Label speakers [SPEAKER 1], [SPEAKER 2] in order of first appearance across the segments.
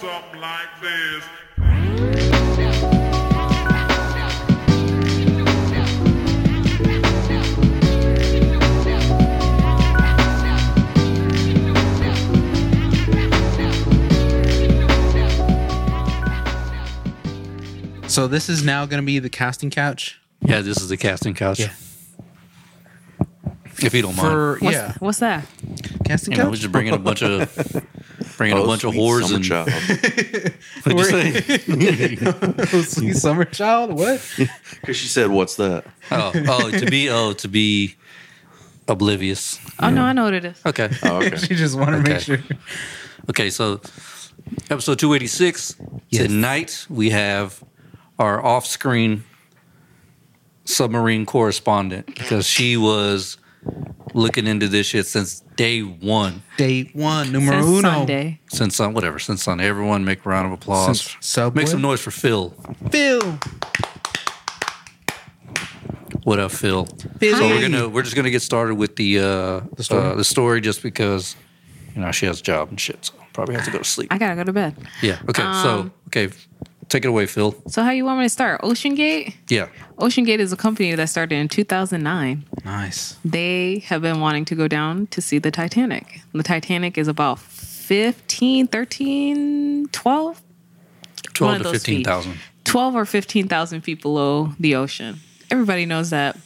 [SPEAKER 1] Something like this.
[SPEAKER 2] So this is now going to be the casting couch
[SPEAKER 3] Yeah, this is the casting couch.
[SPEAKER 2] Yeah.
[SPEAKER 3] If you don't mind,
[SPEAKER 2] for
[SPEAKER 4] What's,
[SPEAKER 2] yeah
[SPEAKER 4] what's that?
[SPEAKER 2] casting
[SPEAKER 3] you know,
[SPEAKER 2] couch.
[SPEAKER 3] just bringing a bunch of bringing
[SPEAKER 5] Oh,
[SPEAKER 3] a bunch of whores and
[SPEAKER 5] child.
[SPEAKER 3] what'd you
[SPEAKER 2] We're-
[SPEAKER 3] say?
[SPEAKER 2] Sweet summer child. What?
[SPEAKER 5] Because she said, "What's that?"
[SPEAKER 3] oh, oh, to be oh to be oblivious.
[SPEAKER 4] Oh no, I know what it is.
[SPEAKER 3] Okay,
[SPEAKER 5] Oh, okay.
[SPEAKER 2] she just want to make
[SPEAKER 3] Okay.
[SPEAKER 2] sure.
[SPEAKER 3] okay. So episode two eighty six
[SPEAKER 2] Yes.
[SPEAKER 3] tonight we have our off screen submarine correspondent because she was looking into this shit since day one.
[SPEAKER 2] Day one, numero
[SPEAKER 4] Since
[SPEAKER 2] uno.
[SPEAKER 4] Sunday.
[SPEAKER 3] Since sun, whatever, since sun. Everyone make a round of applause.
[SPEAKER 2] Since Subway?
[SPEAKER 3] Make some noise for Phil.
[SPEAKER 2] Phil.
[SPEAKER 3] What up, Phil?
[SPEAKER 2] Phil.
[SPEAKER 3] So we're gonna we're just gonna get started with the uh,
[SPEAKER 2] The story?
[SPEAKER 3] uh, the story just because you know she has a job and shit, so probably have to go to sleep.
[SPEAKER 4] I Um, gotta go to bed.
[SPEAKER 3] yeah. Okay. so okay, take it away, Phil.
[SPEAKER 4] So how you want me to start? Ocean Gate?
[SPEAKER 3] Yeah.
[SPEAKER 4] Ocean Gate is a company that started in 2009.
[SPEAKER 2] Nice.
[SPEAKER 4] They have been wanting to go down to see the Titanic. The Titanic is about 15, 13, 12,
[SPEAKER 3] Twelve
[SPEAKER 4] of
[SPEAKER 3] to
[SPEAKER 4] those
[SPEAKER 3] fifteen thousand.
[SPEAKER 4] 12 or 15,000 feet below the ocean. Everybody knows that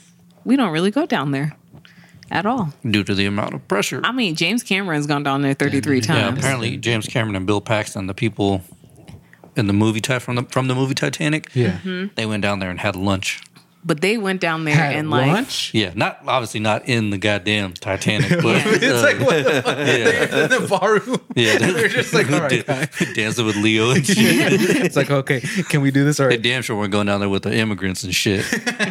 [SPEAKER 4] we don't really go down there at all.
[SPEAKER 3] Due to the amount of pressure.
[SPEAKER 4] I mean, James Cameron's gone down there 33
[SPEAKER 3] yeah,
[SPEAKER 4] times.
[SPEAKER 3] apparently James Cameron and Bill Paxton, the people in the movie Ti- from the from the movie Titanic,
[SPEAKER 2] Yeah.
[SPEAKER 4] Mm-hmm.
[SPEAKER 3] they went down there and had lunch.
[SPEAKER 4] But they went down there
[SPEAKER 2] Had
[SPEAKER 4] and like
[SPEAKER 2] lunch.
[SPEAKER 3] Yeah, not obviously not in the goddamn Titanic, but uh,
[SPEAKER 2] It's like what the fuck?
[SPEAKER 3] yeah,
[SPEAKER 2] in the bar room.
[SPEAKER 3] yeah.
[SPEAKER 2] They're just like, all right, guys.
[SPEAKER 3] dancing with Leo and shit.
[SPEAKER 2] It's like, okay, can we do this? All
[SPEAKER 3] They
[SPEAKER 2] right.
[SPEAKER 3] damn sure weren't going down there with the immigrants and shit.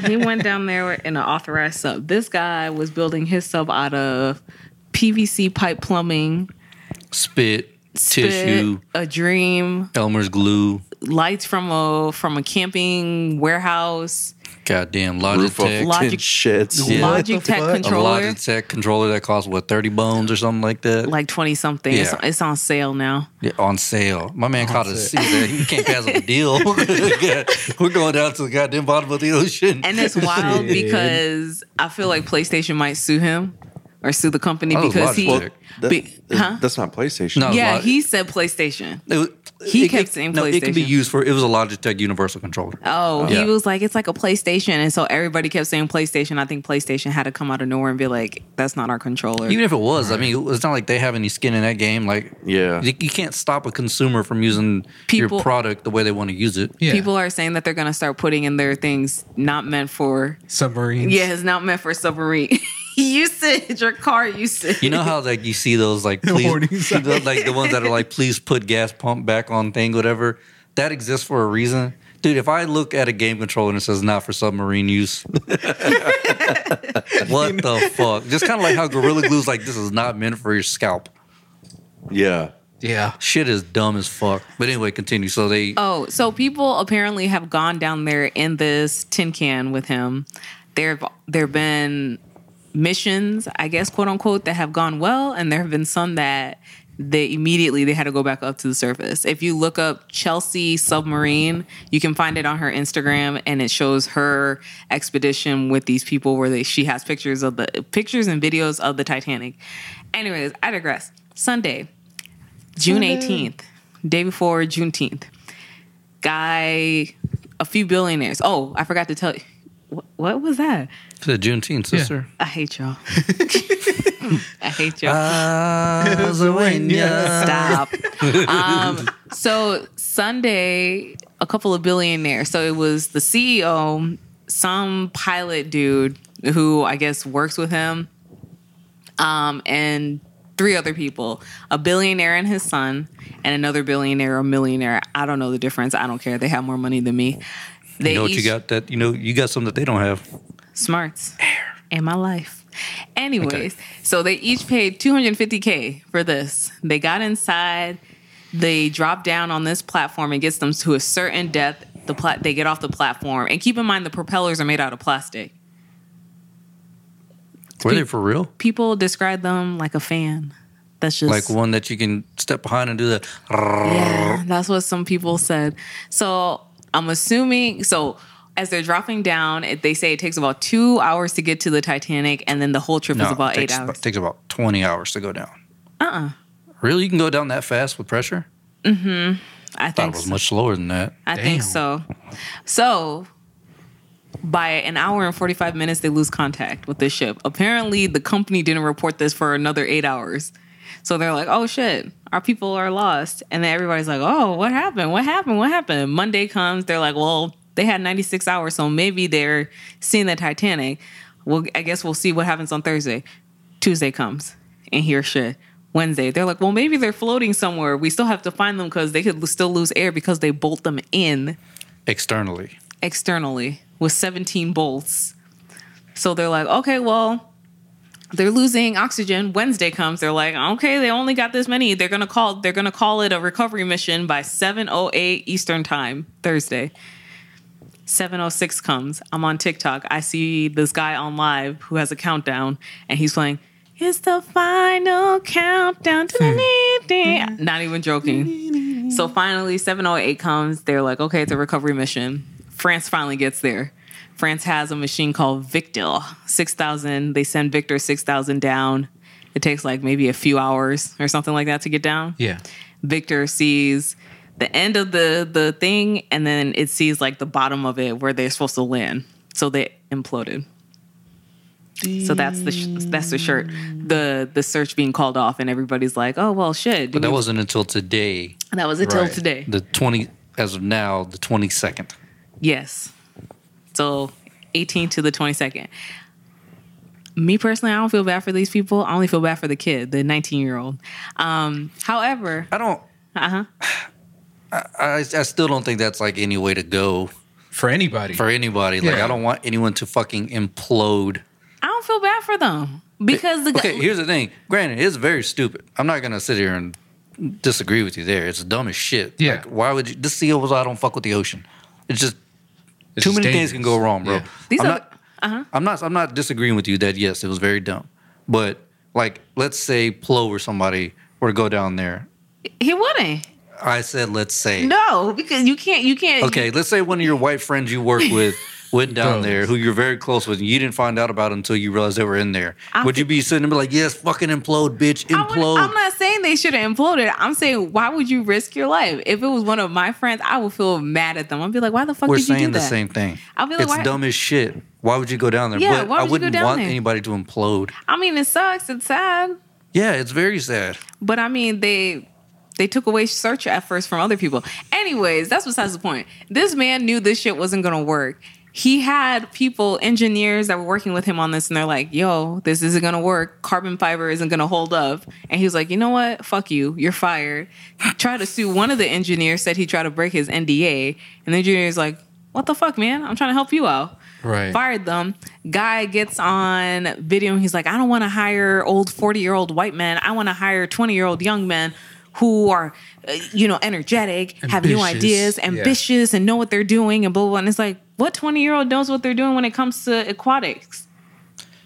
[SPEAKER 4] he went down there in an authorized sub. This guy was building his sub out of PVC pipe plumbing,
[SPEAKER 3] Spit,
[SPEAKER 4] spit,
[SPEAKER 3] tissue,
[SPEAKER 4] a dream,
[SPEAKER 3] Elmer's glue,
[SPEAKER 4] lights from a from a camping warehouse,
[SPEAKER 3] goddamn
[SPEAKER 5] Roof
[SPEAKER 3] Logitech.
[SPEAKER 5] off
[SPEAKER 4] Logic-
[SPEAKER 5] tin sheds.
[SPEAKER 3] Yeah.
[SPEAKER 4] Logic
[SPEAKER 2] What the
[SPEAKER 4] Tech
[SPEAKER 2] fuck? A
[SPEAKER 3] a
[SPEAKER 4] controller,
[SPEAKER 3] Logitech controller that cost what thirty bones or something like that.
[SPEAKER 4] like twenty something. It's,
[SPEAKER 3] Yeah.
[SPEAKER 4] it's on sale now.
[SPEAKER 3] Yeah, on sale. My man caught a
[SPEAKER 2] sale.
[SPEAKER 3] Caesar. He can't pass up a deal. Yeah, We're going down to the goddamn bottom of the ocean.
[SPEAKER 4] And it's wild
[SPEAKER 2] Shit.
[SPEAKER 4] because I feel like PlayStation might sue him or sue the company
[SPEAKER 3] Oh,
[SPEAKER 4] because he
[SPEAKER 3] Logitech.
[SPEAKER 5] That-
[SPEAKER 4] be- huh?
[SPEAKER 5] That's not PlayStation.
[SPEAKER 3] No.
[SPEAKER 4] yeah,
[SPEAKER 3] Log-
[SPEAKER 4] he said PlayStation.
[SPEAKER 3] It was-
[SPEAKER 4] He
[SPEAKER 3] it-
[SPEAKER 4] kept
[SPEAKER 3] it-
[SPEAKER 4] saying
[SPEAKER 3] no, it can be
[SPEAKER 4] PlayStation.
[SPEAKER 3] used for. It was a Logitech Universal controller.
[SPEAKER 4] Oh,
[SPEAKER 3] Yeah.
[SPEAKER 4] he was like, it's like a PlayStation. And so everybody kept saying PlayStation. I think PlayStation had to come out of nowhere and be like, that's not our controller.
[SPEAKER 3] Even if it was, I mean, it's not like they have any skin in that game. Like,
[SPEAKER 5] Yeah.
[SPEAKER 3] you, you can't stop a consumer from using
[SPEAKER 4] People-
[SPEAKER 3] your product the way they want to use it.
[SPEAKER 2] Yeah.
[SPEAKER 4] People are saying that they're going to start putting in their things not meant for,
[SPEAKER 2] submarines.
[SPEAKER 4] yeah, it's not meant for submarine usage or car usage.
[SPEAKER 3] You know how like you see those like please,
[SPEAKER 2] horny
[SPEAKER 3] you know, like the ones that are like please put gas pump back on thing whatever. That exists for a reason, dude. If I look at a game controller and it says not for submarine use, what the fuck? Just kind of like how Gorilla Glue's like this is not meant for your scalp.
[SPEAKER 5] Yeah.
[SPEAKER 2] Yeah.
[SPEAKER 3] Shit is dumb as fuck. But anyway, continue. So they
[SPEAKER 4] Oh, so people apparently have gone down there in this tin can with him. There, there have been missions, I guess, quote unquote, that have gone well, and there have been some that they immediately they had to go back up to the surface. If you look up Chelsea submarine, you can find it on her Instagram, and it shows her expedition with these people where they, she has pictures of the pictures and videos of the Titanic. Anyways, I digress. Sunday, June eighteenth, day before Juneteenth. Guy, a few billionaires. Oh, I forgot to tell you. What, what was that?
[SPEAKER 3] to the Juneteenth sister.
[SPEAKER 4] I hate y'all. I hate y'all. Stop. um, so Sunday, a couple of billionaires. So it was the CEO, some pilot dude who I guess works with him, um, and three other people a billionaire and his son, and another billionaire or millionaire. I don't know the difference. I don't care. They have more money than me. They
[SPEAKER 3] You know what you
[SPEAKER 4] each-
[SPEAKER 3] got that you know you got something that they don't have.
[SPEAKER 4] smarts in my life. Anyways, so they each paid 250k for this. They got inside, they drop down on this platform and gets them to a certain depth. The pla- they get off the platform, and keep in mind the propellers are made out of plastic.
[SPEAKER 3] Were they for real?
[SPEAKER 4] People describe them like a fan. That's just
[SPEAKER 3] like one that you can step behind and do the.
[SPEAKER 4] Yeah, that's what some people said. So I'm assuming so as they're dropping down, it- they say it takes about two hours to get to the Titanic, and then the whole trip is
[SPEAKER 3] No,
[SPEAKER 4] about
[SPEAKER 3] it
[SPEAKER 4] eight
[SPEAKER 3] takes,
[SPEAKER 4] hours. Uh-uh.
[SPEAKER 3] It takes about 20 hours to go down. Uh uh Really? You can go down that fast with pressure?
[SPEAKER 4] I
[SPEAKER 3] thought it
[SPEAKER 4] think
[SPEAKER 3] was
[SPEAKER 4] so.
[SPEAKER 3] much slower than that.
[SPEAKER 4] I think
[SPEAKER 2] Damn.
[SPEAKER 4] so. So by an hour and 45 minutes, they lose contact with the ship. Apparently, the company didn't report this for another eight hours. So they're like, oh shit, our people are lost. And then everybody's like, oh, what happened? What happened? What happened? Monday comes, they're like, well, they had 96 hours, so maybe they're seeing the Titanic. Well, I guess we'll see what happens on Thursday. Tuesday comes and hear shit. Wednesday, they're like, well, maybe they're floating somewhere. We still have to find them because they could still lose air because they bolt them in
[SPEAKER 3] Externally.
[SPEAKER 4] externally with 17 bolts. So they're like, okay, well, they're losing oxygen. Wednesday comes, they're like, okay, they only got this many. They're gonna call they're gonna call it a recovery mission by 708 Eastern time, Thursday. 706 comes. I'm on TikTok. I see this guy on live who has a countdown and he's playing, it's the final countdown. Not even joking. So finally, 708 comes. They're like, okay, it's a recovery mission. France finally gets there. France has a machine called Victor 6000. They send Victor 6000 down. It takes like maybe a few hours or something like that to get down.
[SPEAKER 2] Yeah.
[SPEAKER 4] Victor sees the end of the the thing and then it sees like the bottom of it where they're supposed to land. So they imploded. So that's the sh- that's the shirt. The the search being called off and everybody's like, "Oh, well, shit."
[SPEAKER 3] But that wasn't until today,
[SPEAKER 4] that was it till
[SPEAKER 2] Right.
[SPEAKER 4] today.
[SPEAKER 3] the 20, as of now, the 22nd.
[SPEAKER 4] Yes. So 18 to the 22nd. Me personally, I don't feel bad for these people. I only feel bad for the kid, the 19 year old. Um, however,
[SPEAKER 3] I don't.
[SPEAKER 4] Uh-huh.
[SPEAKER 3] Uh huh. I, I still don't think that's like any way to go
[SPEAKER 2] For anybody.
[SPEAKER 3] for anybody. Like
[SPEAKER 2] Yeah.
[SPEAKER 3] I don't want anyone to fucking implode.
[SPEAKER 4] I don't feel bad for them because the
[SPEAKER 3] Okay, here's the thing. Granted, it's very stupid. I'm not gonna sit here and disagree with you there. It's dumb as shit.
[SPEAKER 2] Yeah.
[SPEAKER 3] Like, why would you? This sea was I don't fuck with the ocean. It's just
[SPEAKER 2] It's
[SPEAKER 3] too
[SPEAKER 2] just
[SPEAKER 3] many
[SPEAKER 2] dangerous.
[SPEAKER 3] things can go wrong, bro.
[SPEAKER 2] Yeah.
[SPEAKER 4] These
[SPEAKER 3] I'm
[SPEAKER 4] are-
[SPEAKER 3] not, I'm not. I'm not disagreeing with you that yes, it was very dumb. But like, let's say Plo or somebody were to go down there.
[SPEAKER 4] he wouldn't.
[SPEAKER 3] I said, let's say.
[SPEAKER 4] No, because you can't. You can't.
[SPEAKER 3] Okay, let's say one of your white friends you work with went down
[SPEAKER 2] Goes.
[SPEAKER 3] there, who you're very close with, and you didn't find out about until you realized they were in there.
[SPEAKER 4] I
[SPEAKER 3] would you
[SPEAKER 4] think-
[SPEAKER 3] be sitting and be like, "Yes, fucking implode, bitch,
[SPEAKER 4] I would-
[SPEAKER 3] implode"?
[SPEAKER 4] I'm not saying they should have imploded. I'm saying why would you risk your life? If it was one of my friends, I would feel mad at them. I'd be like, why the fuck
[SPEAKER 3] we're
[SPEAKER 4] did you do
[SPEAKER 3] saying the
[SPEAKER 4] that?
[SPEAKER 3] same thing.
[SPEAKER 4] I'll be like,
[SPEAKER 3] it's
[SPEAKER 4] why-
[SPEAKER 3] dumb as shit. Why would you go down there?
[SPEAKER 4] Yeah,
[SPEAKER 3] but I
[SPEAKER 4] why would you go
[SPEAKER 3] wouldn't
[SPEAKER 4] down
[SPEAKER 3] want
[SPEAKER 4] there?
[SPEAKER 3] anybody to implode.
[SPEAKER 4] I mean, it sucks. It's sad.
[SPEAKER 3] Yeah, it's very sad.
[SPEAKER 4] But I mean, they they took away search efforts from other people. Anyways, that's besides the point. This man knew this shit wasn't gonna work. He had people, engineers that were working with him on this, and they're like, yo, this isn't gonna work. Carbon fiber isn't gonna hold up. And he was like, you know what? Fuck you. You're fired. Try to sue one of the engineers, said he tried to break his NDA. And the engineer's like, what the fuck, man? I'm trying to help you out
[SPEAKER 2] Right.
[SPEAKER 4] fired them. Guy gets on video and he's like, I don't want to hire old 40 year old white men. I want to hire 20 year old young men who are, uh, you know, energetic, have new
[SPEAKER 2] Ambitious.
[SPEAKER 4] ideas,
[SPEAKER 2] Yeah.
[SPEAKER 4] ambitious, and know what they're doing, and blah, blah, blah. And it's like, what 20 year old knows what they're doing when it comes to aquatics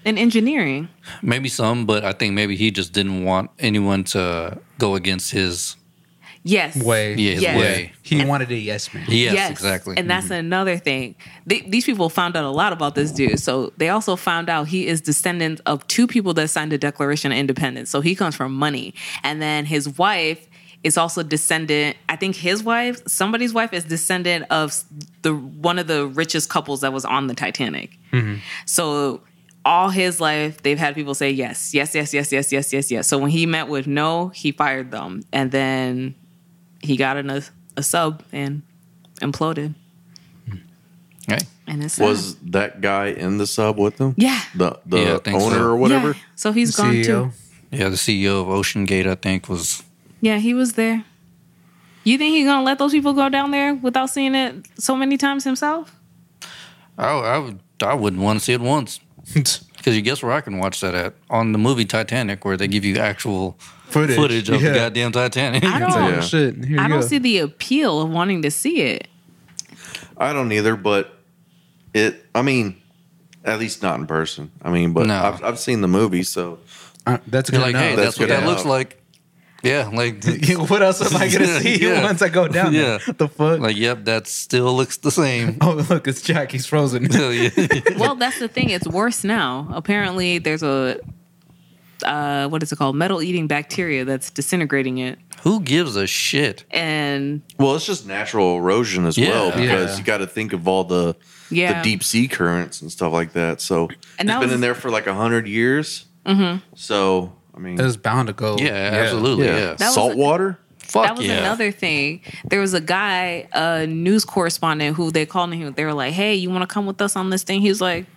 [SPEAKER 4] and engineering?
[SPEAKER 3] Maybe some, but I think maybe he just didn't want anyone to go against his.
[SPEAKER 4] Yes.
[SPEAKER 2] Way.
[SPEAKER 3] Yeah, his
[SPEAKER 4] Yes.
[SPEAKER 3] way.
[SPEAKER 2] He wanted a yes man.
[SPEAKER 3] Yes, exactly. Mm-hmm.
[SPEAKER 4] And that's another thing. They, these people found out a lot about this dude. So they also found out he is descendant of two people that signed the Declaration of Independence. So he comes from money. And then his wife is also descendant. I think his wife, somebody's wife, is descendant of s- the one of the richest couples that was on the Titanic.
[SPEAKER 3] Mm-hmm.
[SPEAKER 4] So all his life, they've had people say yes, yes, yes, yes, yes, yes, yes, yes. So when he met with no, he fired them, and then he got in a, a sub and imploded.
[SPEAKER 3] Right?
[SPEAKER 4] And it's
[SPEAKER 5] Was that guy in the sub with them?
[SPEAKER 4] Yeah.
[SPEAKER 5] The the
[SPEAKER 3] Yeah, I think
[SPEAKER 5] owner
[SPEAKER 3] so.
[SPEAKER 5] or whatever.
[SPEAKER 4] Yeah. So he's gone too.
[SPEAKER 2] CEO.
[SPEAKER 3] Yeah, the CEO of Ocean Gate, I think, was
[SPEAKER 4] Yeah, he was there. You think he's gonna let those people go down there without seeing it so many times himself?
[SPEAKER 3] I, I would I wouldn't want to see it once because you guess where I can watch that at on the movie Titanic where they give you actual
[SPEAKER 2] Footage.
[SPEAKER 3] footage, of
[SPEAKER 2] Yeah.
[SPEAKER 3] the goddamn Titanic.
[SPEAKER 4] I don't.
[SPEAKER 2] Oh
[SPEAKER 5] Yeah.
[SPEAKER 2] shit. Here
[SPEAKER 4] I
[SPEAKER 2] you
[SPEAKER 4] don't
[SPEAKER 2] go.
[SPEAKER 4] see the appeal of wanting to see it.
[SPEAKER 5] I don't either, but it. I mean, at least not in person. I mean, but
[SPEAKER 3] No.
[SPEAKER 5] I've, I've seen the movie, so
[SPEAKER 2] Uh, that's a
[SPEAKER 3] You're
[SPEAKER 2] good
[SPEAKER 3] like,
[SPEAKER 2] no.
[SPEAKER 3] hey, that's,
[SPEAKER 5] That's
[SPEAKER 3] what
[SPEAKER 5] good
[SPEAKER 3] that
[SPEAKER 5] enough.
[SPEAKER 3] looks like. Yeah, like
[SPEAKER 2] what else am I gonna see
[SPEAKER 3] Yeah.
[SPEAKER 2] once I go down?
[SPEAKER 3] Yeah.
[SPEAKER 2] Yeah. The fuck?
[SPEAKER 3] like yep, that still looks the same.
[SPEAKER 2] oh look, it's Jack. He's frozen.
[SPEAKER 3] So, yeah.
[SPEAKER 4] well, that's the thing. It's worse now. Apparently, there's a uh, what is it called? Metal eating bacteria that's disintegrating it,
[SPEAKER 3] Who gives a shit?
[SPEAKER 4] and
[SPEAKER 5] Well, it's just natural erosion as well
[SPEAKER 3] Yeah.
[SPEAKER 5] because
[SPEAKER 2] Yeah.
[SPEAKER 5] you got to think of all the
[SPEAKER 4] yeah,
[SPEAKER 5] the deep sea currents and stuff like that. So
[SPEAKER 4] And that was-
[SPEAKER 5] it's been
[SPEAKER 4] Mm-hmm.
[SPEAKER 5] in there for like a hundred years. So I mean,
[SPEAKER 2] it was bound to go.
[SPEAKER 3] Yeah, absolutely. Yeah,
[SPEAKER 5] yeah,
[SPEAKER 4] That was
[SPEAKER 5] salt
[SPEAKER 4] a-
[SPEAKER 5] water.
[SPEAKER 3] fuck
[SPEAKER 4] that was
[SPEAKER 3] yeah.
[SPEAKER 4] another thing. There was a guy, a news correspondent, who they called him. They were like, "Hey, you want to come with us on this thing?" He was like,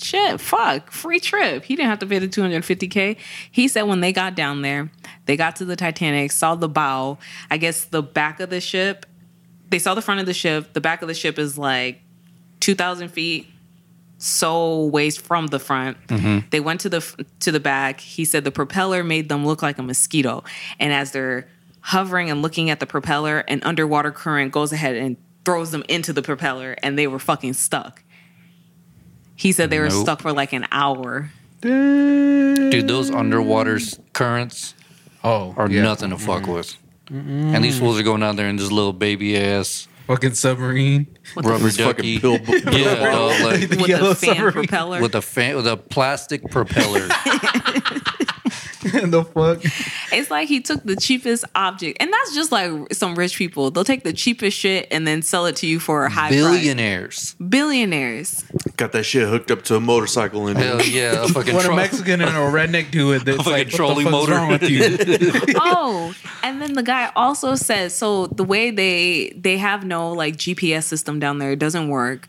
[SPEAKER 4] "Shit, fuck, free trip." He didn't have to pay the two hundred fifty k. He said when they got down there, they got to the Titanic, saw the bow. I guess the back of the ship. They saw the front of the ship. The back of the ship is like two thousand feet. So ways from the front,
[SPEAKER 3] Mm-hmm.
[SPEAKER 4] they went to the f- to the back. He said the propeller made them look like a mosquito, and as they're hovering and looking at the propeller, an underwater current goes ahead and throws them into the propeller, and they were fucking stuck. He said they were
[SPEAKER 3] Nope.
[SPEAKER 4] stuck for like an hour.
[SPEAKER 3] Dude, those underwater s- currents
[SPEAKER 2] Oh,
[SPEAKER 3] are
[SPEAKER 2] yeah.
[SPEAKER 3] nothing to fuck with. And these fools are going down there in this little baby ass
[SPEAKER 2] Fucking submarine.
[SPEAKER 3] rubber
[SPEAKER 5] This
[SPEAKER 3] ducky.
[SPEAKER 5] fucking pill,
[SPEAKER 3] yeah, dog, like,
[SPEAKER 2] The
[SPEAKER 4] With
[SPEAKER 2] yellow
[SPEAKER 4] a fan
[SPEAKER 2] submarine.
[SPEAKER 4] propeller,
[SPEAKER 3] with a fan, with a plastic propeller.
[SPEAKER 2] the fuck?
[SPEAKER 4] it's like he took the cheapest object, and that's just like some rich people. They'll take the cheapest shit and then sell it to you for a high price.
[SPEAKER 3] Billionaires.
[SPEAKER 4] Billionaires.
[SPEAKER 5] got that shit hooked up to a motorcycle in
[SPEAKER 3] Hell
[SPEAKER 5] it.
[SPEAKER 3] yeah, a fucking
[SPEAKER 2] When a
[SPEAKER 3] truck.
[SPEAKER 2] Mexican and a redneck do it, that's
[SPEAKER 3] fucking
[SPEAKER 2] like, what
[SPEAKER 3] trolley
[SPEAKER 2] the fuck's
[SPEAKER 3] motor.
[SPEAKER 2] wrong with you?
[SPEAKER 4] oh and then the guy also says so the way they they have no like gps system down there it doesn't work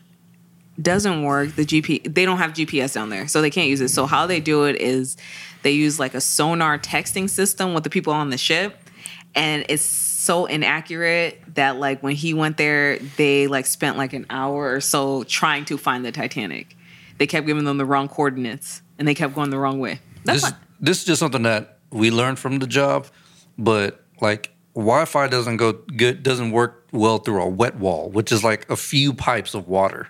[SPEAKER 4] doesn't work the gp they don't have gps down there so they can't use it so how they do it is they use like a sonar texting system with the people on the ship and it's so inaccurate that like when he went there they like spent like an hour or so trying to find the titanic they kept giving them the wrong coordinates and they kept going the wrong way that's
[SPEAKER 3] this,
[SPEAKER 4] fine.
[SPEAKER 3] this is just something that we learned from the job, but like Wi-Fi doesn't go good, doesn't work well through a wet wall, which is like a few pipes of water.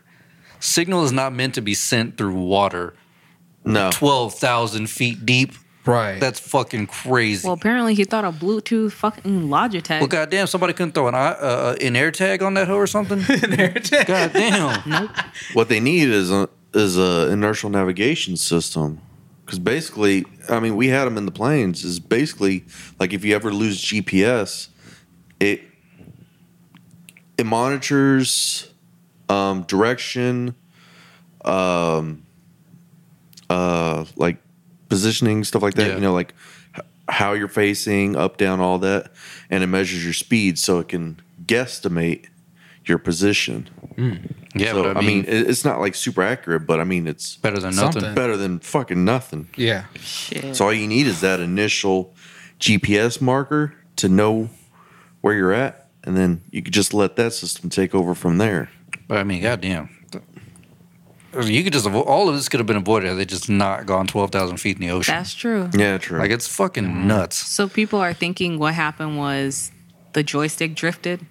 [SPEAKER 3] Signal is not meant to be sent through water
[SPEAKER 5] No,
[SPEAKER 3] twelve thousand feet deep.
[SPEAKER 2] right.
[SPEAKER 3] That's fucking crazy.
[SPEAKER 4] well
[SPEAKER 3] Well,
[SPEAKER 4] apparently he thought a bluetooth fucking logitech
[SPEAKER 3] goddamn, somebody couldn't throw an i- uh, uh, an air tag on that hoe or something. goddamn,
[SPEAKER 5] what they need is a is a inertial navigation system because basically i mean we had them in the planes is basically like if you ever lose gps it it monitors um, direction um uh like positioning stuff like that
[SPEAKER 3] Yeah.
[SPEAKER 5] you know like h- how you're facing up down all that and it measures your speed so it can guesstimate your position
[SPEAKER 3] yeah,
[SPEAKER 5] so,
[SPEAKER 3] but
[SPEAKER 5] I mean, it it's not like super accurate, but I mean, it's
[SPEAKER 3] better than
[SPEAKER 2] Something.
[SPEAKER 3] nothing.
[SPEAKER 5] better than fucking nothing.
[SPEAKER 2] yeah.
[SPEAKER 4] Shit.
[SPEAKER 5] So all you need is that initial GPS marker to know where you're at, and then you could just let that system take over from there.
[SPEAKER 3] But I mean, goddamn. You could just avo- all of this could have been avoided had they just not gone twelve thousand feet in the ocean.
[SPEAKER 4] That's true.
[SPEAKER 5] Yeah, true.
[SPEAKER 3] like it's fucking nuts.
[SPEAKER 4] So people are thinking what happened was the joystick drifted.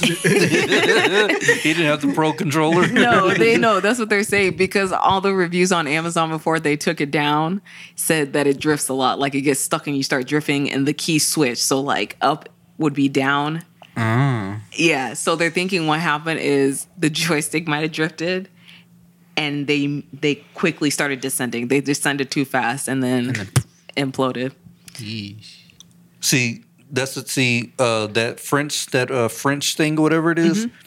[SPEAKER 3] he didn't have the pro controller.
[SPEAKER 4] No, they know that's what they're saying because all the reviews on Amazon before they took it down said that it drifts a lot. Like it gets stuck and you start drifting and the key switch. So like up would be down. Mm. Yeah. So they're thinking what happened is the joystick might have drifted and they they quickly started descending. They descended too fast and then imploded.
[SPEAKER 3] See, that's the see uh, that French that uh, French thing, whatever it is,
[SPEAKER 4] Mm-hmm.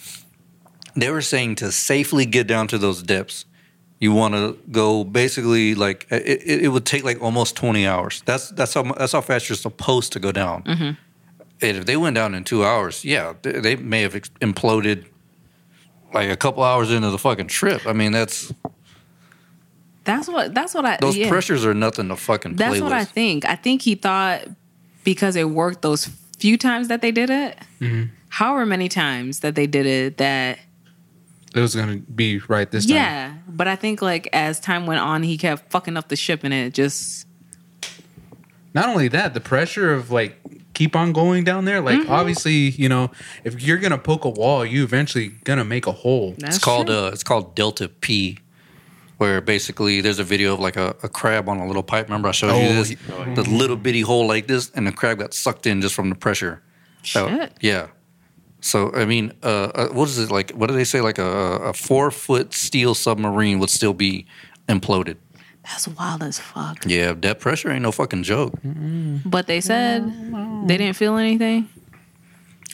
[SPEAKER 3] They were saying to safely get down to those depths, you want to go basically like it, it, it would take like almost twenty hours. That's that's how mu- that's how fast you're supposed to go down.
[SPEAKER 4] Mm-hmm.
[SPEAKER 3] And if they went down in two hours, yeah, they, they may have ex- imploded like a couple hours into the fucking trip. I mean, that's
[SPEAKER 4] That's what that's what I
[SPEAKER 3] those
[SPEAKER 4] yeah.
[SPEAKER 3] pressures are nothing to fucking
[SPEAKER 4] That's
[SPEAKER 3] play
[SPEAKER 4] what
[SPEAKER 3] with.
[SPEAKER 4] I think. I think he thought because it worked those few times that they did it, however many times that they did it, that
[SPEAKER 2] It was gonna be right this time.
[SPEAKER 4] yeah. But I think like as time went on, he kept fucking up the ship, and it just
[SPEAKER 2] Not only that, the pressure of like keep on going down there. Like
[SPEAKER 4] Mm-hmm.
[SPEAKER 2] obviously, you know, if you're gonna poke a wall, you eventually gonna make a hole.
[SPEAKER 4] that's
[SPEAKER 3] It's called
[SPEAKER 4] true.
[SPEAKER 3] uh, it's called Delta P. where basically there's a video of like a, a crab on a little pipe. Remember I showed you
[SPEAKER 2] Oh,
[SPEAKER 3] this?
[SPEAKER 2] he-
[SPEAKER 3] the little bitty hole like this, and the crab got sucked in just from the pressure. So,
[SPEAKER 4] Shit.
[SPEAKER 3] yeah. So I mean, uh, uh, what is it like? What do they say? Like a, a four foot steel submarine would still be imploded.
[SPEAKER 4] That's wild as fuck.
[SPEAKER 3] Yeah, that pressure ain't no fucking joke.
[SPEAKER 4] But they said they didn't feel anything.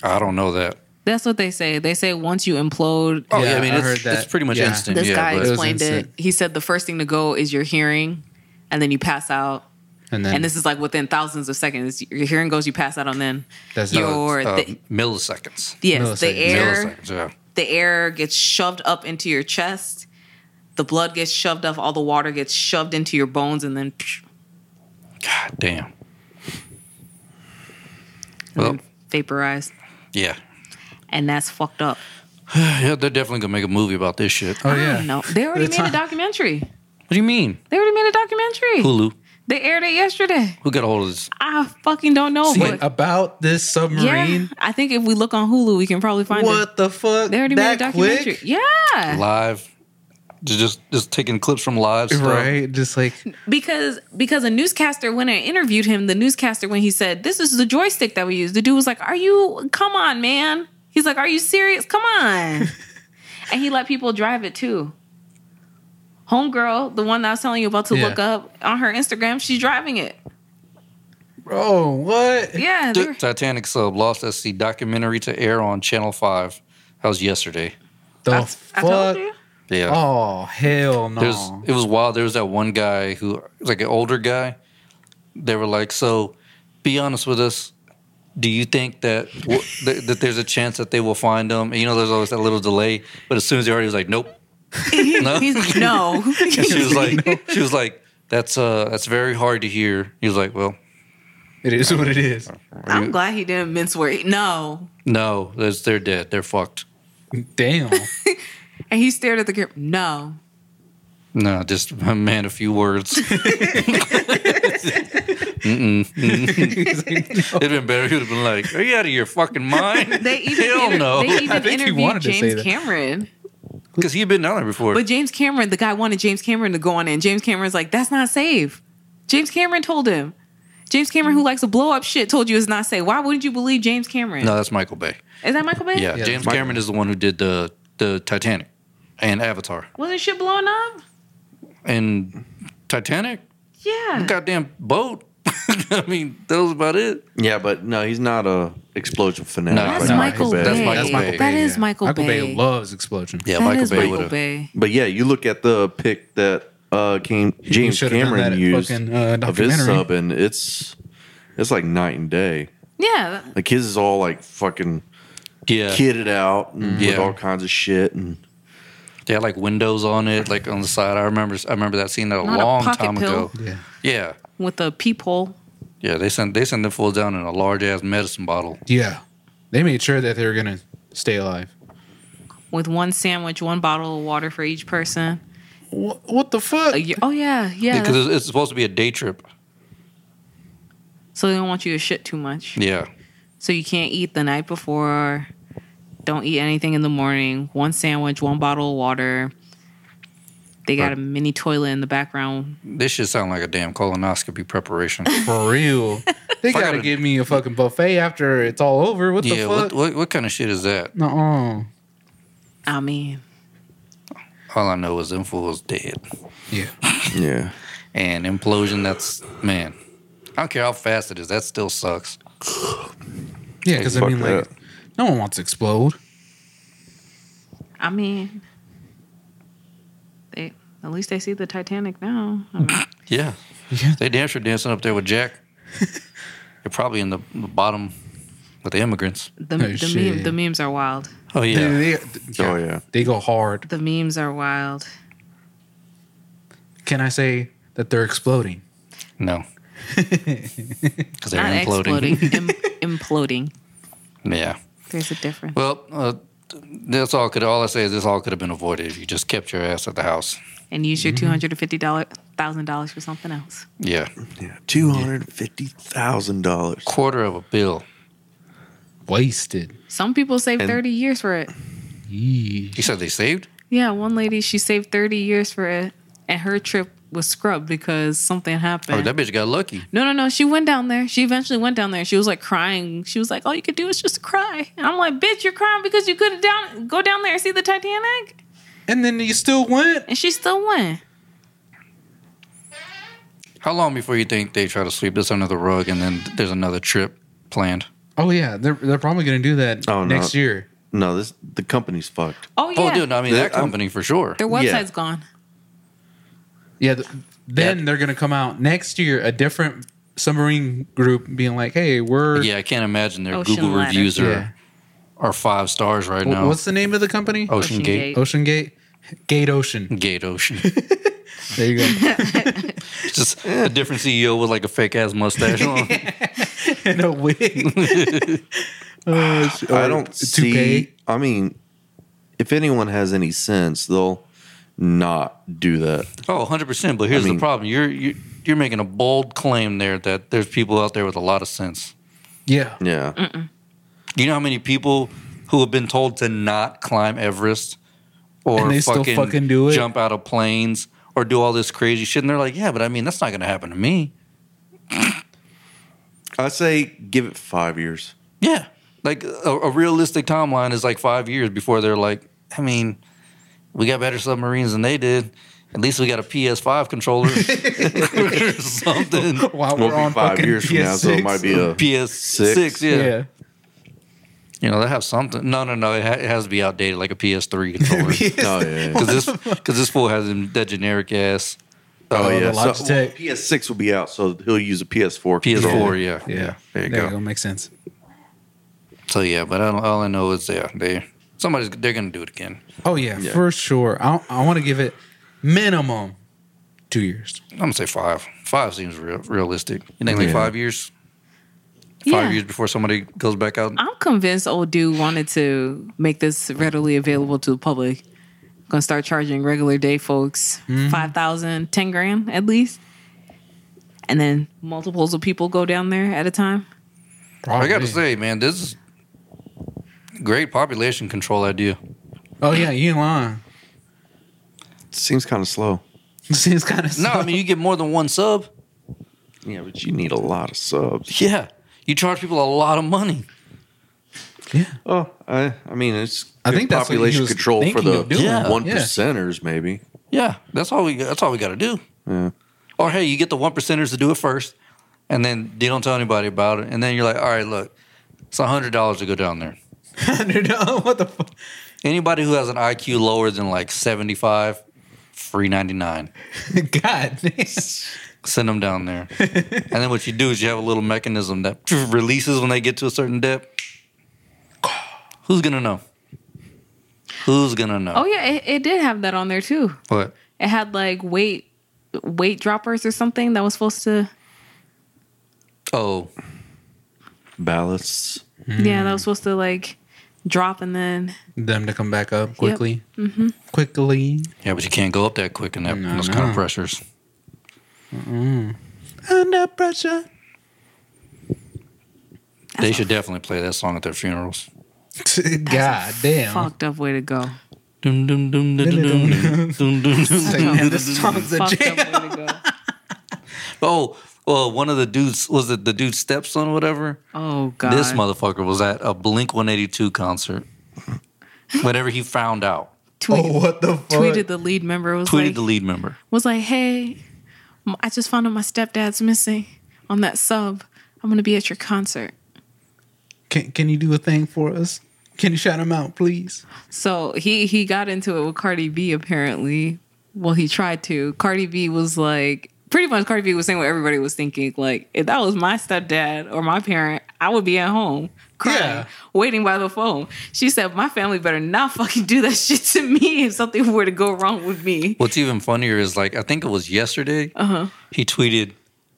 [SPEAKER 3] I don't know that.
[SPEAKER 4] That's what they say. They say once you implode,
[SPEAKER 3] Oh yeah,
[SPEAKER 2] Yeah,
[SPEAKER 3] I mean
[SPEAKER 2] I
[SPEAKER 3] it's,
[SPEAKER 2] heard that.
[SPEAKER 3] it's pretty much
[SPEAKER 2] Yeah.
[SPEAKER 3] instant.
[SPEAKER 4] this
[SPEAKER 3] yeah,
[SPEAKER 4] guy
[SPEAKER 3] but- uh,
[SPEAKER 2] was
[SPEAKER 4] explained it.
[SPEAKER 2] instant.
[SPEAKER 4] He said the first thing to go is your hearing, and then you pass out.
[SPEAKER 2] And then
[SPEAKER 4] And this is like within thousands of seconds. Your hearing goes, you pass out, and then
[SPEAKER 2] That's
[SPEAKER 3] uh,
[SPEAKER 4] your
[SPEAKER 3] uh,
[SPEAKER 4] the,
[SPEAKER 3] milliseconds.
[SPEAKER 4] yes, the
[SPEAKER 2] milliseconds.
[SPEAKER 4] air
[SPEAKER 3] Milliseconds. Yeah.
[SPEAKER 4] the air gets shoved up into your chest. The blood gets shoved up. All the water gets shoved into your bones, and then psh,
[SPEAKER 3] God damn.
[SPEAKER 4] and
[SPEAKER 3] Well,
[SPEAKER 4] then vaporized.
[SPEAKER 3] yeah,
[SPEAKER 4] And that's fucked up.
[SPEAKER 3] yeah, they're definitely gonna make a movie about this shit.
[SPEAKER 2] oh
[SPEAKER 3] What
[SPEAKER 2] yeah,
[SPEAKER 4] No, they already
[SPEAKER 2] It's
[SPEAKER 4] made a
[SPEAKER 2] on-
[SPEAKER 4] documentary.
[SPEAKER 3] do you mean
[SPEAKER 4] They already made a documentary.
[SPEAKER 3] Hulu?
[SPEAKER 4] They aired it yesterday.
[SPEAKER 3] Who got a hold of this?
[SPEAKER 4] I fucking don't know.
[SPEAKER 2] Wait,
[SPEAKER 4] but
[SPEAKER 2] about this
[SPEAKER 4] yeah,
[SPEAKER 2] submarine.
[SPEAKER 4] I think if we look on Hulu, we can probably find it.
[SPEAKER 2] What the fuck?
[SPEAKER 4] They already made a
[SPEAKER 2] That
[SPEAKER 4] documentary.
[SPEAKER 2] quick?
[SPEAKER 4] Yeah.
[SPEAKER 3] Live, just just taking clips from live stuff.
[SPEAKER 2] Right, just like
[SPEAKER 4] because because a newscaster when I interviewed him, the newscaster when he said this is the joystick that we use, the dude was like, "Are you? Come on, man." He's like, "Are you serious? Come on." and he let people drive it too. Homegirl, the one that I was telling you about to
[SPEAKER 2] Yeah.
[SPEAKER 4] look up on her Instagram, she's driving it.
[SPEAKER 2] bro, what?
[SPEAKER 4] Yeah, they were-
[SPEAKER 3] Titanic sub lost SC documentary to air on Channel Five. That was yesterday.
[SPEAKER 2] The
[SPEAKER 4] I, I
[SPEAKER 2] fuck?
[SPEAKER 4] told you.
[SPEAKER 3] Yeah.
[SPEAKER 2] Oh hell no!
[SPEAKER 3] There's it was wild. There was that one guy who like an older guy. They were like, "So, be honest with us. Do you think that w- that, that there's a chance that they will find them?" And you know, there's always that little delay. But as soon as they already was like, "Nope," no.
[SPEAKER 4] He's no.
[SPEAKER 3] And she was like, "She was like, that's uh, that's very hard to hear." He was like, "Well,
[SPEAKER 2] it is what it is.
[SPEAKER 4] I'm glad he didn't mince words. No.
[SPEAKER 3] no, that's, they're dead. They're fucked.
[SPEAKER 2] Damn.
[SPEAKER 4] And he stared at the girl. No.
[SPEAKER 3] No, just a man, a few words.
[SPEAKER 2] He's like, no.
[SPEAKER 3] It'd been better. He'd have been like, "Are you out of your fucking mind?"
[SPEAKER 4] They even,
[SPEAKER 3] Hell
[SPEAKER 4] inter-
[SPEAKER 3] no.
[SPEAKER 4] they even
[SPEAKER 2] I think he
[SPEAKER 4] interviewed
[SPEAKER 2] wanted to say
[SPEAKER 4] James
[SPEAKER 2] that.
[SPEAKER 4] Cameron.
[SPEAKER 3] Because he'd been down there before.
[SPEAKER 4] But James Cameron, the guy wanted James Cameron to go on it. And James Cameron's like, that's not safe. James Cameron told him. James Cameron, who likes to blow up shit, told you it's not safe. Why wouldn't you believe James Cameron?
[SPEAKER 3] no, that's Michael Bay.
[SPEAKER 4] Is that Michael Bay?
[SPEAKER 3] Yeah,
[SPEAKER 2] Yeah,
[SPEAKER 3] James
[SPEAKER 2] Michael
[SPEAKER 3] Cameron is the one who did the the Titanic and Avatar
[SPEAKER 4] Wasn't shit blowing up?
[SPEAKER 3] and Titanic.
[SPEAKER 4] Yeah.
[SPEAKER 3] Goddamn boat. I mean, that was about it.
[SPEAKER 5] Yeah, but no, he's not a explosion fanatic.
[SPEAKER 3] No,
[SPEAKER 4] That's
[SPEAKER 3] no,
[SPEAKER 4] Michael Bay.
[SPEAKER 5] he's bad.
[SPEAKER 3] That's Michael
[SPEAKER 2] That's Michael Bay.
[SPEAKER 3] That
[SPEAKER 2] yeah.
[SPEAKER 4] is Michael
[SPEAKER 2] Michael Bay.
[SPEAKER 4] Bay.
[SPEAKER 2] loves explosion.
[SPEAKER 3] Yeah,
[SPEAKER 4] That
[SPEAKER 3] Michael
[SPEAKER 4] is
[SPEAKER 3] Bay would
[SPEAKER 4] Michael
[SPEAKER 3] have.
[SPEAKER 4] Bay.
[SPEAKER 5] But yeah, you look at the pick that uh, came James
[SPEAKER 2] should've done
[SPEAKER 5] Cameron
[SPEAKER 2] that
[SPEAKER 5] used
[SPEAKER 2] fucking, uh,
[SPEAKER 5] of his
[SPEAKER 2] documentary.
[SPEAKER 5] sub, and it's it's like night and day.
[SPEAKER 4] Yeah.
[SPEAKER 5] Like his is all like fucking
[SPEAKER 3] Yeah,
[SPEAKER 5] kitted out and
[SPEAKER 3] Yeah.
[SPEAKER 5] with all kinds of shit, and
[SPEAKER 3] they had like windows on it, like on the side. I remember. I remember that scene that a
[SPEAKER 4] Not a
[SPEAKER 3] long
[SPEAKER 4] pocket
[SPEAKER 3] time
[SPEAKER 4] pill.
[SPEAKER 3] ago.
[SPEAKER 2] Yeah.
[SPEAKER 3] Yeah,
[SPEAKER 4] With a peephole.
[SPEAKER 3] yeah. They sent they sent them fools down in a large ass medicine bottle.
[SPEAKER 2] Yeah. They made sure that they were gonna stay alive.
[SPEAKER 4] With one sandwich, one bottle of water for each person.
[SPEAKER 2] What, what the fuck?
[SPEAKER 4] A y- Oh, yeah. Yeah.
[SPEAKER 3] Because it's- it's supposed to be a day trip.
[SPEAKER 4] So they don't want you to shit too much.
[SPEAKER 3] Yeah,
[SPEAKER 4] So you can't eat the night before. Don't eat anything in the morning. One sandwich, one bottle of water. They got a mini toilet in the background.
[SPEAKER 3] this should sound like a damn colonoscopy preparation.
[SPEAKER 2] For real. They
[SPEAKER 3] Fuck, I
[SPEAKER 2] gotta
[SPEAKER 3] would-
[SPEAKER 2] give me a fucking buffet after it's all over. What the
[SPEAKER 3] yeah,
[SPEAKER 2] fuck?
[SPEAKER 3] what, what what kind of shit is that?
[SPEAKER 2] Nuh-uh.
[SPEAKER 4] I mean,
[SPEAKER 3] All I know is them fools dead.
[SPEAKER 2] Yeah.
[SPEAKER 5] yeah,
[SPEAKER 3] and implosion. That's man. I don't care how fast it is. That still sucks.
[SPEAKER 2] Yeah, because I
[SPEAKER 5] Fuck
[SPEAKER 2] mean, like,
[SPEAKER 5] that.
[SPEAKER 2] no one wants to explode.
[SPEAKER 4] I mean, they at least they see the Titanic now. I mean,
[SPEAKER 3] Yeah,
[SPEAKER 2] Yeah.
[SPEAKER 3] they damn sure dancing up there with Jack. They're probably in the, the bottom with the immigrants.
[SPEAKER 4] the
[SPEAKER 2] Oh,
[SPEAKER 4] the,
[SPEAKER 2] shit.
[SPEAKER 4] meme, the memes are wild.
[SPEAKER 3] Oh yeah,
[SPEAKER 2] They, they-
[SPEAKER 5] Oh, yeah.
[SPEAKER 2] They go hard.
[SPEAKER 4] The memes are wild.
[SPEAKER 2] Can I say that they're exploding?
[SPEAKER 3] no, because they're
[SPEAKER 4] Not
[SPEAKER 3] imploding.
[SPEAKER 4] exploding, im- imploding.
[SPEAKER 3] yeah.
[SPEAKER 4] There's a difference.
[SPEAKER 3] Well, uh, that's all. Could all I say is this all could have been avoided if you just kept your ass at the house.
[SPEAKER 4] And use your two hundred and fifty dollars thousand dollars for something else.
[SPEAKER 3] Yeah,
[SPEAKER 5] yeah, two hundred fifty thousand dollars.
[SPEAKER 3] quarter of a bill.
[SPEAKER 2] Wasted.
[SPEAKER 4] Some people save
[SPEAKER 5] And-
[SPEAKER 4] thirty years for it.
[SPEAKER 2] Yee.
[SPEAKER 3] You said they saved.
[SPEAKER 4] Yeah, one lady she saved thirty years for it. and her trip was scrubbed because something happened.
[SPEAKER 3] Oh, that bitch got lucky.
[SPEAKER 4] No, no, no. She went down there. She eventually went down there. She was like crying. She was like, "All you could do is just cry." And I'm like, "Bitch, you're crying because you couldn't down go down there and see the Titanic."
[SPEAKER 2] And then you still went.
[SPEAKER 4] And she still went.
[SPEAKER 3] How long before you think they try to sweep this under the rug and then there's another trip planned?
[SPEAKER 2] Oh yeah, they're they're probably gonna do that
[SPEAKER 5] Oh, no.
[SPEAKER 2] next year.
[SPEAKER 5] No, this the company's fucked.
[SPEAKER 4] Oh yeah.
[SPEAKER 3] Oh, dude, no, I mean
[SPEAKER 5] They-
[SPEAKER 3] that
[SPEAKER 5] I'm-
[SPEAKER 3] company for sure.
[SPEAKER 4] Their website's gone.
[SPEAKER 2] Yeah, th- then they're gonna come out next year a different submarine group being like, hey, we're
[SPEAKER 3] Yeah, I can't imagine their
[SPEAKER 4] Ocean
[SPEAKER 3] Google
[SPEAKER 4] Ladder.
[SPEAKER 3] reviews are
[SPEAKER 2] Yeah.
[SPEAKER 3] are five stars right
[SPEAKER 2] Wh-
[SPEAKER 3] now.
[SPEAKER 2] What's the name of the company?
[SPEAKER 3] Ocean,
[SPEAKER 4] Ocean
[SPEAKER 3] Gate?
[SPEAKER 4] Gate.
[SPEAKER 2] Ocean Gate. Gate Ocean.
[SPEAKER 3] Gate Ocean.
[SPEAKER 2] There you go.
[SPEAKER 3] It's just a different CEO with like a fake ass mustache on.
[SPEAKER 2] and a wig. Oh, sh-
[SPEAKER 5] I
[SPEAKER 2] or
[SPEAKER 5] don't
[SPEAKER 2] toupee.
[SPEAKER 5] see. I mean, if anyone has any sense, they'll not do that.
[SPEAKER 3] Oh, 100 percent. But here's
[SPEAKER 5] mean-
[SPEAKER 3] the problem: you're you you're making a bold claim there that there's people out there with a lot of sense.
[SPEAKER 2] Yeah.
[SPEAKER 5] Yeah,
[SPEAKER 3] You know how many people who have been told to not climb Everest or
[SPEAKER 2] And they still
[SPEAKER 3] fucking,
[SPEAKER 2] fucking do it?
[SPEAKER 3] jump out of planes or do all this crazy shit, and they're like, "Yeah, but I mean, that's not going to happen to me."
[SPEAKER 5] I say give it five years.
[SPEAKER 3] Yeah, like a, a realistic timeline is like five years before they're like, "I mean, we got better submarines than they did." At least we got a PS5 controller or something.
[SPEAKER 2] While
[SPEAKER 5] Won't
[SPEAKER 2] Oh, we're
[SPEAKER 5] be
[SPEAKER 2] on
[SPEAKER 5] five
[SPEAKER 2] fucking
[SPEAKER 5] years from now, so it might be a
[SPEAKER 3] PS6,
[SPEAKER 2] yeah.
[SPEAKER 3] yeah. You know, they have something. No, no, no. It, ha- it has to be outdated, like a PS3 controller. Because
[SPEAKER 5] Oh yeah, yeah.
[SPEAKER 3] this, because this fool has them- that generic ass uh,
[SPEAKER 5] Oh, yeah.
[SPEAKER 2] the
[SPEAKER 5] So, well,
[SPEAKER 2] Logitech.
[SPEAKER 5] PS6 will be out, so he'll use a PS4. controller.
[SPEAKER 3] PS4. Yeah.
[SPEAKER 2] Yeah.
[SPEAKER 3] There
[SPEAKER 2] there
[SPEAKER 3] you go.
[SPEAKER 2] you go. Makes sense.
[SPEAKER 3] So yeah, but I don't, all I know is yeah, they somebody's they're gonna do it again.
[SPEAKER 2] Oh yeah,
[SPEAKER 5] Yeah.
[SPEAKER 2] for sure. I I want to give it minimum two years.
[SPEAKER 3] I'm gonna say five. Five seems real, realistic. You think like
[SPEAKER 5] Yeah.
[SPEAKER 3] five years?
[SPEAKER 4] Yeah.
[SPEAKER 3] Oh, Five years before somebody goes back out.
[SPEAKER 4] I'm convinced old dude wanted to make this readily available to the public. Gonna start charging regular day folks
[SPEAKER 3] Mm-hmm.
[SPEAKER 4] five thousand, ten grand at least. And then multiples of people go down there at a time.
[SPEAKER 2] Probably.
[SPEAKER 3] I got to say, man, this is great population control idea.
[SPEAKER 2] Oh yeah, you ain't lying.
[SPEAKER 5] Seems kind of slow.
[SPEAKER 2] Seems kind of
[SPEAKER 3] No, I mean you get more than one sub.
[SPEAKER 5] Yeah, but you need a lot of subs.
[SPEAKER 3] Yeah, you charge people a lot of money.
[SPEAKER 2] yeah.
[SPEAKER 5] Oh, I, I mean, it's
[SPEAKER 2] I
[SPEAKER 5] good
[SPEAKER 2] think that's what he
[SPEAKER 5] population
[SPEAKER 2] was
[SPEAKER 5] control for
[SPEAKER 2] thinking
[SPEAKER 5] the
[SPEAKER 2] of doing.
[SPEAKER 3] Yeah.
[SPEAKER 5] one
[SPEAKER 2] Yeah.
[SPEAKER 5] percenters, maybe.
[SPEAKER 3] Yeah, that's all we. That's all we got to do.
[SPEAKER 5] Yeah.
[SPEAKER 3] Or hey, you get the one percenters to do it first, and then they don't tell anybody about it, and then you're like, all right, look, it's hundred dollars to go down there.
[SPEAKER 2] Hundred dollars. What the fuck?
[SPEAKER 3] Anybody who has an IQ lower than like seventy five, free ninety nine.
[SPEAKER 2] God. damn.
[SPEAKER 3] Send them down there, and then what you do is you have a little mechanism that releases when they get to a certain depth. Who's gonna know? Who's gonna know?
[SPEAKER 4] Oh yeah, it, it did have that on there too.
[SPEAKER 3] What?
[SPEAKER 4] It had like weight weight droppers or something that was supposed to
[SPEAKER 3] Oh,
[SPEAKER 5] Ballasts.
[SPEAKER 4] yeah, that
[SPEAKER 3] Mm.
[SPEAKER 4] was supposed to like drop and then
[SPEAKER 2] Them to come back up quickly. Mm-hmm. Quickly.
[SPEAKER 3] yeah, but you can't go up that quick in that
[SPEAKER 2] No,
[SPEAKER 3] those kind
[SPEAKER 2] no.
[SPEAKER 3] of pressures.
[SPEAKER 2] Under pressure.
[SPEAKER 3] They should definitely play that song at their funerals.
[SPEAKER 2] God damn.
[SPEAKER 4] fucked up way to go.
[SPEAKER 3] Dum, dum, dum, dum, dum, dum, dum, dum, dum.
[SPEAKER 2] It's like, man, this song's a
[SPEAKER 4] fucked
[SPEAKER 2] jam.
[SPEAKER 4] up way to go.
[SPEAKER 3] Oh, well, one of the dudes was it the dude's stepson or whatever?
[SPEAKER 4] Oh god.
[SPEAKER 3] This motherfucker was at a Blink 182 concert. Whenever he found out,
[SPEAKER 2] Oh,
[SPEAKER 4] tweeted,
[SPEAKER 2] what the fuck?
[SPEAKER 4] tweeted the lead member was
[SPEAKER 3] tweeted
[SPEAKER 4] like
[SPEAKER 3] the lead member.
[SPEAKER 4] was like, "Hey, m- I just found out my stepdad's missing on that sub. I'm gonna be at your concert."
[SPEAKER 2] Can Can you do a thing for us? Can you shout him out, please?
[SPEAKER 4] So he he got into it with Cardi B apparently. Well, he tried to. Cardi B was like, pretty much Cardi B was saying what everybody was thinking. Like, if that was my stepdad or my parent, I would be at home crying,
[SPEAKER 2] Yeah.
[SPEAKER 4] waiting by the phone. She said, "My family better not fucking do that shit to me if something were to go wrong with me."
[SPEAKER 3] What's even funnier is like I think it was yesterday. Uh-huh. He tweeted,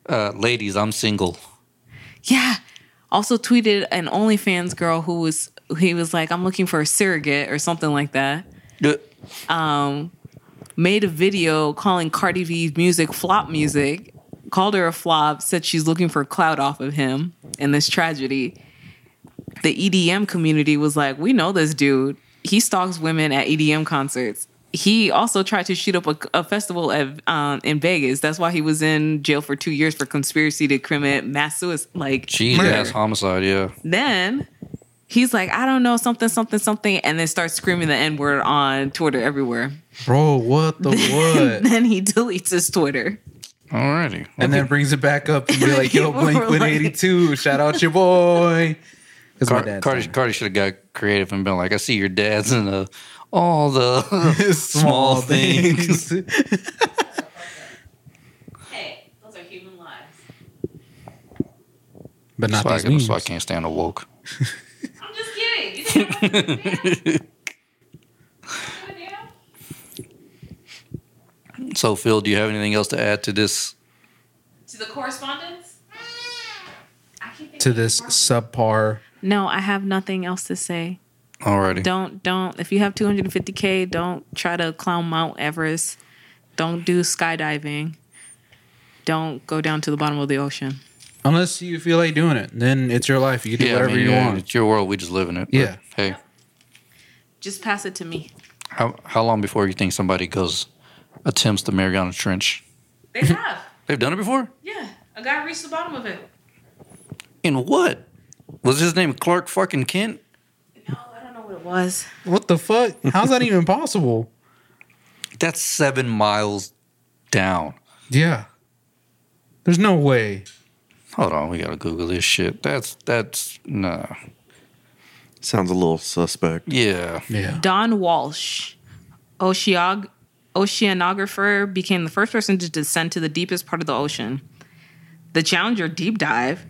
[SPEAKER 3] uh, "Ladies, I'm single."
[SPEAKER 4] Yeah. Also tweeted an OnlyFans girl who was he was like, I'm looking for a surrogate or something like that.
[SPEAKER 2] Uh,
[SPEAKER 3] Duh.
[SPEAKER 4] Made a video calling Cardi B's music flop music, called her a flop, said she's looking for clout off of him in this tragedy. E The EDM community was like, We know this dude. He stalks women at EDM E concerts. he also tried to shoot up a, a festival at, um, in Vegas. That's why he was in jail for two years for conspiracy to commit mass suicide, like
[SPEAKER 3] Jeez,
[SPEAKER 4] murder.
[SPEAKER 3] that's homicide. Yeah,
[SPEAKER 4] Then he's like, I don't know, something, something, something, and then starts screaming the N word on Twitter everywhere.
[SPEAKER 2] Bro, what the
[SPEAKER 4] And
[SPEAKER 2] what?
[SPEAKER 4] then he deletes his Twitter.
[SPEAKER 3] alrighty.
[SPEAKER 2] and then brings it back up and be like, yo,
[SPEAKER 4] People were
[SPEAKER 2] Blink 182, shout out your boy. Because my
[SPEAKER 3] Car-
[SPEAKER 2] dad.
[SPEAKER 3] Cardi, Cardi should have got creative and been like, "I see your dad's in the all the small things."
[SPEAKER 4] Hey, those are human lives.
[SPEAKER 2] but not
[SPEAKER 3] so, I,
[SPEAKER 2] these
[SPEAKER 3] so I
[SPEAKER 2] memes.
[SPEAKER 3] can't stand a woke.
[SPEAKER 4] I'm just kidding. You think
[SPEAKER 3] So Phil, do you have anything else to add to this?
[SPEAKER 4] to the correspondence?
[SPEAKER 2] To this subpar.
[SPEAKER 4] No, I have nothing else to say.
[SPEAKER 3] Alrighty.
[SPEAKER 4] Don't don't if you have 250k, don't try to climb Mount Everest. Don't do skydiving. Don't go down to the bottom of the ocean.
[SPEAKER 2] Unless you feel like doing it, then it's your life. You can do
[SPEAKER 3] I
[SPEAKER 2] whatever
[SPEAKER 3] mean,
[SPEAKER 2] you
[SPEAKER 3] yeah,
[SPEAKER 2] want.
[SPEAKER 3] It's your world. We just live in it. but
[SPEAKER 2] Yeah.
[SPEAKER 3] Hey,
[SPEAKER 4] Just pass it to me.
[SPEAKER 3] how how long before you think somebody goes attempts the Mariana Trench?
[SPEAKER 4] They have.
[SPEAKER 3] They've done it before.
[SPEAKER 4] Yeah. A guy reached the bottom of it.
[SPEAKER 3] In what? Was his name Clark fucking Kent?
[SPEAKER 4] No, I don't know what it was.
[SPEAKER 2] What the fuck? How's that even possible?
[SPEAKER 3] That's seven miles down.
[SPEAKER 2] Yeah. There's no way.
[SPEAKER 3] Hold on, we gotta Google this shit. That's that's no.
[SPEAKER 5] Sounds a little suspect.
[SPEAKER 3] Yeah.
[SPEAKER 2] Yeah.
[SPEAKER 4] Don Walsh, oceog- oceanographer, became the first person to descend to the deepest part of the ocean. The Challenger deep dive.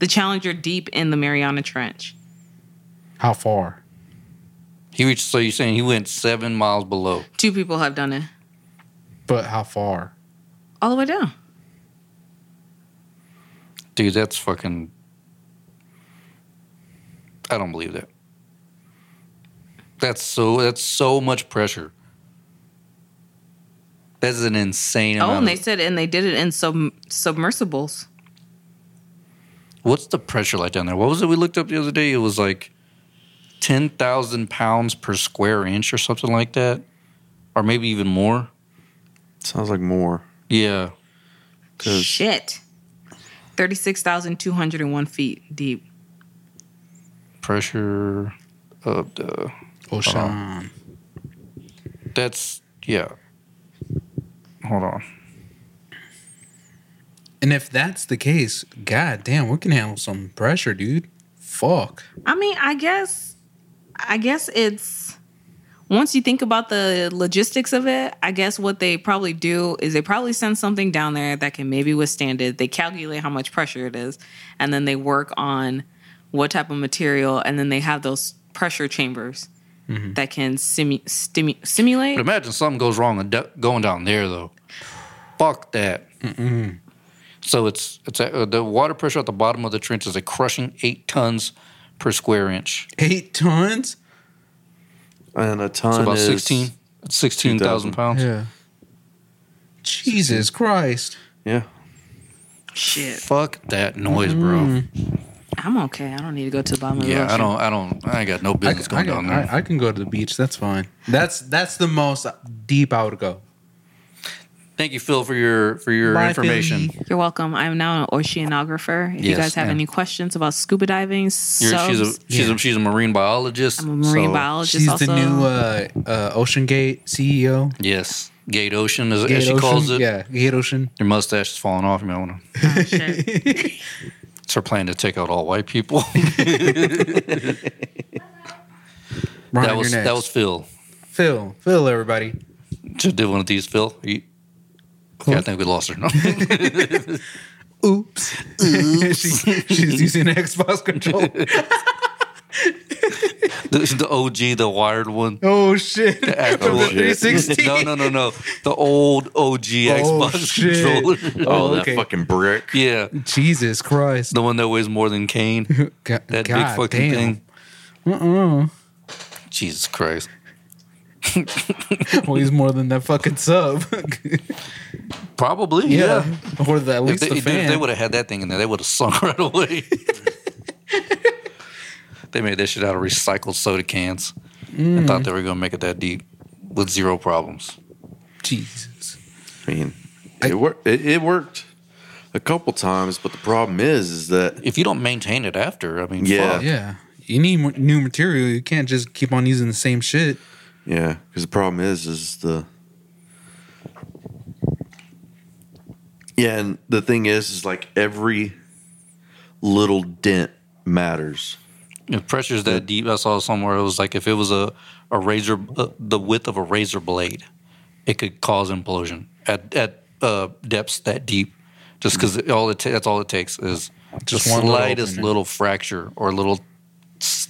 [SPEAKER 4] The Challenger deep in the Mariana Trench.
[SPEAKER 2] How far?
[SPEAKER 3] He reached so you're saying he went seven miles below.
[SPEAKER 4] Two people have done it
[SPEAKER 2] But how far?
[SPEAKER 4] all the way down.
[SPEAKER 3] Dude, that's fucking I don't believe that. That's so that's so much pressure. That's an insane
[SPEAKER 4] oh,
[SPEAKER 3] amount.
[SPEAKER 4] and
[SPEAKER 3] of-
[SPEAKER 4] they said, and they did it in sub- submersibles.
[SPEAKER 3] What's the pressure like down there? What was it we looked up the other day? It was like 10,000 pounds per square inch or something like that, or maybe even more.
[SPEAKER 5] Sounds like more.
[SPEAKER 3] Yeah.
[SPEAKER 5] 'Cause-
[SPEAKER 4] Shit. 36,201 feet deep.
[SPEAKER 3] Pressure of the.
[SPEAKER 2] Ocean.
[SPEAKER 3] That's, yeah. Hold on.
[SPEAKER 2] And if that's the case, god damn, we can handle some pressure, dude. Fuck.
[SPEAKER 4] I mean, I guess, I guess it's once you think about the logistics of it. I guess what they probably do is they probably send something down there that can maybe withstand it. They calculate how much pressure it is, and then they work on what type of material, and then they have those pressure chambers
[SPEAKER 3] Mm-hmm.
[SPEAKER 4] that can simu- stimu- simulate.
[SPEAKER 3] But imagine something goes wrong and du- going down there, though. Fuck that. So it's, it's a, uh, the water pressure at the bottom of the trench is a crushing eight tons per square inch.
[SPEAKER 2] Eight tons?
[SPEAKER 5] And a ton
[SPEAKER 3] So about
[SPEAKER 5] is
[SPEAKER 3] 16 16,000 pounds.
[SPEAKER 2] Yeah. Jesus Christ.
[SPEAKER 5] Yeah.
[SPEAKER 4] Shit,
[SPEAKER 3] Fuck that noise,
[SPEAKER 2] Mm-hmm.
[SPEAKER 4] I'm okay. I don't need to go to the bottom
[SPEAKER 3] bro.
[SPEAKER 4] of the
[SPEAKER 3] Yeah, I
[SPEAKER 4] ocean.
[SPEAKER 3] don't, I don't, I ain't got no
[SPEAKER 2] I,
[SPEAKER 3] business
[SPEAKER 2] can- I,
[SPEAKER 3] going down
[SPEAKER 2] can,
[SPEAKER 3] there.
[SPEAKER 2] I, I can go to the beach. That's fine. That's that's the most deep I would go.
[SPEAKER 3] Thank you, Phil, for your for your
[SPEAKER 2] Bye,
[SPEAKER 3] information.
[SPEAKER 2] Philly.
[SPEAKER 4] You're welcome. I'm now an oceanographer. If you
[SPEAKER 3] Yes,
[SPEAKER 4] guys have
[SPEAKER 3] ma'am.
[SPEAKER 4] any questions about scuba diving,
[SPEAKER 3] You're,
[SPEAKER 4] subs,
[SPEAKER 3] she's a she's
[SPEAKER 2] Yeah.
[SPEAKER 3] a she's a marine biologist.
[SPEAKER 4] I'm a marine
[SPEAKER 3] so-
[SPEAKER 4] biologist.
[SPEAKER 2] She's
[SPEAKER 4] also.
[SPEAKER 2] the new uh, uh, Ocean Gate CEO.
[SPEAKER 3] Yes, Gate Ocean as,
[SPEAKER 2] Gate
[SPEAKER 3] as she
[SPEAKER 2] Ocean.
[SPEAKER 3] calls it.
[SPEAKER 2] Yeah, Gate Ocean.
[SPEAKER 3] Your mustache is falling off. You might want to.
[SPEAKER 4] Oh, shit.
[SPEAKER 3] It's her plan to take out all white people.
[SPEAKER 2] Ron,
[SPEAKER 3] that
[SPEAKER 2] you're
[SPEAKER 3] was
[SPEAKER 2] next.
[SPEAKER 3] that was Phil.
[SPEAKER 2] Phil. Phil, everybody.
[SPEAKER 3] Should do one of these, Phil. Are you- Okay, I think we lost her. No.
[SPEAKER 2] Oops. she, she's using an Xbox controller.
[SPEAKER 3] This is the OG, the wired one.
[SPEAKER 2] Oh shit! From the
[SPEAKER 5] shit.
[SPEAKER 2] 360.
[SPEAKER 3] No, no, no, no. The old OG Xbox
[SPEAKER 2] Oh, shit.
[SPEAKER 3] controller.
[SPEAKER 2] Oh, okay.
[SPEAKER 5] fucking brick.
[SPEAKER 3] Yeah,
[SPEAKER 2] Jesus Christ!
[SPEAKER 3] the one that weighs more than Kane.
[SPEAKER 2] God,
[SPEAKER 3] That
[SPEAKER 2] God
[SPEAKER 3] big fucking
[SPEAKER 2] damn.
[SPEAKER 3] thing.
[SPEAKER 2] Uh-uh.
[SPEAKER 3] Jesus Christ.
[SPEAKER 2] Well, he's more than that fucking sub.
[SPEAKER 3] Probably.
[SPEAKER 2] yeah. Or the, at
[SPEAKER 3] If
[SPEAKER 2] least
[SPEAKER 3] they,
[SPEAKER 2] the fan.
[SPEAKER 3] would have had that thing in there, they would have sunk right away. they made that shit out of recycled soda cans and thought they were going to make it that deep. with zero problems.
[SPEAKER 2] Jesus.
[SPEAKER 5] I mean,
[SPEAKER 2] I-
[SPEAKER 5] it worked. It, it worked a couple times, but the problem is, is that
[SPEAKER 3] If you don't maintain it after, I mean,
[SPEAKER 5] Yeah.
[SPEAKER 3] fuck.
[SPEAKER 2] Yeah. You need mo- new material. You can't just keep on using the same shit.
[SPEAKER 5] yeah, because the problem is, is the yeah, and the thing is, is like every little dent matters.
[SPEAKER 3] If pressure's that deep, I saw somewhere it was like if it was a, a razor, uh, the width of a razor blade, it could cause implosion at at uh, depths that deep. Just because all it ta- that's all it takes is
[SPEAKER 2] Just
[SPEAKER 3] the
[SPEAKER 2] one little
[SPEAKER 3] slightest
[SPEAKER 2] opening.
[SPEAKER 3] little, fracture or little s-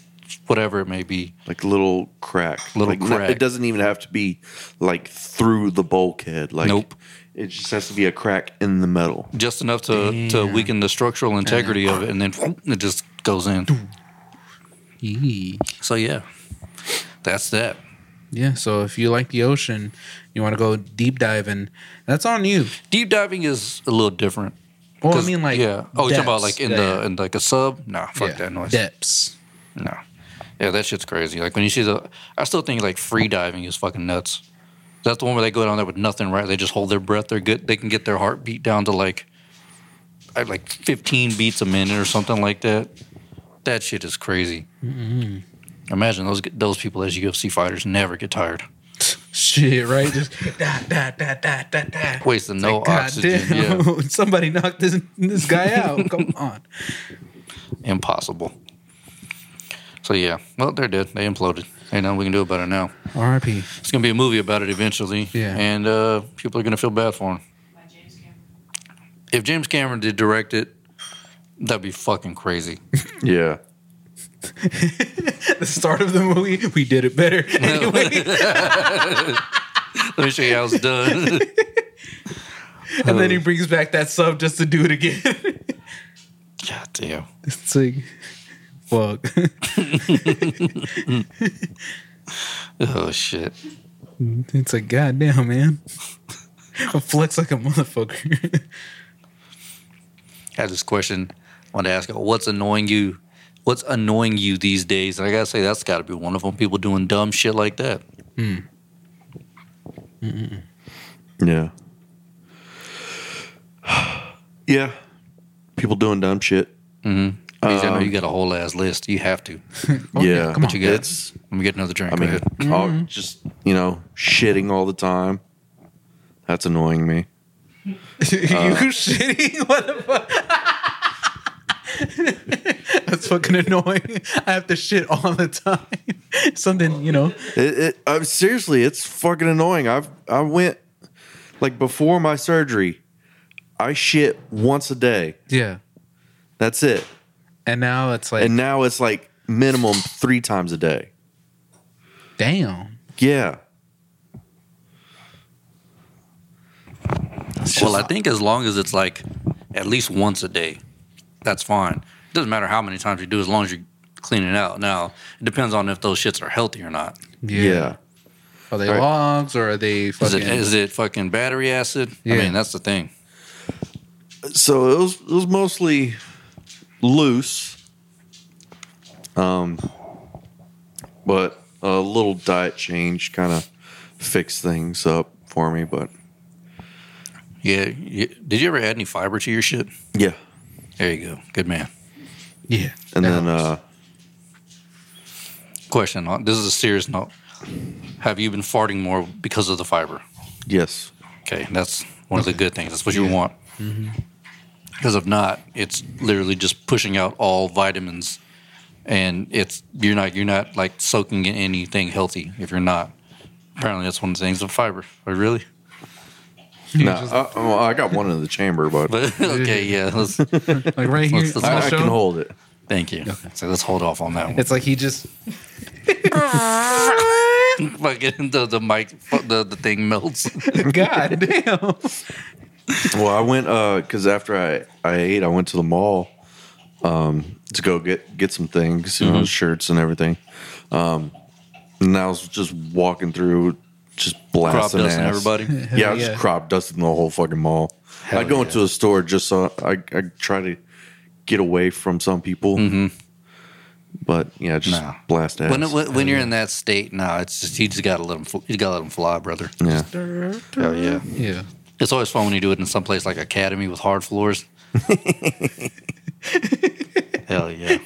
[SPEAKER 3] whatever it may be.
[SPEAKER 5] Like little crack,
[SPEAKER 3] Little
[SPEAKER 5] Like, no-
[SPEAKER 3] crack.
[SPEAKER 5] It doesn't even have to be like through the bulkhead. Like
[SPEAKER 3] Nope.
[SPEAKER 5] it just has to be a crack in the metal.
[SPEAKER 3] just enough to, to
[SPEAKER 2] Damn. Uh-huh.
[SPEAKER 3] weaken the structural integrity of it, and then it just goes in.
[SPEAKER 2] Yee.
[SPEAKER 3] So yeah, that's that.
[SPEAKER 2] Yeah. So if you like the ocean, you want to go deep diving, that's on you.
[SPEAKER 3] Deep diving is a little different.
[SPEAKER 2] Well, I
[SPEAKER 3] 'Cause-
[SPEAKER 2] mean, like,
[SPEAKER 3] yeah. Oh, you're talking about
[SPEAKER 2] depths.
[SPEAKER 3] like in
[SPEAKER 2] Yeah,
[SPEAKER 3] the
[SPEAKER 2] yeah.
[SPEAKER 3] in like a sub? Nah, fuck
[SPEAKER 2] Yeah,
[SPEAKER 3] that noise.
[SPEAKER 2] Depths.
[SPEAKER 3] No, yeah, that shit's crazy. Like when you see the, I still think like free diving is fucking nuts. That's the one where they go down there with nothing, right? They just hold their breath. They're good. They can get their heartbeat down to like, at like 15 beats a minute or something like that. That shit is crazy. Imagine those those people as UFC fighters never get tired.
[SPEAKER 2] Shit, right? Just da da da da da da.
[SPEAKER 3] Wasting no oxygen.
[SPEAKER 2] damn.
[SPEAKER 3] Yeah,
[SPEAKER 2] Somebody knocked this this guy out. Come on.
[SPEAKER 3] impossible. So yeah, well they're dead. They imploded. Ain't nothing we can do about it now.
[SPEAKER 2] R.I.P.
[SPEAKER 3] It's gonna be a movie about it eventually.
[SPEAKER 2] Yeah.
[SPEAKER 3] And uh, people are gonna feel bad for him. If James Cameron did direct it, that'd be fucking crazy.
[SPEAKER 5] Yeah.
[SPEAKER 2] the start of the movie, we did it better. Anyway,
[SPEAKER 3] Let me show you how it's done.
[SPEAKER 2] and then he brings back that sub just to do it again.
[SPEAKER 3] God damn.
[SPEAKER 2] it's like, fuck.
[SPEAKER 3] Oh shit.
[SPEAKER 2] It's like, goddamn, man. I flex like a motherfucker.
[SPEAKER 3] I had this question. I wanted to ask what's annoying you? What's annoying you these days? And I gotta say, that's gotta be one of them. People doing dumb shit like that.
[SPEAKER 5] Yeah. yeah. People doing dumb shit.
[SPEAKER 3] Because
[SPEAKER 5] Um,
[SPEAKER 3] I know you got a whole ass list. You have to.
[SPEAKER 2] Oh, yeah,
[SPEAKER 5] yeah.
[SPEAKER 2] come on.
[SPEAKER 3] You got.
[SPEAKER 5] It's,
[SPEAKER 3] Let me get another drink.
[SPEAKER 5] I
[SPEAKER 3] Go
[SPEAKER 5] mean,
[SPEAKER 3] ahead.
[SPEAKER 5] all- just, you know, shitting all the time. That's annoying me.
[SPEAKER 2] you
[SPEAKER 3] Uh.
[SPEAKER 2] shitting? What the fuck? That's fucking annoying. I have to shit all the time. Something, you know.
[SPEAKER 5] It, it, I'm seriously, it's fucking annoying. I've, I went, like, before my surgery, I shit once a day.
[SPEAKER 2] Yeah.
[SPEAKER 5] That's it.
[SPEAKER 2] And now it's like,
[SPEAKER 5] And now it's like minimum three times a day.
[SPEAKER 2] damn.
[SPEAKER 5] Yeah.
[SPEAKER 3] Well, I think as long as it's like at least once a day, that's fine. It doesn't matter how many times you do, as long as you're cleaning out. Now, it depends on if those shits are healthy or not.
[SPEAKER 5] Yeah.
[SPEAKER 2] Are they
[SPEAKER 5] Right.
[SPEAKER 2] logs or are they
[SPEAKER 3] Is
[SPEAKER 2] fucking?
[SPEAKER 3] it, is it fucking battery acid? I
[SPEAKER 2] Yeah.
[SPEAKER 3] mean, that's the thing.
[SPEAKER 5] So it was, it was mostly loose. Um, but a little diet change kind of fixed things up for me. But
[SPEAKER 3] Yeah. you- did you ever add any fiber to your shit?
[SPEAKER 5] yeah.
[SPEAKER 3] There you go. Good man.
[SPEAKER 2] yeah.
[SPEAKER 5] And then,
[SPEAKER 2] That
[SPEAKER 5] uh,
[SPEAKER 3] Question. on- This is a serious note. Have you been farting more because of the fiber?
[SPEAKER 5] yes.
[SPEAKER 3] Okay, that's one of the good things. That's what you want.
[SPEAKER 2] Mm-hmm.
[SPEAKER 3] Because if not, it's literally just pushing out all vitamins, and it's you're not you're not like soaking in anything healthy if you're not. Apparently, that's one of the things of fiber. Oh, really?
[SPEAKER 5] No, I, well, uh, oh, I got one in the chamber, but,
[SPEAKER 3] But okay, yeah. Let's,
[SPEAKER 2] like right here
[SPEAKER 3] Let's-
[SPEAKER 2] on
[SPEAKER 3] let's-
[SPEAKER 5] I,
[SPEAKER 2] the
[SPEAKER 5] I
[SPEAKER 2] show.
[SPEAKER 5] can hold it.
[SPEAKER 3] thank you. So let's hold off on that one.
[SPEAKER 2] It's like he just
[SPEAKER 3] Fucking the, the mic, the, the thing melts.
[SPEAKER 2] God damn.
[SPEAKER 5] Well, I went because after I, I ate, I went to the mall um, to go get get some things, you
[SPEAKER 3] Mm-hmm.
[SPEAKER 5] know, shirts and everything. Um, and I was just walking through, just
[SPEAKER 3] Crop
[SPEAKER 5] blasting
[SPEAKER 3] dust and
[SPEAKER 5] ass.
[SPEAKER 3] everybody.
[SPEAKER 5] yeah, I was
[SPEAKER 2] yeah.
[SPEAKER 5] just crop dusting the whole fucking mall. I go into a store just so I I try to get away from some people. But yeah, just
[SPEAKER 3] No.
[SPEAKER 5] blast ass.
[SPEAKER 3] Mm-hmm. When, when, when you're in that state, no, it's just you just gotta let them fl- you gotta let them fly, brother.
[SPEAKER 5] yeah.
[SPEAKER 3] Oh yeah,
[SPEAKER 2] Yeah.
[SPEAKER 3] it's always fun when you do it in some place like Academy with hard floors. Hell yeah!
[SPEAKER 2] Hell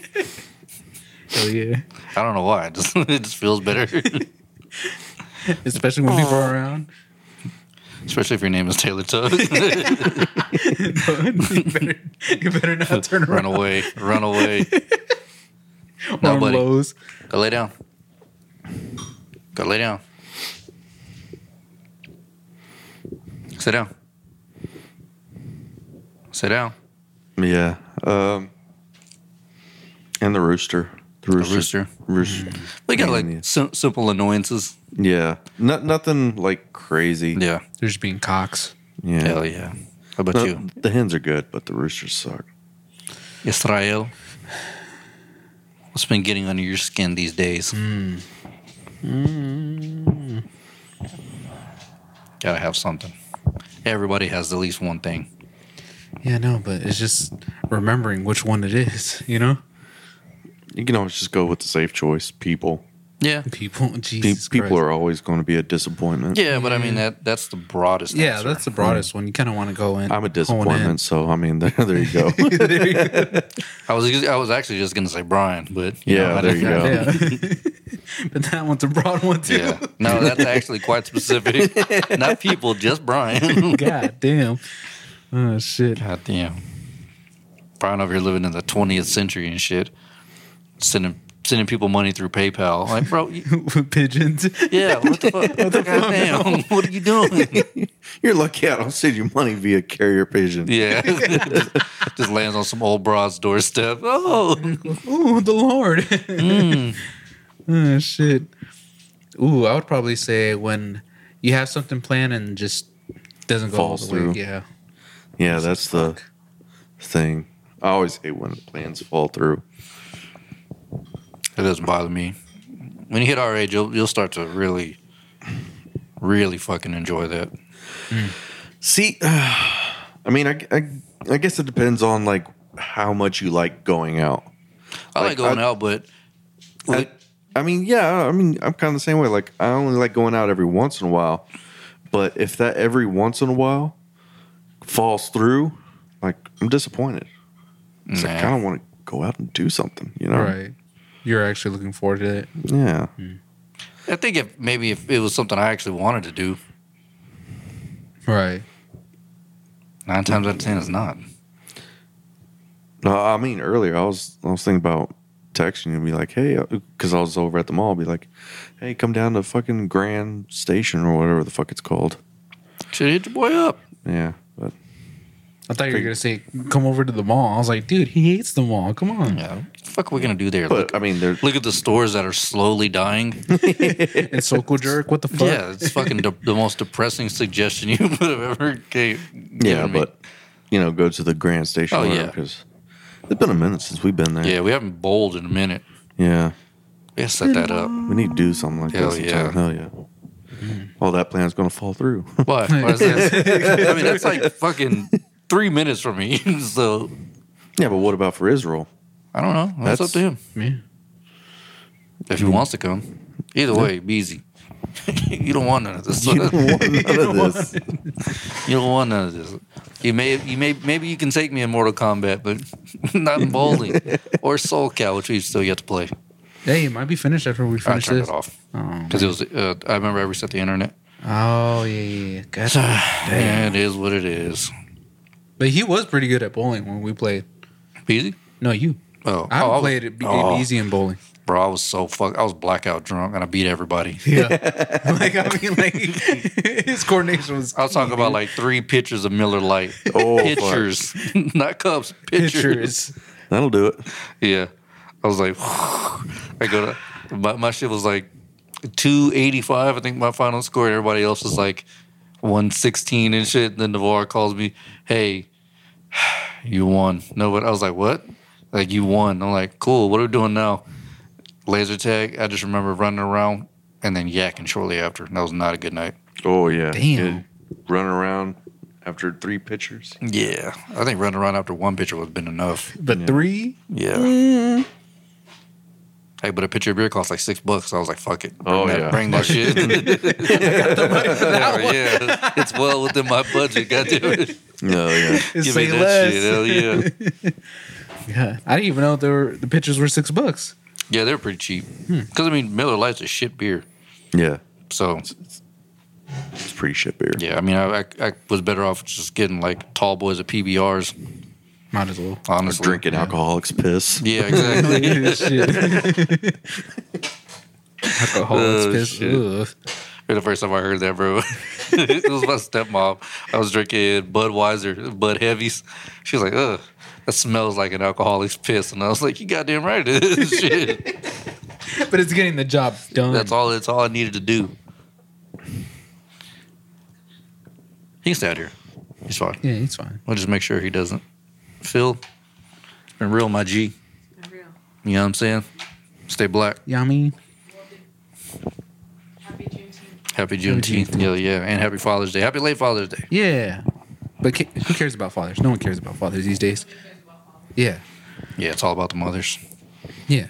[SPEAKER 2] Oh, yeah.
[SPEAKER 3] I don't know why. It just, it just feels better,
[SPEAKER 2] Especially when people are around.
[SPEAKER 3] especially if your name is Taylor Tuck.
[SPEAKER 2] you, better, you better not turn
[SPEAKER 3] run
[SPEAKER 2] around
[SPEAKER 3] away, run away.
[SPEAKER 2] on
[SPEAKER 3] buddy.
[SPEAKER 2] Lowe's.
[SPEAKER 3] Go lay down. Go lay down. Sit down. Sit down.
[SPEAKER 5] Yeah. Um, and the rooster. The rooster.
[SPEAKER 3] rooster. Mm.
[SPEAKER 5] Rooster.
[SPEAKER 3] We got
[SPEAKER 5] Yeah.
[SPEAKER 3] like sim- simple annoyances.
[SPEAKER 5] Yeah. Not nothing like crazy.
[SPEAKER 3] Yeah.
[SPEAKER 2] They're just being cocks.
[SPEAKER 5] Yeah.
[SPEAKER 3] Hell yeah. How about
[SPEAKER 5] No,
[SPEAKER 3] you?
[SPEAKER 5] the hens are good, but the roosters suck.
[SPEAKER 3] Israel. What's been getting under your skin these days? Gotta have something. Everybody has at least one thing.
[SPEAKER 2] Yeah, no, but it's just remembering which one it is, you know?
[SPEAKER 5] You can always just go with the safe choice. People.
[SPEAKER 3] Yeah.
[SPEAKER 2] People,
[SPEAKER 5] Pe-
[SPEAKER 2] Jesus
[SPEAKER 5] people
[SPEAKER 2] Christ.
[SPEAKER 5] are always going to be a disappointment.
[SPEAKER 3] Yeah, but I mean that that's the broadest
[SPEAKER 2] Yeah,
[SPEAKER 3] answer.
[SPEAKER 2] that's the broadest one. You kind of want to go in.
[SPEAKER 5] I'm a
[SPEAKER 2] hone in.
[SPEAKER 5] disappointment, so I mean, there, there you go.
[SPEAKER 2] There you go.
[SPEAKER 3] I was I was actually just gonna say Brian, but you
[SPEAKER 5] Yeah,
[SPEAKER 3] know, I
[SPEAKER 5] there
[SPEAKER 3] didn't-
[SPEAKER 5] you go.
[SPEAKER 2] Yeah. but that one's a broad one too.
[SPEAKER 3] Yeah, no, that's actually quite specific. Not people, just Brian.
[SPEAKER 2] God damn. Oh shit.
[SPEAKER 3] God damn, Brian uh, over here living in the 20th century and shit, sending sending people money through PayPal. Like, bro, you-
[SPEAKER 2] Pigeons.
[SPEAKER 3] yeah, what the fuck? What the God damn, what are you doing?
[SPEAKER 5] You're lucky I don't send you money via carrier pigeon.
[SPEAKER 3] yeah, just, just lands on some old broad's doorstep. Oh,
[SPEAKER 2] Ooh, the Lord.
[SPEAKER 5] Mm.
[SPEAKER 2] oh shit. Ooh, I would probably say when you have something planned and just doesn't go
[SPEAKER 5] Falls
[SPEAKER 2] all the way.
[SPEAKER 5] through.
[SPEAKER 2] Yeah.
[SPEAKER 5] Yeah, that's the thing. I always hate when plans fall through.
[SPEAKER 3] It doesn't bother me. When you hit our age, you'll you'll start to really, really fucking enjoy that.
[SPEAKER 5] See, I mean, I, I, I guess it depends on like how much you like going out.
[SPEAKER 3] I like,
[SPEAKER 5] Like,
[SPEAKER 3] going
[SPEAKER 5] I-
[SPEAKER 3] out, but
[SPEAKER 5] I, I mean, yeah, I mean, I'm kind of the same way. Like, I only like going out every once in a while, but if that every once in a while falls through, like I'm disappointed. 'Cause I
[SPEAKER 3] Nah.
[SPEAKER 5] kind of want to go out and do something, you know?
[SPEAKER 2] Right. You're actually looking forward to it.
[SPEAKER 5] Yeah.
[SPEAKER 3] I think if maybe if it was something I actually wanted to do,
[SPEAKER 2] Right.
[SPEAKER 3] nine times out of ten it's not.
[SPEAKER 5] No, I mean earlier I was I was thinking about texting you and be like, hey, because I was over at the mall, be like, hey, come down to fucking Grand Station or whatever the fuck it's called.
[SPEAKER 3] Should hit your boy up.
[SPEAKER 5] Yeah, but
[SPEAKER 2] I thought you were gonna say come over to the mall. I was like, dude, he hates the mall. Come on.
[SPEAKER 3] Yeah, what the fuck are we gonna do there?
[SPEAKER 5] but
[SPEAKER 3] look,
[SPEAKER 5] I mean, there,
[SPEAKER 3] look at the stores that are slowly dying.
[SPEAKER 2] And Sokol jerk. What the fuck?
[SPEAKER 3] yeah, it's fucking de- the most depressing suggestion you would have ever gave.
[SPEAKER 5] yeah,
[SPEAKER 3] given me.
[SPEAKER 5] but you know, go to the Grand Station.
[SPEAKER 3] Oh, yeah.
[SPEAKER 5] because it's been a minute since we've been there.
[SPEAKER 3] yeah, we haven't bowled in a minute.
[SPEAKER 5] yeah,
[SPEAKER 3] We gotta set that up.
[SPEAKER 5] we need to do something like
[SPEAKER 3] Hell
[SPEAKER 5] that.
[SPEAKER 3] yeah.
[SPEAKER 5] sometime. hell yeah. Mm-hmm. All that plan's gonna fall through.
[SPEAKER 3] Why? Why is that? I mean, that's like fucking three minutes from me. so
[SPEAKER 5] yeah, but what about for Israel?
[SPEAKER 3] I don't know. That's, up
[SPEAKER 5] That's-
[SPEAKER 3] to him
[SPEAKER 2] Yeah.
[SPEAKER 3] if he wants to come. Either way, be easy. you don't want none of this.
[SPEAKER 5] You don't want none of this.
[SPEAKER 3] You don't want none of this. You may, you may, maybe you can take me in Mortal Kombat, but not in bowling or Soul Cal, which we still yet to play.
[SPEAKER 2] Hey, it might be finished after we
[SPEAKER 3] I
[SPEAKER 2] finish
[SPEAKER 3] turned
[SPEAKER 2] this.
[SPEAKER 3] it off
[SPEAKER 2] Oh.
[SPEAKER 3] because it was. Uh, I remember I reset the internet.
[SPEAKER 2] Oh yeah, yeah, yeah. Gotcha.
[SPEAKER 3] Yeah, it is what it is.
[SPEAKER 2] But he was pretty good at bowling when we played.
[SPEAKER 3] Easy.
[SPEAKER 2] No, you.
[SPEAKER 3] Oh,
[SPEAKER 2] I
[SPEAKER 3] oh, was-
[SPEAKER 2] played it
[SPEAKER 3] oh,
[SPEAKER 2] easy in bowling.
[SPEAKER 3] Bro, I was so fuck. I was blackout drunk and I beat everybody.
[SPEAKER 2] Yeah. like I mean, like his coordination was
[SPEAKER 3] I was talking about like three pitchers of Miller Lite.
[SPEAKER 5] Oh, fuck.
[SPEAKER 3] pitchers, not cups. pitchers.
[SPEAKER 2] pictures.
[SPEAKER 5] That'll do it.
[SPEAKER 3] Yeah. I was like, I go to, my, my shit was like 285, I think my final score. and Everybody else was like 116 and shit. And then Navarre calls me, hey, you won. No, but I was like, what? Like, you won. I'm like, cool. What are we doing now? Laser tag. I just remember running around and then yakking shortly after. And that was not a good night.
[SPEAKER 5] Oh yeah.
[SPEAKER 2] Damn.
[SPEAKER 5] Running around after three pitchers.
[SPEAKER 3] Yeah.
[SPEAKER 5] Mm-hmm.
[SPEAKER 3] I think running around after one pitcher would have been enough.
[SPEAKER 2] But three?
[SPEAKER 3] Yeah. Hey, but a pitcher of beer costs like six bucks. I was like, fuck it. Bring
[SPEAKER 5] Oh,
[SPEAKER 3] that,
[SPEAKER 5] yeah.
[SPEAKER 3] Bring that shit. yeah, it's well within my budget. God damn it.
[SPEAKER 5] No, yeah.
[SPEAKER 3] Give me that shit. Hell yeah.
[SPEAKER 2] yeah. I didn't even know there were, the pitchers were six bucks.
[SPEAKER 3] Yeah, they're pretty cheap. Because, I mean, Miller Lite's a shit beer.
[SPEAKER 5] Yeah.
[SPEAKER 3] So,
[SPEAKER 5] It's pretty shit beer.
[SPEAKER 3] yeah, I mean, I, I, I was better off just getting like tall boys of PBRs,
[SPEAKER 2] Might as well.
[SPEAKER 3] honestly.
[SPEAKER 5] Drinking alcoholic's piss.
[SPEAKER 3] Yeah, exactly.
[SPEAKER 2] Shit. Alcohol
[SPEAKER 3] Oh,
[SPEAKER 2] is piss.
[SPEAKER 3] shit.
[SPEAKER 2] Ugh.
[SPEAKER 3] You're the first time I heard that, bro. it was my stepmom. I was drinking Budweiser, Bud Heavies. She was like, ugh, that smells like an alcoholic's piss. And I was like, you goddamn right it is. Shit.
[SPEAKER 2] But it's getting the job done.
[SPEAKER 3] That's all, that's all I needed to do. He can stay out here. He's fine.
[SPEAKER 2] Yeah, it's fine.
[SPEAKER 3] We'll just make sure he doesn't. Phil, been real, my G. You know what I'm saying? Stay black.
[SPEAKER 2] Yummy.
[SPEAKER 3] Happy Juneteenth. Yeah, yeah. And happy Father's Day. Happy late Father's Day.
[SPEAKER 2] Yeah. But ca- who cares about fathers? No one cares about fathers these days. Yeah.
[SPEAKER 3] Yeah, it's all about the mothers.
[SPEAKER 2] Yeah.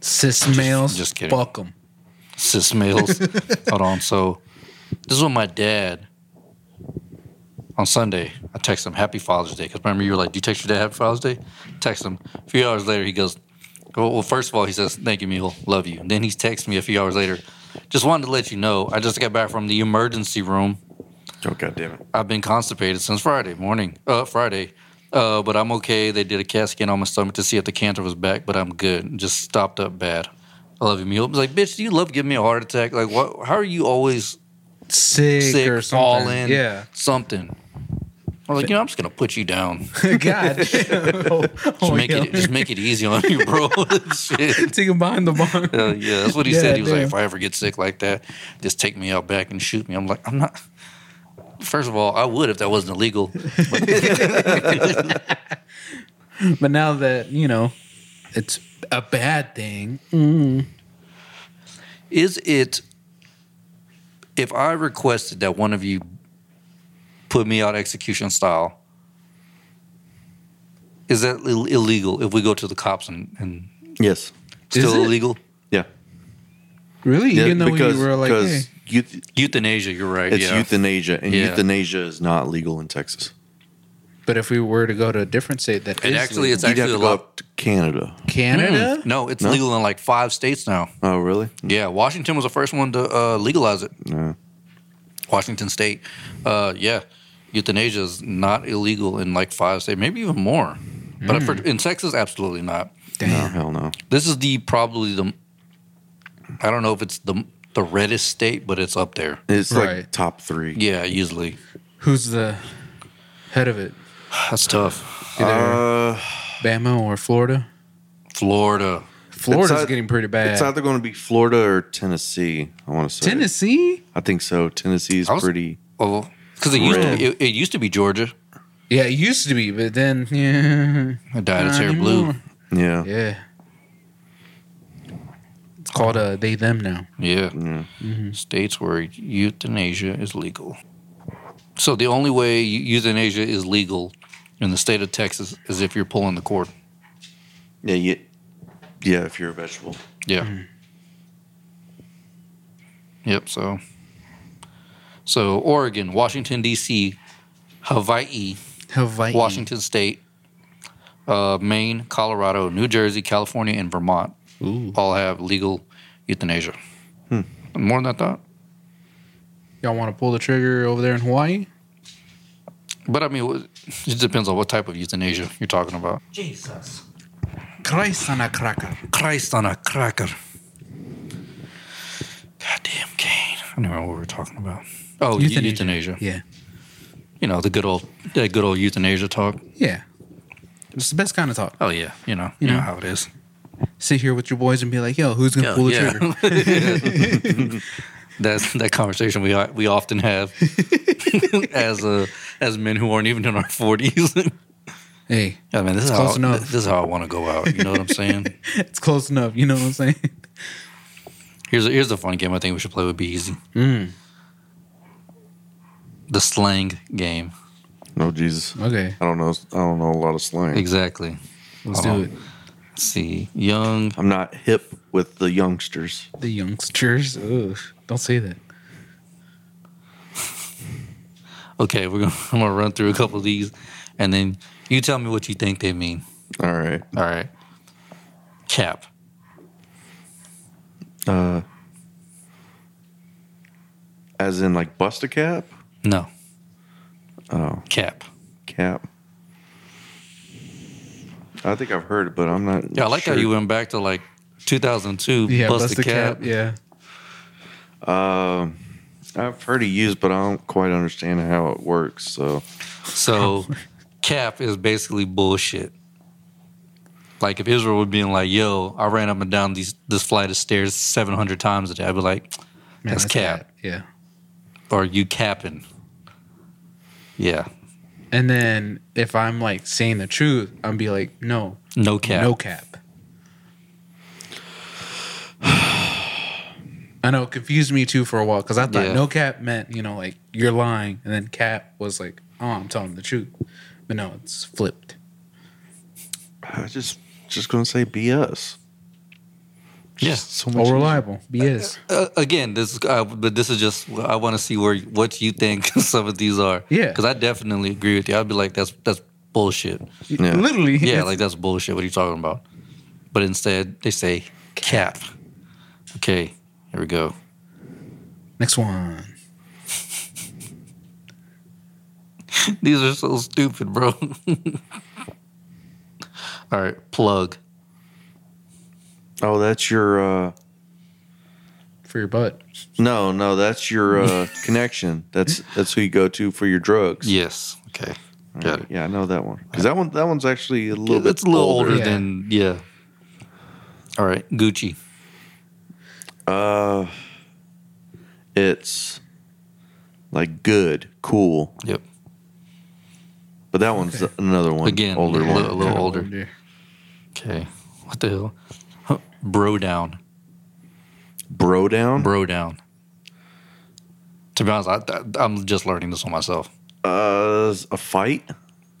[SPEAKER 2] Cis males.
[SPEAKER 3] just kidding.
[SPEAKER 2] Fuck them.
[SPEAKER 3] cis males. Hold on. So this is what my dad on Sunday. I text him Happy Father's Day because remember you were like, "Do you text your dad Happy Father's Day?" Text him. A few hours later, he goes, "Well, well first of all, he says, "Thank you, Mule. Love you." And then he texts me a few hours later. Just wanted to let you know, I just got back from the emergency room.
[SPEAKER 5] Oh, God damn it.
[SPEAKER 3] I've been constipated since Friday morning. Uh, Friday. Uh, but I'm okay. They did a CAT scan on my stomach to see if the cancer was back, but I'm good. Just stopped up bad. I love you, Mule. I was like, bitch, do you love giving me a heart attack? Like, what? How are you always
[SPEAKER 2] Sick,
[SPEAKER 3] sick,
[SPEAKER 2] or something.
[SPEAKER 3] falling?
[SPEAKER 2] Yeah.
[SPEAKER 3] something. I was like, you know, I'm just gonna put you down. Just
[SPEAKER 2] God. oh, oh,
[SPEAKER 3] make
[SPEAKER 2] yeah.
[SPEAKER 3] it, just make it easy on you, bro. Shit.
[SPEAKER 2] Take him behind the barn.
[SPEAKER 3] Hell yeah, that's what he
[SPEAKER 2] Yeah,
[SPEAKER 3] said. He was like,
[SPEAKER 2] damn.
[SPEAKER 3] if I ever get sick like that, just take me out back and shoot me. I'm like, I'm not. First of all, I would if that wasn't illegal.
[SPEAKER 2] But now that, you know, it's a bad thing.
[SPEAKER 3] Is it if I requested that one of you put me out execution style? Is that Ill- illegal if we go to the cops and, and
[SPEAKER 5] Yes.
[SPEAKER 3] still
[SPEAKER 2] it?
[SPEAKER 3] illegal?
[SPEAKER 5] Yeah.
[SPEAKER 2] Really?
[SPEAKER 5] yeah
[SPEAKER 2] Even though we were like, hey.
[SPEAKER 5] euth-
[SPEAKER 3] Euthanasia, you're right.
[SPEAKER 5] it's
[SPEAKER 3] yeah.
[SPEAKER 5] euthanasia, and
[SPEAKER 3] Yeah.
[SPEAKER 5] euthanasia is not legal in Texas.
[SPEAKER 2] But if we were to go to a different state that
[SPEAKER 3] And
[SPEAKER 2] is
[SPEAKER 3] actually, it's
[SPEAKER 5] You'd have
[SPEAKER 3] actually
[SPEAKER 5] to
[SPEAKER 3] a
[SPEAKER 5] go
[SPEAKER 3] lot.
[SPEAKER 5] up to Canada.
[SPEAKER 2] Canada?
[SPEAKER 3] Mm. No, it's
[SPEAKER 5] No?
[SPEAKER 3] legal in like five states now.
[SPEAKER 5] Oh, really?
[SPEAKER 3] Yeah, Washington was the first one to uh, legalize it.
[SPEAKER 5] No.
[SPEAKER 3] Washington State. Uh, yeah, euthanasia is not illegal in like five states, maybe even more. But for, in Texas, absolutely not.
[SPEAKER 5] No,
[SPEAKER 2] Damn.
[SPEAKER 5] hell no.
[SPEAKER 3] This is the probably the I don't know if it's the the reddest state, but it's up there.
[SPEAKER 5] It's
[SPEAKER 2] Right.
[SPEAKER 5] like top three.
[SPEAKER 3] Yeah, usually
[SPEAKER 2] Who's the head of it?
[SPEAKER 3] that's tough.
[SPEAKER 2] Either
[SPEAKER 5] Uh,
[SPEAKER 2] Bama or Florida?
[SPEAKER 3] Florida.
[SPEAKER 2] Florida's
[SPEAKER 5] ei-
[SPEAKER 2] getting pretty bad.
[SPEAKER 5] It's either going to be Florida or Tennessee. I want to say
[SPEAKER 2] Tennessee?
[SPEAKER 5] I think so. Tennessee's
[SPEAKER 3] I was-
[SPEAKER 5] pretty.
[SPEAKER 3] Oh, because it used to
[SPEAKER 5] Red.
[SPEAKER 3] be, it, it used to be Georgia.
[SPEAKER 2] Yeah, it used to be, but then yeah,
[SPEAKER 3] It dyed its
[SPEAKER 2] not
[SPEAKER 3] hair blue.
[SPEAKER 2] anymore.
[SPEAKER 5] Yeah.
[SPEAKER 2] Yeah, it's called uh, they them now.
[SPEAKER 3] Yeah.
[SPEAKER 5] Yeah.
[SPEAKER 3] Mm-hmm. States where euthanasia is legal. So the only way eu- euthanasia is legal in the state of Texas is if you're pulling the cord.
[SPEAKER 5] Yeah. Yeah. yeah if you're a vegetable.
[SPEAKER 3] Yeah. Yep. So, so Oregon, Washington D.C., Hawaii,
[SPEAKER 2] Hawaii,
[SPEAKER 3] Washington State, uh, Maine, Colorado, New Jersey, California, and Vermont
[SPEAKER 2] Ooh.
[SPEAKER 3] all have legal euthanasia. More than I thought.
[SPEAKER 2] Y'all want to pull the trigger over there in Hawaii?
[SPEAKER 3] But I mean, it just depends on what type of euthanasia you're talking about.
[SPEAKER 1] Jesus.
[SPEAKER 2] Christ on a cracker.
[SPEAKER 3] Christ on a cracker. Goddamn Cain. I don't know what we were talking about. Oh, euthanasia. euthanasia.
[SPEAKER 2] Yeah,
[SPEAKER 3] You know, the good old, that good old euthanasia talk.
[SPEAKER 2] yeah. It's the best kind of talk.
[SPEAKER 3] Oh yeah, you know, you
[SPEAKER 2] know.
[SPEAKER 3] know, how it is.
[SPEAKER 2] Sit here with your boys and be like, "Yo, who's gonna pull the trigger?"
[SPEAKER 3] Oh, That's that conversation we we often have as uh, as men who aren't even in our forties.
[SPEAKER 2] Hey,
[SPEAKER 3] I mean, this is
[SPEAKER 2] close
[SPEAKER 3] how
[SPEAKER 2] enough.
[SPEAKER 3] this is how I want to go out. You know what I'm saying?
[SPEAKER 2] it's close enough. You know what I'm saying?
[SPEAKER 3] Here's a, here's the fun game I think we should play would be easy.
[SPEAKER 2] Mm.
[SPEAKER 3] The slang game.
[SPEAKER 5] No, Oh, Jesus.
[SPEAKER 2] Okay,
[SPEAKER 5] I don't know. I don't know a lot of slang.
[SPEAKER 3] Exactly.
[SPEAKER 2] let's
[SPEAKER 3] Uh-huh.
[SPEAKER 2] do it.
[SPEAKER 3] see, young.
[SPEAKER 5] I'm not hip with the youngsters.
[SPEAKER 2] The youngsters. Ugh, don't say that.
[SPEAKER 3] Okay, we're gonna I'm gonna run through a couple of these, and then you tell me what you think they mean.
[SPEAKER 5] All right.
[SPEAKER 3] All right. Cap.
[SPEAKER 5] Uh, as in like bust a cap?
[SPEAKER 3] No.
[SPEAKER 5] Oh,
[SPEAKER 3] Cap.
[SPEAKER 5] cap. I think I've heard it, but I'm not.
[SPEAKER 3] Yeah, I like
[SPEAKER 5] sure.
[SPEAKER 3] how you went back to like 2002.
[SPEAKER 2] Yeah,
[SPEAKER 3] bust,
[SPEAKER 2] bust
[SPEAKER 3] the
[SPEAKER 2] the
[SPEAKER 3] cap.
[SPEAKER 2] Yeah.
[SPEAKER 5] Um, I've heard it used, but I don't quite understand how it works. So,
[SPEAKER 3] So, cap is basically bullshit. Like if Israel would be like, "Yo, I ran up and down these this flight of stairs 700 times a day," I'd be like,
[SPEAKER 2] Man,
[SPEAKER 3] That's cap.
[SPEAKER 2] that. Yeah.
[SPEAKER 3] "Are you capping?" Yeah,
[SPEAKER 2] And then if I'm like saying the truth, I'm be like, no,
[SPEAKER 3] no cap.
[SPEAKER 2] no cap. I know it confused me too for a while because I thought
[SPEAKER 3] Yeah.
[SPEAKER 2] no cap meant, you know, like you're lying. And then cap was like, oh, I'm telling the truth. But no, it's flipped.
[SPEAKER 5] I just just gonna say BS.
[SPEAKER 3] Yeah.
[SPEAKER 5] Just so
[SPEAKER 2] All
[SPEAKER 5] much.
[SPEAKER 2] reliable. BS.
[SPEAKER 3] Uh, again, this is- uh, but this is just I want to see where what you think some of these are.
[SPEAKER 2] Yeah.
[SPEAKER 3] because I definitely agree with you. I'd be like, "That's that's bullshit."
[SPEAKER 5] Yeah.
[SPEAKER 2] Literally.
[SPEAKER 3] Yeah, like that's bullshit. What are you talking about? But instead, they say cap. Okay, here we go.
[SPEAKER 2] Next one.
[SPEAKER 3] These are so stupid, bro. All right, plug.
[SPEAKER 5] Oh, that's your. uh
[SPEAKER 2] For your butt.
[SPEAKER 5] No, no, that's your uh connection. That's that's who you go to for your drugs.
[SPEAKER 3] Yes. Okay. Got it.
[SPEAKER 5] Yeah, I know that one because that one that one's actually a little bit.
[SPEAKER 3] it's a little older,
[SPEAKER 2] Yeah.
[SPEAKER 3] than yeah. All right, Gucci.
[SPEAKER 5] Uh, it's like good, cool,
[SPEAKER 3] Yep.
[SPEAKER 5] but that one's another one.
[SPEAKER 3] Again,
[SPEAKER 5] older
[SPEAKER 3] yeah,
[SPEAKER 5] one.
[SPEAKER 3] a little
[SPEAKER 2] Kinda
[SPEAKER 3] older. Okay. What the hell? Huh, Bro down.
[SPEAKER 5] Bro down.
[SPEAKER 3] Bro down. To be honest, I, I, I'm just learning this on myself.
[SPEAKER 5] Uh, a fight.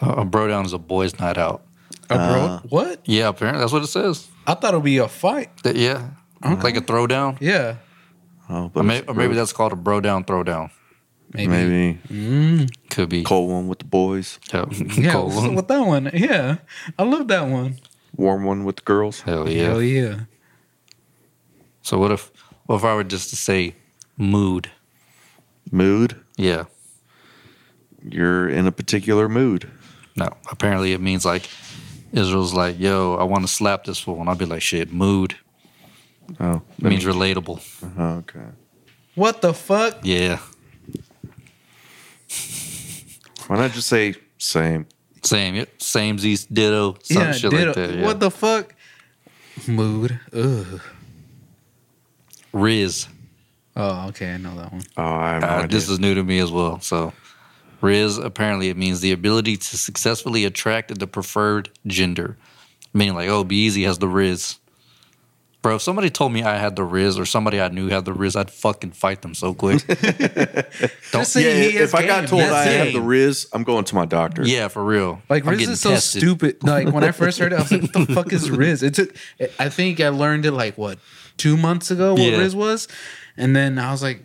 [SPEAKER 3] Uh, a bro down is a boys' night out.
[SPEAKER 2] A Oh, bro?
[SPEAKER 3] Uh,
[SPEAKER 2] what?
[SPEAKER 3] Yeah, apparently that's what it says.
[SPEAKER 2] I thought it would be a fight.
[SPEAKER 3] That- yeah, like a throwdown.
[SPEAKER 2] Yeah.
[SPEAKER 5] Oh, but
[SPEAKER 3] Or may-
[SPEAKER 5] it's
[SPEAKER 3] or maybe
[SPEAKER 5] bro-
[SPEAKER 3] that's called a bro down throwdown.
[SPEAKER 2] Maybe.
[SPEAKER 5] maybe
[SPEAKER 3] Could be.
[SPEAKER 5] cold one with the boys,
[SPEAKER 3] Hell,
[SPEAKER 2] Yeah.
[SPEAKER 3] cold.
[SPEAKER 2] what's up With that one. Yeah. I love that one.
[SPEAKER 5] warm one with the girls.
[SPEAKER 3] Hell yeah.
[SPEAKER 2] Hell yeah.
[SPEAKER 3] So what if what if I were just to say mood?
[SPEAKER 5] Mood.
[SPEAKER 3] Yeah.
[SPEAKER 5] You're in a particular mood.
[SPEAKER 3] No. Apparently it means like Israel's like, yo, I want to slap this fool. And I'll be like, shit, mood.
[SPEAKER 5] Oh,
[SPEAKER 3] It means relatable.
[SPEAKER 5] uh-huh, okay.
[SPEAKER 2] What the fuck?
[SPEAKER 3] Yeah.
[SPEAKER 5] Why not just say same?
[SPEAKER 3] Same. Yep. Same Z's ditto. Some
[SPEAKER 2] yeah,
[SPEAKER 3] shit
[SPEAKER 2] ditto.
[SPEAKER 3] like that. Yeah.
[SPEAKER 2] What the fuck? Mood. Ugh.
[SPEAKER 3] Riz.
[SPEAKER 2] Oh, okay, I know that one.
[SPEAKER 5] Oh, I have no
[SPEAKER 3] Uh,
[SPEAKER 5] idea.
[SPEAKER 3] this is new to me as well. So Riz apparently it means the ability to successfully attract the preferred gender. Meaning like, oh, Be Easy has the Riz. Bro, if somebody told me I had the Riz or somebody I knew had the Riz, I'd fucking fight them so quick.
[SPEAKER 2] Just
[SPEAKER 5] yeah,
[SPEAKER 2] saying he
[SPEAKER 5] if
[SPEAKER 2] is
[SPEAKER 5] I got
[SPEAKER 2] game.
[SPEAKER 5] told
[SPEAKER 2] That's
[SPEAKER 5] I
[SPEAKER 2] it.
[SPEAKER 5] have
[SPEAKER 3] game.
[SPEAKER 5] the Riz, I'm going to my doctor.
[SPEAKER 3] yeah, for real.
[SPEAKER 2] like
[SPEAKER 3] I'm
[SPEAKER 2] Riz
[SPEAKER 3] getting
[SPEAKER 2] is so
[SPEAKER 3] tested.
[SPEAKER 2] stupid. Like when I first heard it, I was like, "What the fuck is Riz?" It took. I think I learned it like what two months ago what
[SPEAKER 3] Yeah.
[SPEAKER 2] Riz was, and then I was like,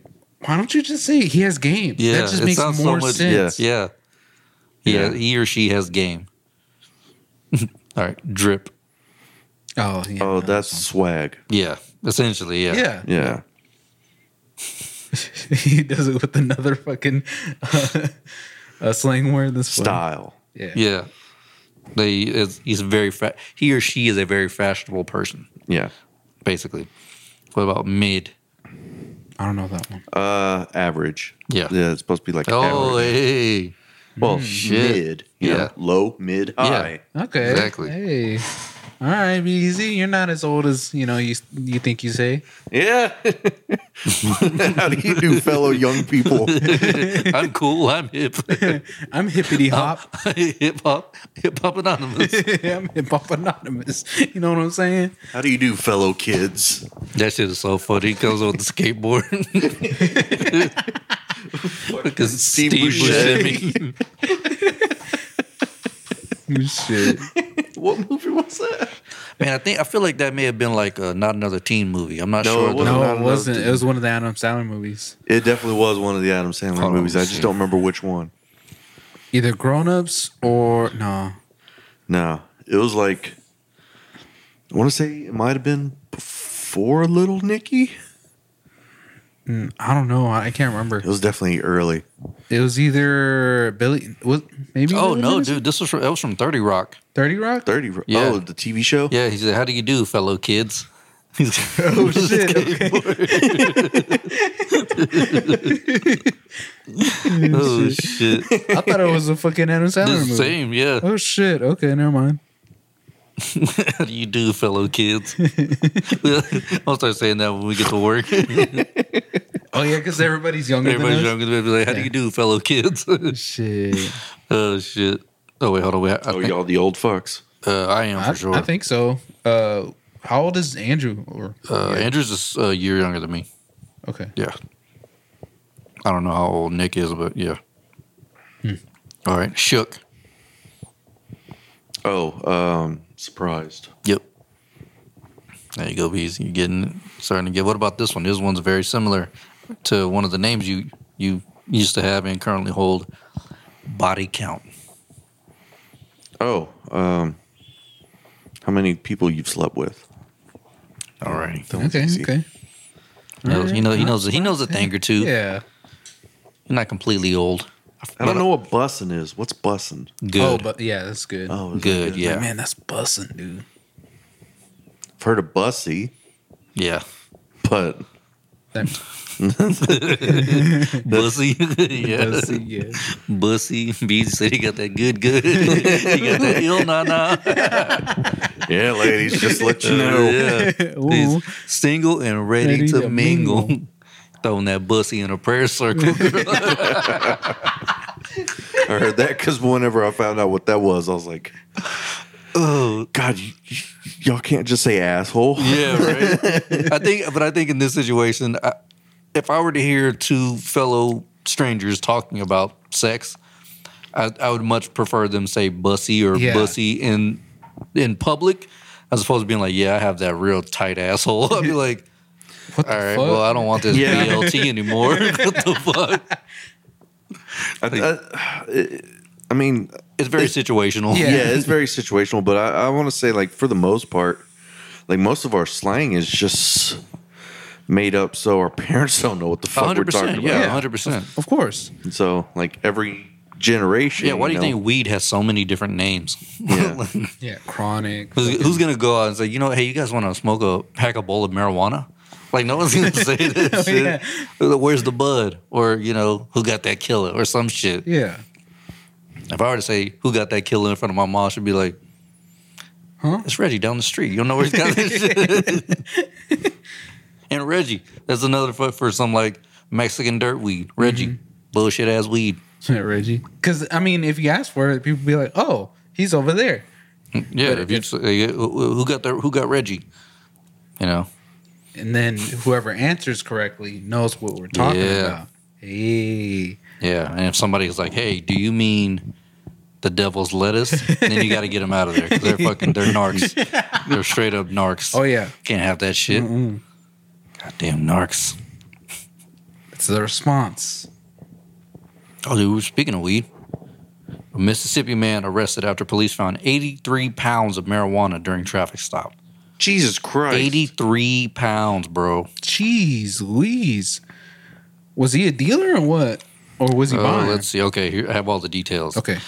[SPEAKER 2] "Why don't you just say he has game?"
[SPEAKER 3] Yeah,
[SPEAKER 2] that just
[SPEAKER 3] it
[SPEAKER 2] makes more
[SPEAKER 3] sounds so much-
[SPEAKER 2] sense.
[SPEAKER 3] Yeah. Yeah,
[SPEAKER 5] Yeah.
[SPEAKER 3] he or she has game. All right, drip.
[SPEAKER 2] Oh, yeah.
[SPEAKER 5] Oh, that's swag.
[SPEAKER 3] Yeah, essentially, yeah.
[SPEAKER 2] yeah.
[SPEAKER 5] Yeah.
[SPEAKER 2] he does it with another fucking uh, a slang word. This
[SPEAKER 5] Style.
[SPEAKER 2] One. Yeah.
[SPEAKER 3] Yeah. They is he's very fa- he or she is a very fashionable person,
[SPEAKER 5] Yeah.
[SPEAKER 3] basically. What about mid?
[SPEAKER 2] I don't know that one.
[SPEAKER 5] Uh, average.
[SPEAKER 3] Yeah.
[SPEAKER 5] Yeah, it's supposed to be like
[SPEAKER 3] Oh,
[SPEAKER 5] average.
[SPEAKER 3] hey.
[SPEAKER 5] Well,
[SPEAKER 3] shit.
[SPEAKER 5] mid. You know,
[SPEAKER 3] Yeah.
[SPEAKER 5] low, mid, high.
[SPEAKER 2] Okay.
[SPEAKER 3] Exactly.
[SPEAKER 2] Hey. All right, be easy. You're not as old as you know. You you think you say?
[SPEAKER 5] Yeah. How do you do, fellow young people?
[SPEAKER 3] I'm cool. I'm hip.
[SPEAKER 2] I'm hippity hop.
[SPEAKER 3] hip hop. Hip hop anonymous.
[SPEAKER 2] I'm hip hop anonymous. You know what I'm saying?
[SPEAKER 5] How do you do, fellow kids?
[SPEAKER 3] That shit is so funny. He comes on the skateboard. Fucking Steve,
[SPEAKER 5] Buscemi.
[SPEAKER 3] Buscemi.
[SPEAKER 2] Oh, Shit.
[SPEAKER 5] What movie was that?
[SPEAKER 3] Man, I think I feel like that may have been like a not another teen movie. I'm not
[SPEAKER 5] No,
[SPEAKER 3] sure. Oh,
[SPEAKER 5] it
[SPEAKER 3] though.
[SPEAKER 5] wasn't.
[SPEAKER 2] No,
[SPEAKER 5] Not
[SPEAKER 2] it
[SPEAKER 5] enough
[SPEAKER 2] wasn't.
[SPEAKER 5] to-
[SPEAKER 2] It was one of the Adam Sandler movies.
[SPEAKER 5] It definitely was one of the Adam Sandler
[SPEAKER 3] Hold on,
[SPEAKER 5] movies. I
[SPEAKER 3] let's
[SPEAKER 5] just
[SPEAKER 3] see.
[SPEAKER 5] don't remember which one.
[SPEAKER 2] Either Grown Ups or no.
[SPEAKER 5] No, it was like I want to say it might have been before Little Nicky.
[SPEAKER 2] Mm, I don't know. I can't remember.
[SPEAKER 5] It was definitely early.
[SPEAKER 2] It was either Billy. Was maybe?
[SPEAKER 3] Oh
[SPEAKER 2] Billy
[SPEAKER 3] no,
[SPEAKER 2] Madison?
[SPEAKER 3] dude! This was from, that was from Thirty Rock.
[SPEAKER 2] Thirty Rock.
[SPEAKER 5] Thirty. Ro-
[SPEAKER 3] Yeah.
[SPEAKER 5] Oh, the TV show.
[SPEAKER 3] Yeah, he said, "How do you do, fellow kids?" He's
[SPEAKER 2] Oh shit.
[SPEAKER 3] oh shit!
[SPEAKER 2] I thought it was a fucking Adam Sandler
[SPEAKER 3] This
[SPEAKER 2] movie.
[SPEAKER 3] is same, yeah.
[SPEAKER 2] Oh shit. Okay, never mind.
[SPEAKER 3] How do you do, fellow kids? I'll start saying that when we get to work.
[SPEAKER 2] Oh yeah, because everybody's younger
[SPEAKER 3] Everybody's
[SPEAKER 2] than us.
[SPEAKER 3] gonna be like, "How do you do, fellow kids?"
[SPEAKER 2] Shit.
[SPEAKER 3] oh shit! Oh wait, hold on. Wait, I,
[SPEAKER 5] Oh,
[SPEAKER 3] think-
[SPEAKER 5] y'all the old fucks.
[SPEAKER 3] uh, I am
[SPEAKER 2] I,
[SPEAKER 3] for sure.
[SPEAKER 2] I think so. Uh, how old is Andrew? Or
[SPEAKER 3] uh, Andrew's just a year younger than me.
[SPEAKER 2] okay,
[SPEAKER 3] Yeah. I don't know how old Nick is, but yeah.
[SPEAKER 2] Hmm.
[SPEAKER 3] All right, shook.
[SPEAKER 5] Oh, um, surprised.
[SPEAKER 3] Yep. There you go, Bees. You're getting starting to get. What about this one? This one's very similar to one of the names you you used to have and currently hold. Body count.
[SPEAKER 5] Oh, um, how many people you've slept with?
[SPEAKER 3] All right.
[SPEAKER 5] That one's
[SPEAKER 2] okay,
[SPEAKER 5] easy.
[SPEAKER 2] okay.
[SPEAKER 3] He knows, he knows. He knows. He knows a thing or two.
[SPEAKER 2] Yeah.
[SPEAKER 3] You're not completely old.
[SPEAKER 5] I don't know what bussing is. What's bussing?
[SPEAKER 3] Good.
[SPEAKER 2] Oh, but yeah, that's good.
[SPEAKER 5] Oh, is it
[SPEAKER 3] good.
[SPEAKER 2] Like,
[SPEAKER 3] Yeah.
[SPEAKER 2] man, that's bussing, dude.
[SPEAKER 5] I've heard of bussy,
[SPEAKER 3] Yeah.
[SPEAKER 5] but
[SPEAKER 2] That
[SPEAKER 3] Bussy. yeah.
[SPEAKER 2] bussy, yeah.
[SPEAKER 3] Bussy. Bees said he got that good. Good. he got that ill. Nah. Nah.
[SPEAKER 5] yeah, ladies, just let you know.
[SPEAKER 3] Yeah.
[SPEAKER 2] Ooh.
[SPEAKER 3] He's single and ready,
[SPEAKER 2] Ready
[SPEAKER 3] to,
[SPEAKER 2] to
[SPEAKER 3] mingle.
[SPEAKER 2] mingle.
[SPEAKER 3] Throwing that bussy in a prayer circle.
[SPEAKER 5] I heard that because whenever I found out what that was, I was like,
[SPEAKER 3] oh,
[SPEAKER 5] God, y- y- y'all can't just say asshole.
[SPEAKER 3] yeah, right. I think, but I think in this situation, I, if I were to hear two fellow strangers talking about sex, I, I would much prefer them say bussy or
[SPEAKER 2] Yeah.
[SPEAKER 3] bussy in in public, as opposed to being like, "Yeah, I have that real tight asshole." I'd be like,
[SPEAKER 2] What the
[SPEAKER 3] "All right,
[SPEAKER 2] fuck?
[SPEAKER 3] well, I don't want this
[SPEAKER 5] Yeah.
[SPEAKER 3] BLT anymore." what the fuck?
[SPEAKER 5] I, I, I mean,
[SPEAKER 3] It's very situational.
[SPEAKER 2] Yeah.
[SPEAKER 5] yeah. it's very situational, but I, I want to say, like, for the most part, like, most of our slang is just made up so our parents don't know what the fuck we are
[SPEAKER 3] hundred
[SPEAKER 5] talking
[SPEAKER 3] percent.
[SPEAKER 5] about.
[SPEAKER 3] Yeah, hundred percent.
[SPEAKER 2] of course.
[SPEAKER 5] And So, like, every generation.
[SPEAKER 3] Yeah, why do you
[SPEAKER 5] know-
[SPEAKER 3] think weed has so many different names?
[SPEAKER 5] Yeah.
[SPEAKER 2] Yeah, chronic.
[SPEAKER 3] who's, who's gonna go out and say, you know, hey, you guys want to smoke a pack of bowl of marijuana? Like no one's gonna say that shit. Where's the bud? Or you know, who got that killer? Or some shit.
[SPEAKER 2] Yeah.
[SPEAKER 3] If I were to say who got that killer in front of my mom, she'd be like,
[SPEAKER 2] Huh?
[SPEAKER 3] It's Reggie down the street. You don't know where he's got that shit. and Reggie, that's another foot for some like Mexican dirt weed. Reggie, bullshit ass weed.
[SPEAKER 2] Yeah, Reggie. Because I mean, if you ask for it, people be like, "Oh, he's over there."
[SPEAKER 3] Yeah,
[SPEAKER 2] But
[SPEAKER 3] if you
[SPEAKER 2] if-
[SPEAKER 3] say, who who got the who got Reggie? You know,
[SPEAKER 2] And then whoever answers correctly knows what we're talking
[SPEAKER 3] Yeah.
[SPEAKER 2] about. Hey.
[SPEAKER 3] yeah. And if somebody's like, "Hey, do you mean the devil's lettuce?" then you got to get them out of there because they're fucking they're narcs. They're straight up narcs.
[SPEAKER 2] Oh yeah,
[SPEAKER 3] can't have that shit. Goddamn narcs.
[SPEAKER 2] it's the response.
[SPEAKER 3] Oh, dude, speaking of weed, a Mississippi man arrested after police found 83 pounds of marijuana during traffic stop.
[SPEAKER 5] Jesus Christ.
[SPEAKER 3] 83 pounds, bro.
[SPEAKER 2] Jeez, Louise. Was he a dealer or what? Or was he
[SPEAKER 3] Oh,
[SPEAKER 2] buying?
[SPEAKER 3] let's see. Okay, here I have all the details.
[SPEAKER 2] Okay.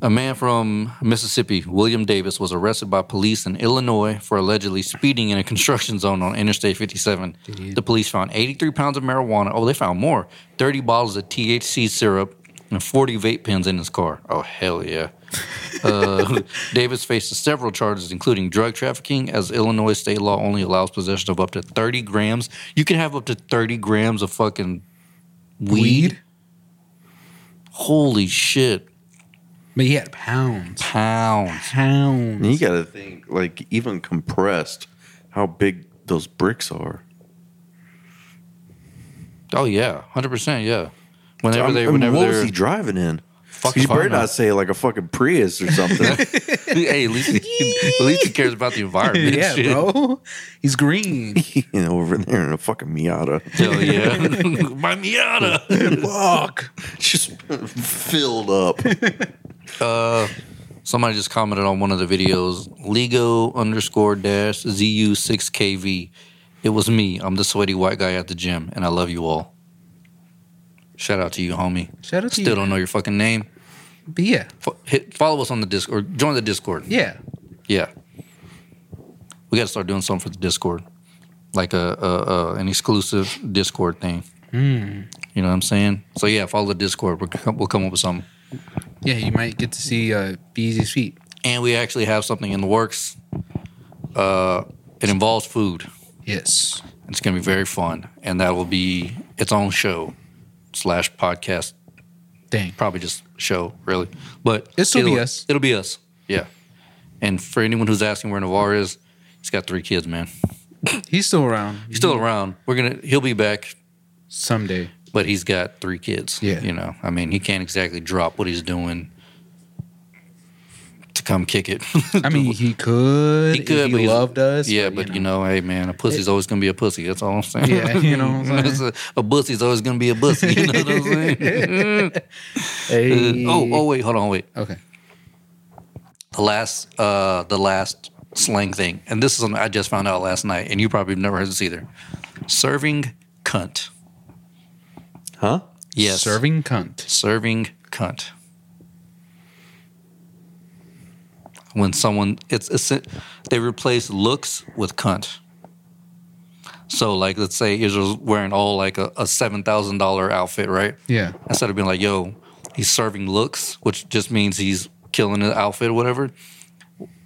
[SPEAKER 3] A man from Mississippi, William Davis, was arrested by police in Illinois for allegedly speeding in a construction zone on Interstate 57. The police found 83 pounds of marijuana. Oh, they found more 30 bottles of THC syrup and 40 vape pens in his car. Oh, hell yeah. Uh, Davis faces several charges, including drug trafficking, as Illinois state law only allows possession of up to 30 grams. You can have up to 30 grams of fucking weed.
[SPEAKER 2] Weed.
[SPEAKER 3] Holy shit.
[SPEAKER 2] But he had pounds.
[SPEAKER 3] Pounds.
[SPEAKER 2] Pounds.
[SPEAKER 5] And you got to think, like, even compressed, how big those bricks are.
[SPEAKER 3] Oh yeah, hundred percent. Yeah. Whenever
[SPEAKER 5] I
[SPEAKER 3] they,
[SPEAKER 5] mean,
[SPEAKER 3] whenever
[SPEAKER 5] what was
[SPEAKER 3] they're
[SPEAKER 5] he driving in? You
[SPEAKER 2] fucking
[SPEAKER 5] better
[SPEAKER 2] farm out.
[SPEAKER 5] not say it like a fucking Prius or something.
[SPEAKER 3] hey, at least, he, at least he cares about the environment.
[SPEAKER 2] yeah,
[SPEAKER 3] shit.
[SPEAKER 2] bro. He's green.
[SPEAKER 5] you know, over there in a fucking Miata,
[SPEAKER 3] Hell yeah. My Miata.
[SPEAKER 2] Fuck.
[SPEAKER 5] just filled up.
[SPEAKER 3] Somebody just commented on one of the videos. Lego underscore dash ZU6KV. It was me. I'm the sweaty white guy at the gym, and I love you all. Shout out to you, homie.
[SPEAKER 2] Shout out to
[SPEAKER 3] Still
[SPEAKER 2] you.
[SPEAKER 3] don't know your fucking name.
[SPEAKER 2] But yeah,
[SPEAKER 3] Fo- hit, follow us on the Discord. Join the Discord.
[SPEAKER 2] yeah.
[SPEAKER 3] Yeah. We got to start doing something for the Discord, like a, a, a an exclusive Discord thing.
[SPEAKER 2] Hmm.
[SPEAKER 3] You know what I'm saying? So yeah, follow the Discord. We'll come, we'll come up with something.
[SPEAKER 2] Yeah, you might get to see uh, Beezy's feet.
[SPEAKER 3] And we actually have something in the works. Uh, it involves food.
[SPEAKER 2] Yes.
[SPEAKER 3] It's going to be very fun, and that will be its own show slash podcast.
[SPEAKER 2] Dang.
[SPEAKER 3] Probably just show, really. But
[SPEAKER 2] It'll still be
[SPEAKER 3] either way,
[SPEAKER 2] us.
[SPEAKER 3] It'll be us. Yeah. And for anyone who's asking where Navarre is, he's got three kids, man.
[SPEAKER 2] He's still around
[SPEAKER 3] He's still around. We're gonna. He'll be back.
[SPEAKER 2] someday.
[SPEAKER 3] but he's got three kids.
[SPEAKER 2] Yeah.
[SPEAKER 3] You know, I mean, he can't exactly drop what he's doing to come kick it.
[SPEAKER 2] I mean, he could.
[SPEAKER 3] He could,
[SPEAKER 2] if
[SPEAKER 3] but
[SPEAKER 2] he
[SPEAKER 3] he's-
[SPEAKER 2] loved us.
[SPEAKER 3] yeah, but you know, hey, man, a pussy's always going to be a pussy. That's all I'm saying.
[SPEAKER 2] Yeah, you know what I'm
[SPEAKER 3] It's a, a pussy's always going to be a pussy. You know what I'm saying?
[SPEAKER 2] Hey.
[SPEAKER 3] oh, oh, wait, hold on, wait.
[SPEAKER 2] Okay.
[SPEAKER 3] The last, uh, the last slang thing, and this is something I just found out last night, and you probably have never heard this either. Serving cunt.
[SPEAKER 5] Huh?
[SPEAKER 3] Yes.
[SPEAKER 2] Serving cunt.
[SPEAKER 3] serving cunt. When someone it's, it's they replace looks with cunt. So like let's say Israel's wearing all like a, a seven thousand dollar outfit, right?
[SPEAKER 2] Yeah.
[SPEAKER 3] Instead of being like, yo, he's serving looks, which just means he's killing his outfit or whatever.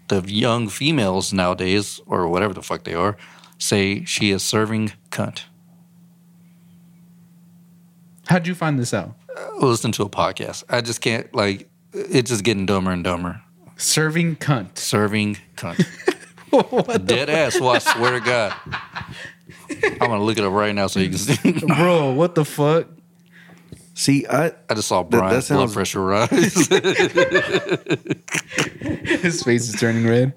[SPEAKER 3] The young females nowadays, or whatever the fuck they are, say she is serving cunt.
[SPEAKER 2] How'd you find this out?
[SPEAKER 3] Listen to a podcast. I just can't like it's just getting dumber and dumber.
[SPEAKER 2] Serving cunt.
[SPEAKER 3] serving cunt. Dead ass. Well, I swear to God. I'm gonna look it up right now so you can see.
[SPEAKER 2] Bro, what the fuck?
[SPEAKER 5] See, I
[SPEAKER 3] I just saw Brian's blood
[SPEAKER 5] sounds-
[SPEAKER 3] pressure rise.
[SPEAKER 2] His face is turning red.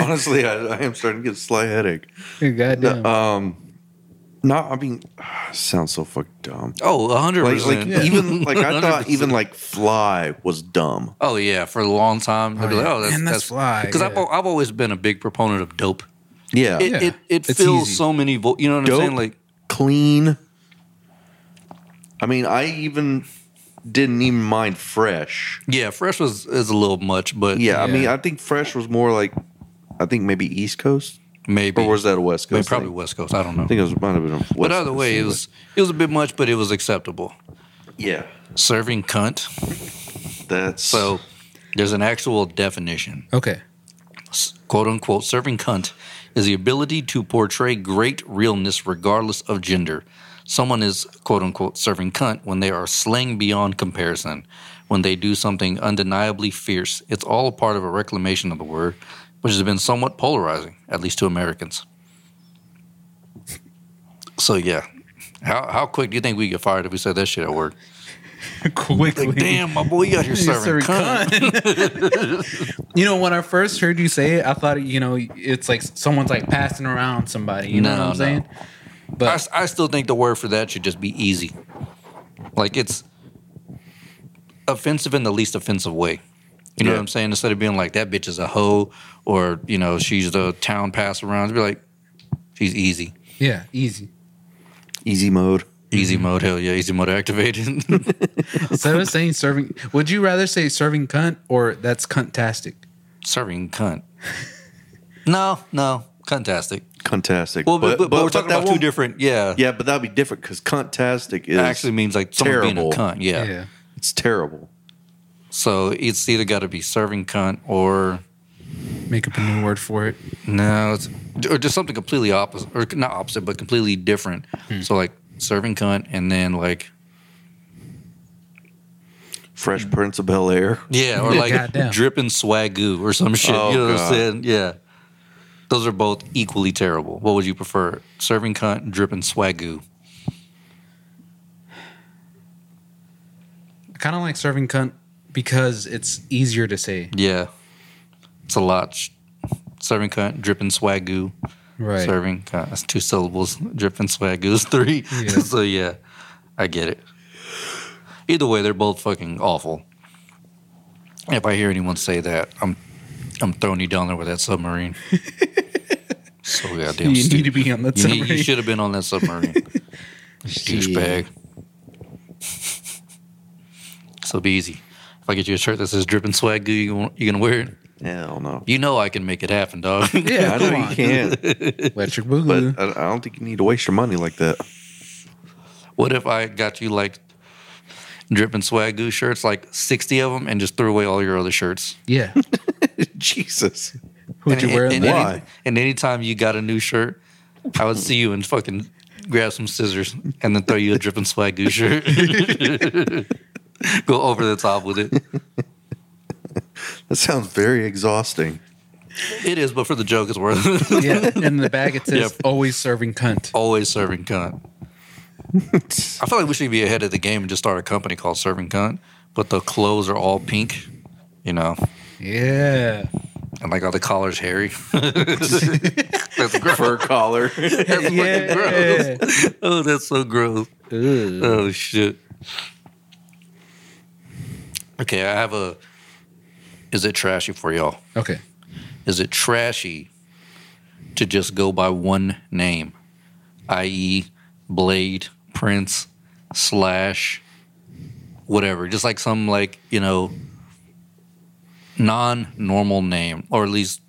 [SPEAKER 5] honestly, I, I am starting to get a slight headache. Um,
[SPEAKER 2] Goddamn.
[SPEAKER 5] No, I mean, sounds so fucking dumb.
[SPEAKER 3] oh, 100
[SPEAKER 5] Like, like
[SPEAKER 3] percent.
[SPEAKER 5] even like I thought even like fly was dumb.
[SPEAKER 3] Oh yeah, for a long time. I'd be
[SPEAKER 2] yeah.
[SPEAKER 3] like, oh, that's,
[SPEAKER 2] And that's fly,
[SPEAKER 3] Because I've,
[SPEAKER 2] yeah.
[SPEAKER 3] al- I've always been a big proponent of dope.
[SPEAKER 5] Yeah,
[SPEAKER 3] It
[SPEAKER 2] Yeah.
[SPEAKER 3] it, it
[SPEAKER 2] It's
[SPEAKER 3] fills
[SPEAKER 2] easy.
[SPEAKER 3] so many. Vo- you know what I'm
[SPEAKER 5] Dope.
[SPEAKER 3] saying? Like
[SPEAKER 5] clean. I mean, I even didn't even mind fresh.
[SPEAKER 3] yeah, fresh was is a little much, but
[SPEAKER 5] Yeah, I mean,
[SPEAKER 2] Yeah.
[SPEAKER 5] I think fresh was more like, I think maybe East Coast
[SPEAKER 3] maybe
[SPEAKER 5] or was that a West
[SPEAKER 3] maybe
[SPEAKER 5] Coast?
[SPEAKER 3] probably
[SPEAKER 5] thing?
[SPEAKER 3] West Coast. I don't know.
[SPEAKER 5] I think it was might have been. A West
[SPEAKER 3] but either
[SPEAKER 5] Coast
[SPEAKER 3] way, it
[SPEAKER 5] thing,
[SPEAKER 3] was it was a bit much, but it was acceptable.
[SPEAKER 5] but- yeah.
[SPEAKER 3] Serving cunt.
[SPEAKER 5] That's
[SPEAKER 3] So there's an actual definition.
[SPEAKER 2] okay.
[SPEAKER 3] quote unquote serving cunt is the ability to portray great realness regardless of gender. Someone is quote unquote serving cunt when they are slang beyond comparison, when they do something undeniably fierce. It's all a part of a reclamation of the word, which has been somewhat polarizing, at least to Americans. So yeah. How how quick do you think we get fired if we said that shit at work?
[SPEAKER 2] Quickly.
[SPEAKER 3] Damn, my boy, you out here serving,
[SPEAKER 2] Serving
[SPEAKER 3] cunt.
[SPEAKER 2] You know, when I first heard you say it, I thought, you know, it's like someone's like passing around somebody. You know
[SPEAKER 3] No,
[SPEAKER 2] what I'm
[SPEAKER 3] no.
[SPEAKER 2] saying?
[SPEAKER 3] I, s- I still think the word for that should just be easy. Like it's offensive in the least offensive way. You know
[SPEAKER 5] Yeah.
[SPEAKER 3] what I'm saying? Instead of being like that bitch is a hoe or you know she's the town pass around, be like she's easy,
[SPEAKER 5] Mm-hmm.
[SPEAKER 2] Yeah, easy.
[SPEAKER 5] easy mode.
[SPEAKER 3] easy mode. Hell yeah, easy mode activated.
[SPEAKER 2] Instead of saying serving, would you rather say serving cunt or that's cuntastic?
[SPEAKER 3] Serving cunt. No, no, cuntastic.
[SPEAKER 5] Fantastic.
[SPEAKER 3] Well, but, but, but we're talking
[SPEAKER 5] that
[SPEAKER 3] about two
[SPEAKER 5] won't-
[SPEAKER 3] different. Yeah,
[SPEAKER 5] Yeah, but that'd be different because cuntastic is
[SPEAKER 3] It actually means like someone being
[SPEAKER 5] terrible.
[SPEAKER 3] a cunt. Yeah.
[SPEAKER 5] it's terrible.
[SPEAKER 3] So it's either got to be serving cunt or
[SPEAKER 2] Make up a new word for it.
[SPEAKER 3] No, it's, or just something completely opposite, or not opposite, but completely different. So like serving cunt, and then like
[SPEAKER 5] Fresh Prince of Bel Air.
[SPEAKER 3] yeah, or like
[SPEAKER 2] Goddamn.
[SPEAKER 3] dripping swagoo or some shit.
[SPEAKER 5] Oh,
[SPEAKER 3] you know what I'm
[SPEAKER 5] God.
[SPEAKER 3] saying? Yeah, those are both equally terrible. What would you prefer, serving cunt, dripping swagoo?
[SPEAKER 2] I kind of like serving cunt because it's easier to say.
[SPEAKER 3] Yeah. It's a lot. Sh- Serving cunt, dripping swagoo.
[SPEAKER 2] Right.
[SPEAKER 3] Serving cunt. That's two syllables. Dripping swagoo is three.
[SPEAKER 2] Yeah.
[SPEAKER 3] so yeah, I get it. Either way, they're both fucking awful. If I hear anyone say that, I'm I'm throwing you down there with that submarine. so goddamn
[SPEAKER 2] you need
[SPEAKER 3] stupid.
[SPEAKER 2] to be on that
[SPEAKER 3] You, need-
[SPEAKER 2] submarine.
[SPEAKER 3] you should have been on that submarine. Douchebag. so be easy. If I get you a shirt that says dripping swag goo, you gonna, you gonna wear it?
[SPEAKER 5] Hell no.
[SPEAKER 3] You know I can make it happen, dog.
[SPEAKER 2] Yeah,
[SPEAKER 5] I
[SPEAKER 2] come
[SPEAKER 5] know
[SPEAKER 2] on.
[SPEAKER 5] you can't,
[SPEAKER 2] Electric
[SPEAKER 5] but
[SPEAKER 2] Boogaloo.
[SPEAKER 3] uh,
[SPEAKER 5] I, I don't think you need to waste your money like that.
[SPEAKER 3] what if I got you like dripping swag goo shirts, like 60 of them, and just threw away all your other shirts?
[SPEAKER 2] yeah.
[SPEAKER 5] Jesus.
[SPEAKER 2] Would you
[SPEAKER 3] and,
[SPEAKER 2] wear
[SPEAKER 3] and,
[SPEAKER 2] it?
[SPEAKER 5] Why?
[SPEAKER 3] any- and anytime you got a new shirt, I would see you and fucking grab some scissors and then throw you a dripping swag goo shirt. Go over the top with it.
[SPEAKER 5] That sounds very exhausting.
[SPEAKER 3] It is, but for the joke, it's worth it.
[SPEAKER 2] Yeah. In the bag it says
[SPEAKER 3] Yep.
[SPEAKER 2] always serving cunt.
[SPEAKER 3] Always serving cunt. I feel like we should be ahead of the game and just start a company called Serving Cunt, but the clothes are all pink, you know,
[SPEAKER 2] Yeah.
[SPEAKER 3] and like all the collars hairy. that's gross.
[SPEAKER 5] Fur collar.
[SPEAKER 3] That's fucking
[SPEAKER 2] Yeah.
[SPEAKER 3] gross. Oh, that's so gross.
[SPEAKER 2] Ugh.
[SPEAKER 3] Oh shit. Okay, I have a. Is it trashy for y'all?
[SPEAKER 2] Okay.
[SPEAKER 3] Is it trashy to just go by one name, i.e., Blade, Prince, Slash, whatever? Just like some like you know non-normal name, or at least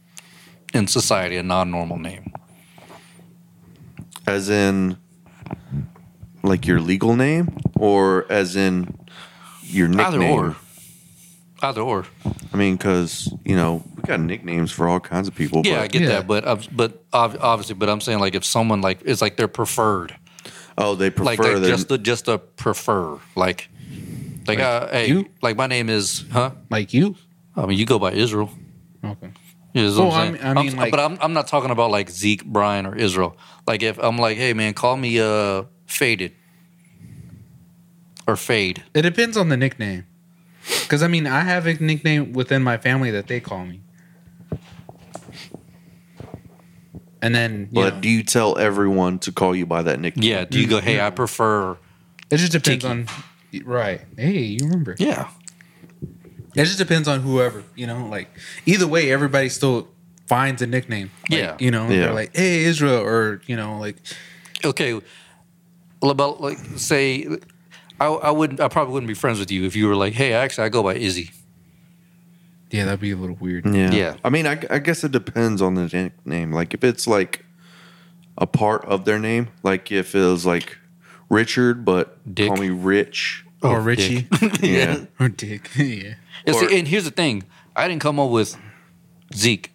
[SPEAKER 3] in society, a non-normal name.
[SPEAKER 5] As in, like your legal name, or as in your
[SPEAKER 3] Either
[SPEAKER 5] nickname?
[SPEAKER 3] or. Either or.
[SPEAKER 5] I mean, because, you know, we got nicknames for all kinds of people.
[SPEAKER 3] Yeah,
[SPEAKER 5] but,
[SPEAKER 3] I get
[SPEAKER 2] Yeah.
[SPEAKER 3] that, but I've- but ob- obviously, but I'm saying like if someone like it's like they're preferred,
[SPEAKER 5] Oh, they prefer
[SPEAKER 3] like, like
[SPEAKER 5] their.
[SPEAKER 3] just the just a prefer, like like, uh, hey,
[SPEAKER 2] you?
[SPEAKER 3] like my name is huh?
[SPEAKER 2] Like you?
[SPEAKER 3] I mean, you go by Israel.
[SPEAKER 2] Okay.
[SPEAKER 3] You know what
[SPEAKER 2] Oh, I
[SPEAKER 3] I'm
[SPEAKER 2] mean-
[SPEAKER 3] saying?
[SPEAKER 2] I
[SPEAKER 3] I'm-
[SPEAKER 2] mean, like-
[SPEAKER 3] but I'm I'm not talking about like Zeke, Brian, or Israel. Like if I'm like, hey man, call me uh faded or fade.
[SPEAKER 2] It depends on the nickname. Because, I mean, I have a nickname within my family that they call me. And then, you
[SPEAKER 5] but
[SPEAKER 2] know,
[SPEAKER 5] do you tell everyone to call you by that nickname?
[SPEAKER 3] Yeah. Do
[SPEAKER 2] Mm-hmm.
[SPEAKER 3] you go? Hey, I prefer.
[SPEAKER 2] it just depends
[SPEAKER 3] Tiki.
[SPEAKER 2] on. Right. Hey, you remember.
[SPEAKER 3] Yeah.
[SPEAKER 2] It just depends on whoever, you know, like either way, everybody still finds a nickname. Like,
[SPEAKER 3] Yeah.
[SPEAKER 2] You know,
[SPEAKER 5] Yeah.
[SPEAKER 2] they're like, hey, Israel, or, you know, like,
[SPEAKER 3] okay well, about like say I, I wouldn't I probably wouldn't be friends with you if you were like hey actually I go by Izzy
[SPEAKER 2] yeah, that'd be a little weird.
[SPEAKER 5] Yeah.
[SPEAKER 3] Yeah.
[SPEAKER 5] I mean, I, I guess it depends on the nickname. Like, if it's like a part of their name, like if it was like Richard, but
[SPEAKER 3] Dick.
[SPEAKER 5] call me Rich.
[SPEAKER 3] Oh,
[SPEAKER 2] Or Richie.
[SPEAKER 5] Yeah.
[SPEAKER 2] or Dick. yeah.
[SPEAKER 3] and, see,
[SPEAKER 5] Or-
[SPEAKER 3] and here's the thing I didn't come up with Zeke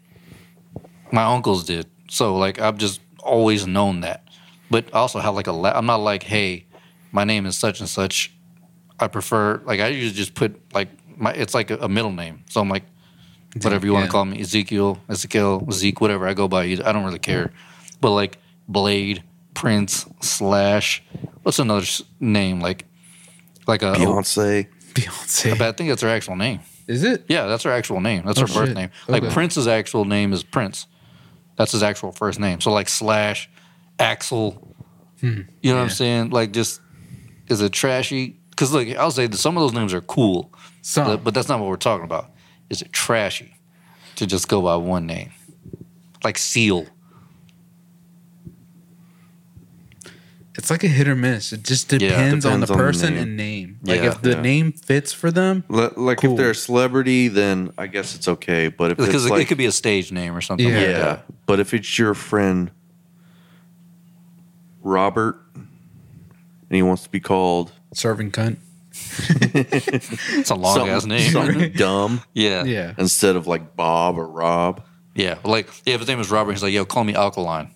[SPEAKER 3] my uncles did so like I've just always known that but I also have like a la- I'm not like hey my name is such and such I prefer like I usually just put like my it's like a, a middle name so I'm like whatever you want
[SPEAKER 2] yeah.
[SPEAKER 3] to call me, Ezekiel, Ezekiel, Zeke, whatever. I go by you. I don't really care. But like Blade, Prince, Slash, what's another s- name like, like a.
[SPEAKER 5] Beyonce.
[SPEAKER 2] Beyonce.
[SPEAKER 3] But I think that's her actual name.
[SPEAKER 2] Is it?
[SPEAKER 3] Yeah, that's her actual name. That's her birth
[SPEAKER 2] Oh, shit.
[SPEAKER 3] name. Like
[SPEAKER 2] Okay.
[SPEAKER 3] Prince's actual name is Prince. That's his actual first name. So like Slash, Axel.
[SPEAKER 2] Hmm.
[SPEAKER 3] You know what I'm saying? Like just is it trashy? Because look, I'll say that some of those names are cool.
[SPEAKER 2] Some.
[SPEAKER 3] But, but that's not what we're talking about. Is it trashy to just go by one name? Like Seal.
[SPEAKER 2] it's like a hit or miss. It just depends, on the
[SPEAKER 5] depends on the
[SPEAKER 2] person
[SPEAKER 5] name.
[SPEAKER 2] and name. Like
[SPEAKER 3] Yeah.
[SPEAKER 2] if the
[SPEAKER 5] Yeah.
[SPEAKER 2] name fits for them,
[SPEAKER 5] Le- like,
[SPEAKER 2] Cool.
[SPEAKER 5] if they're a celebrity, then I guess it's okay. But if
[SPEAKER 3] Because
[SPEAKER 5] it's
[SPEAKER 3] it,
[SPEAKER 5] like.
[SPEAKER 3] it could be a stage name or something.
[SPEAKER 2] Yeah.
[SPEAKER 5] yeah.
[SPEAKER 3] Like that.
[SPEAKER 5] But if it's your friend, Robert, and he wants to be called
[SPEAKER 2] serving cunt.
[SPEAKER 3] It's a long ass
[SPEAKER 5] something-
[SPEAKER 3] name.
[SPEAKER 5] something dumb
[SPEAKER 3] Yeah. Yeah.
[SPEAKER 2] Yeah.
[SPEAKER 5] instead of like Bob or Rob.
[SPEAKER 3] Like, yeah, if his name is Robert, he's like, yo, call me Alkaline.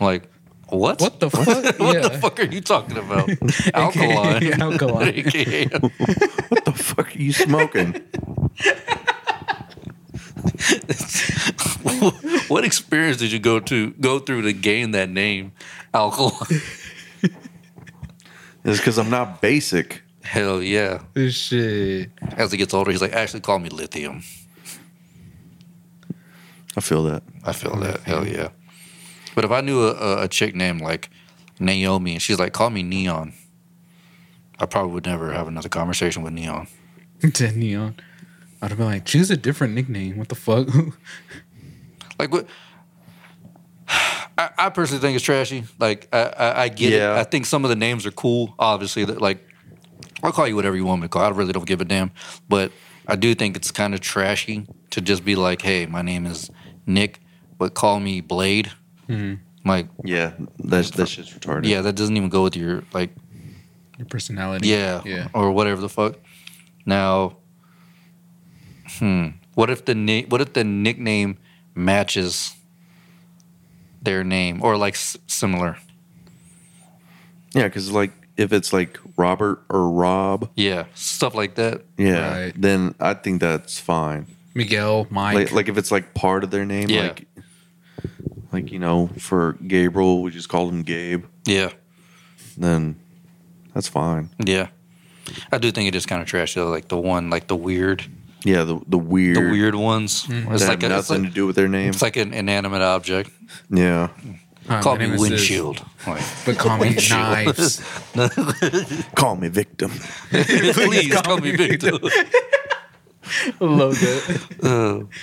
[SPEAKER 3] I'm like, what?
[SPEAKER 2] What the fuck?
[SPEAKER 3] What
[SPEAKER 2] yeah.
[SPEAKER 3] the fuck are you talking about? Alkaline.
[SPEAKER 2] Alkaline.
[SPEAKER 3] AKA.
[SPEAKER 5] What the fuck are you smoking?
[SPEAKER 3] what experience did you go to go through to gain that name, Alkaline?
[SPEAKER 5] It's because I'm not basic.
[SPEAKER 3] Hell yeah.
[SPEAKER 2] Shit.
[SPEAKER 3] As he gets older, he's like, actually, call me lithium.
[SPEAKER 5] I feel that.
[SPEAKER 3] I feel that. Hell yeah. But if I knew a, a, a chick named like Naomi and she's like, call me Neon, I probably would never have another conversation with Neon.
[SPEAKER 2] to neon. I'd have been like, choose a different nickname. What the fuck?
[SPEAKER 3] Like, what? I, I personally think it's trashy. Like, I, I, I get
[SPEAKER 5] Yeah.
[SPEAKER 3] it. I think some of the names are cool, obviously. That like, I'll call you whatever you want me to call. I really don't give a damn. But I do think it's kind of trashy to just be like, hey, my name is Nick, but call me Blade. Like,
[SPEAKER 5] Yeah, that's that shit's retarded.
[SPEAKER 3] yeah, that doesn't even go with your like
[SPEAKER 2] Your personality.
[SPEAKER 3] Yeah,
[SPEAKER 2] Yeah.
[SPEAKER 3] or whatever the fuck. Now, hmm, what if the na- what if the nickname matches their name or like s- similar?
[SPEAKER 5] yeah, because like if it's like Robert or Rob,
[SPEAKER 3] Yeah, stuff like that.
[SPEAKER 5] yeah,
[SPEAKER 2] Right.
[SPEAKER 5] then I think that's fine.
[SPEAKER 2] Miguel, Mike.
[SPEAKER 5] Like, like if it's like part of their name,
[SPEAKER 3] Yeah.
[SPEAKER 5] like like you know, for Gabriel, we just called him Gabe.
[SPEAKER 3] Yeah,
[SPEAKER 5] Then that's fine.
[SPEAKER 3] yeah. I do think it is kind of trash though. Like the one, like the weird,
[SPEAKER 5] Yeah, the the weird, Hmm.
[SPEAKER 3] the weird ones.
[SPEAKER 5] that
[SPEAKER 3] It's
[SPEAKER 5] have
[SPEAKER 3] like a, it's
[SPEAKER 5] nothing
[SPEAKER 3] like,
[SPEAKER 5] to do with their name.
[SPEAKER 3] it's like an inanimate object.
[SPEAKER 5] yeah,
[SPEAKER 2] Hi, my
[SPEAKER 3] Call me
[SPEAKER 2] Uh, name is this,
[SPEAKER 3] windshield. Like,
[SPEAKER 2] But call me
[SPEAKER 3] windshield.
[SPEAKER 2] knives.
[SPEAKER 5] call me victim.
[SPEAKER 3] Please call me Victor.
[SPEAKER 2] Logo.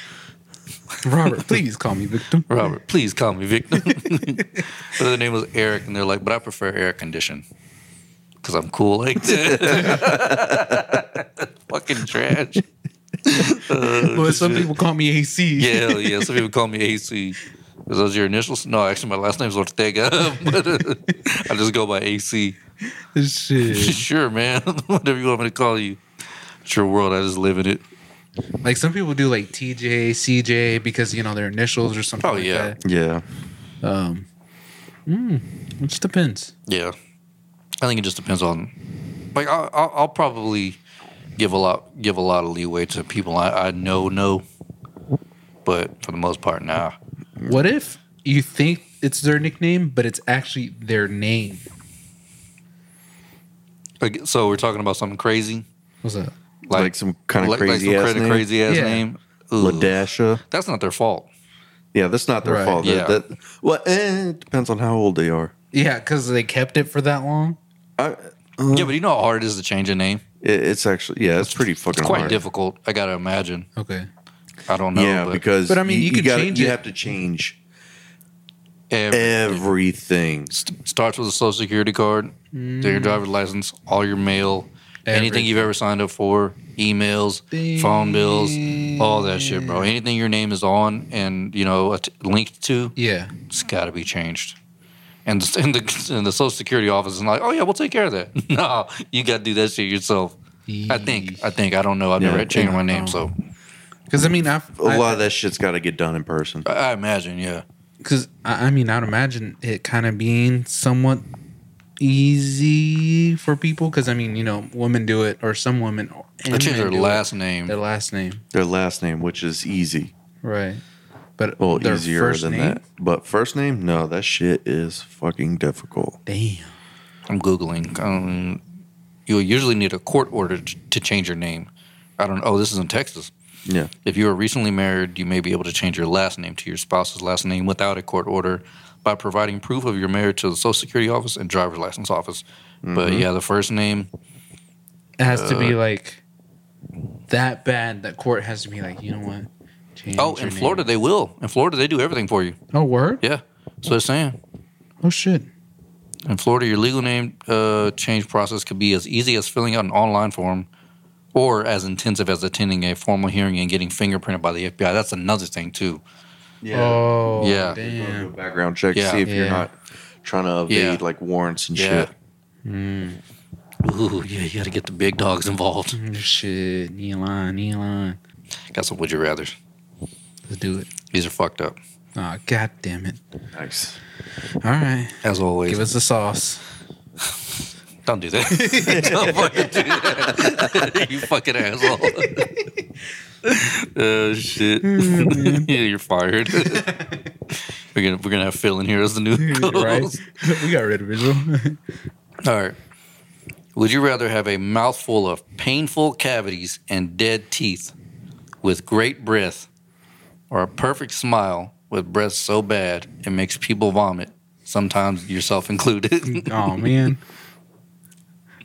[SPEAKER 3] Uh,
[SPEAKER 2] Robert, please call me victim.
[SPEAKER 3] Robert, please call me victim. but the name was Eric, and they're like, but I prefer air condition because I'm cool like that. Fucking trash. uh,
[SPEAKER 2] Well, some people call me AC.
[SPEAKER 3] Yeah, hell yeah. Some people call me AC. Is those your initials? No, actually, my last name's Ortega. but, uh, I just go by AC.
[SPEAKER 2] Shit.
[SPEAKER 3] sure, man. Whatever you want me to call you. It's your world. I just live in it.
[SPEAKER 2] Like some people do like TJ, CJ because you know their initials or something.
[SPEAKER 3] Oh,
[SPEAKER 2] like
[SPEAKER 3] yeah.
[SPEAKER 5] Yeah,
[SPEAKER 2] That. Um, mm, it just depends.
[SPEAKER 3] Yeah, I think it just depends on. Like, I'll, I'll, I'll probably give a lot give a lot of leeway to people I, I know know, but for the most part, nah.
[SPEAKER 2] What if you think it's their nickname, but it's actually their name?
[SPEAKER 3] Like, so we're talking about something crazy,
[SPEAKER 2] What's up?
[SPEAKER 5] like, some kind of crazy ass
[SPEAKER 3] kinda
[SPEAKER 5] name.
[SPEAKER 3] crazy ass
[SPEAKER 2] Yeah.
[SPEAKER 3] name. Ooh,
[SPEAKER 5] Ladasha.
[SPEAKER 3] that's not their fault.
[SPEAKER 5] Yeah, that's not their
[SPEAKER 2] Right.
[SPEAKER 5] fault. That-
[SPEAKER 3] Yeah.
[SPEAKER 5] That, well, eh, it depends on how old they are.
[SPEAKER 2] Yeah, because they kept it for that long.
[SPEAKER 5] I,
[SPEAKER 3] Yeah, but you know how hard it is to change a name.
[SPEAKER 5] it, it's actually yeah, it's pretty fucking
[SPEAKER 3] It's quite
[SPEAKER 5] hard.
[SPEAKER 3] difficult. I gotta imagine.
[SPEAKER 2] Okay.
[SPEAKER 3] I don't know.
[SPEAKER 5] yeah,
[SPEAKER 3] but
[SPEAKER 5] because
[SPEAKER 2] But I mean, you can
[SPEAKER 5] gotta-
[SPEAKER 2] change
[SPEAKER 5] you
[SPEAKER 2] it.
[SPEAKER 5] have to change
[SPEAKER 3] every-
[SPEAKER 5] everything.
[SPEAKER 3] st- starts with a social security card, then your driver's license, all your mail, anything you've ever signed up for, emails, phone bills, all that shit, bro. Anything your name is on and you know at- linked to,
[SPEAKER 2] Yeah.
[SPEAKER 3] it's got to be changed. And the, and the and the social security office is like, oh yeah, we'll take care of that. no, you got to do that shit yourself. I think. I think. I don't know. I've
[SPEAKER 5] Yeah.
[SPEAKER 3] never changed my name, so
[SPEAKER 2] Because I mean, I've,
[SPEAKER 5] A lot of that shit's got to get done in person.
[SPEAKER 3] I, I imagine. Yeah.
[SPEAKER 2] Because I, I mean, I'd imagine it kind of being somewhat easy for people. Because I mean, you know, women do it, or some women.
[SPEAKER 3] They
[SPEAKER 2] and
[SPEAKER 3] change
[SPEAKER 2] men
[SPEAKER 3] their
[SPEAKER 2] do it.
[SPEAKER 3] last name.
[SPEAKER 2] Their last name,
[SPEAKER 5] Their last name, which is easy,
[SPEAKER 2] right? But
[SPEAKER 5] well,
[SPEAKER 2] their
[SPEAKER 5] easier
[SPEAKER 2] first
[SPEAKER 5] than
[SPEAKER 2] name?
[SPEAKER 5] that. But first name, no, that shit is fucking difficult.
[SPEAKER 2] Damn.
[SPEAKER 3] I'm googling. Um, you usually need a court order t- to change your name. I don't. Oh, this is in Texas.
[SPEAKER 5] Yeah,
[SPEAKER 3] If you are recently married, you may be able to change your last name to your spouse's last name without a court order by providing proof of your marriage to the Social Security office and driver's license office.
[SPEAKER 2] Mm-hmm.
[SPEAKER 3] But yeah, the first name.
[SPEAKER 2] It has to
[SPEAKER 3] Uh,
[SPEAKER 2] be like that bad that court has to be like, you know what? Change
[SPEAKER 3] Oh,
[SPEAKER 2] your
[SPEAKER 3] in
[SPEAKER 2] name.
[SPEAKER 3] Florida they will. In Florida they do everything for you.
[SPEAKER 2] Oh, word?
[SPEAKER 3] Yeah, so it's saying.
[SPEAKER 2] Oh, shit.
[SPEAKER 3] In Florida, your legal name uh, change process could be as easy as filling out an online form or as intensive as attending a formal hearing and getting fingerprinted by the FBI. That's another thing, too.
[SPEAKER 2] Oh,
[SPEAKER 3] Yeah.
[SPEAKER 5] Do a
[SPEAKER 2] Damn.
[SPEAKER 5] background check,
[SPEAKER 3] Yeah.
[SPEAKER 5] see if you're
[SPEAKER 2] Yeah.
[SPEAKER 5] not trying to evade
[SPEAKER 3] Yeah.
[SPEAKER 5] like warrants and
[SPEAKER 3] Yeah.
[SPEAKER 5] shit.
[SPEAKER 2] Mm,
[SPEAKER 3] Ooh, yeah, you got to get the big dogs involved.
[SPEAKER 2] Shit. Knee line, knee line.
[SPEAKER 3] Got some would you rather.
[SPEAKER 2] Let's do it.
[SPEAKER 3] These are fucked up,
[SPEAKER 2] Oh, god damn it.
[SPEAKER 5] Nice.
[SPEAKER 2] All right.
[SPEAKER 3] as always.
[SPEAKER 2] Give us the sauce.
[SPEAKER 3] Don't do that. Don't fucking do that. you fucking asshole. Oh shit! yeah, you're fired. we're gonna we're gonna have Phil in here as the new
[SPEAKER 2] right?
[SPEAKER 3] co-host.
[SPEAKER 2] we got rid of visual.
[SPEAKER 3] All right. Would you rather have a mouthful of painful cavities and dead teeth with great breath or a perfect smile with breath so bad it makes people vomit, sometimes yourself included?
[SPEAKER 2] Oh man.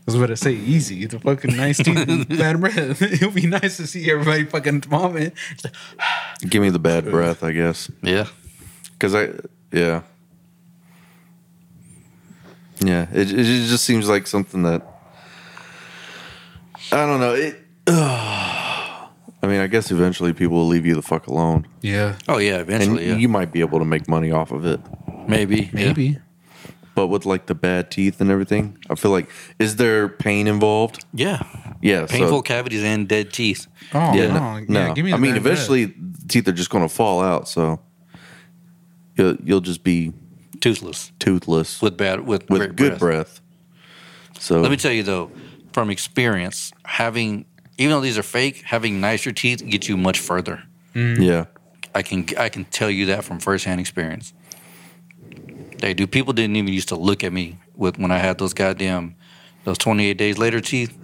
[SPEAKER 2] I was about to say easy. The fucking nice teeth, and bad breath. It'll be nice to see everybody fucking vomit.
[SPEAKER 5] Give me the bad breath, I guess.
[SPEAKER 3] yeah.
[SPEAKER 5] Because I, yeah. Yeah, it, it just seems like something that, I don't know. It, I mean, I guess eventually people will leave you the fuck alone.
[SPEAKER 2] Yeah,
[SPEAKER 3] Oh, yeah,
[SPEAKER 5] And
[SPEAKER 3] eventually. yeah.
[SPEAKER 5] you might be able to make money off of it.
[SPEAKER 3] maybe.
[SPEAKER 2] maybe.
[SPEAKER 3] Yeah.
[SPEAKER 5] But with like the bad teeth and everything, I feel like, is there pain involved?
[SPEAKER 3] Yeah.
[SPEAKER 5] Yeah. so-
[SPEAKER 3] Painful cavities and dead teeth.
[SPEAKER 2] Oh
[SPEAKER 5] yeah,
[SPEAKER 2] no,
[SPEAKER 5] no,
[SPEAKER 2] yeah.
[SPEAKER 5] no.
[SPEAKER 2] Give me. The
[SPEAKER 5] I mean,
[SPEAKER 2] bad breath.
[SPEAKER 5] eventually teeth are just going to fall out, so you'll, you'll just be
[SPEAKER 3] Toothless
[SPEAKER 5] toothless with,
[SPEAKER 3] with bad with, great
[SPEAKER 5] good breath. So
[SPEAKER 3] Let me tell you though, from experience, having even though these are fake, having nicer teeth gets you much further.
[SPEAKER 5] yeah,
[SPEAKER 3] I can I can tell you that from firsthand experience. They do. People didn't even used to look at me with when I had those goddamn those twenty eight days later teeth.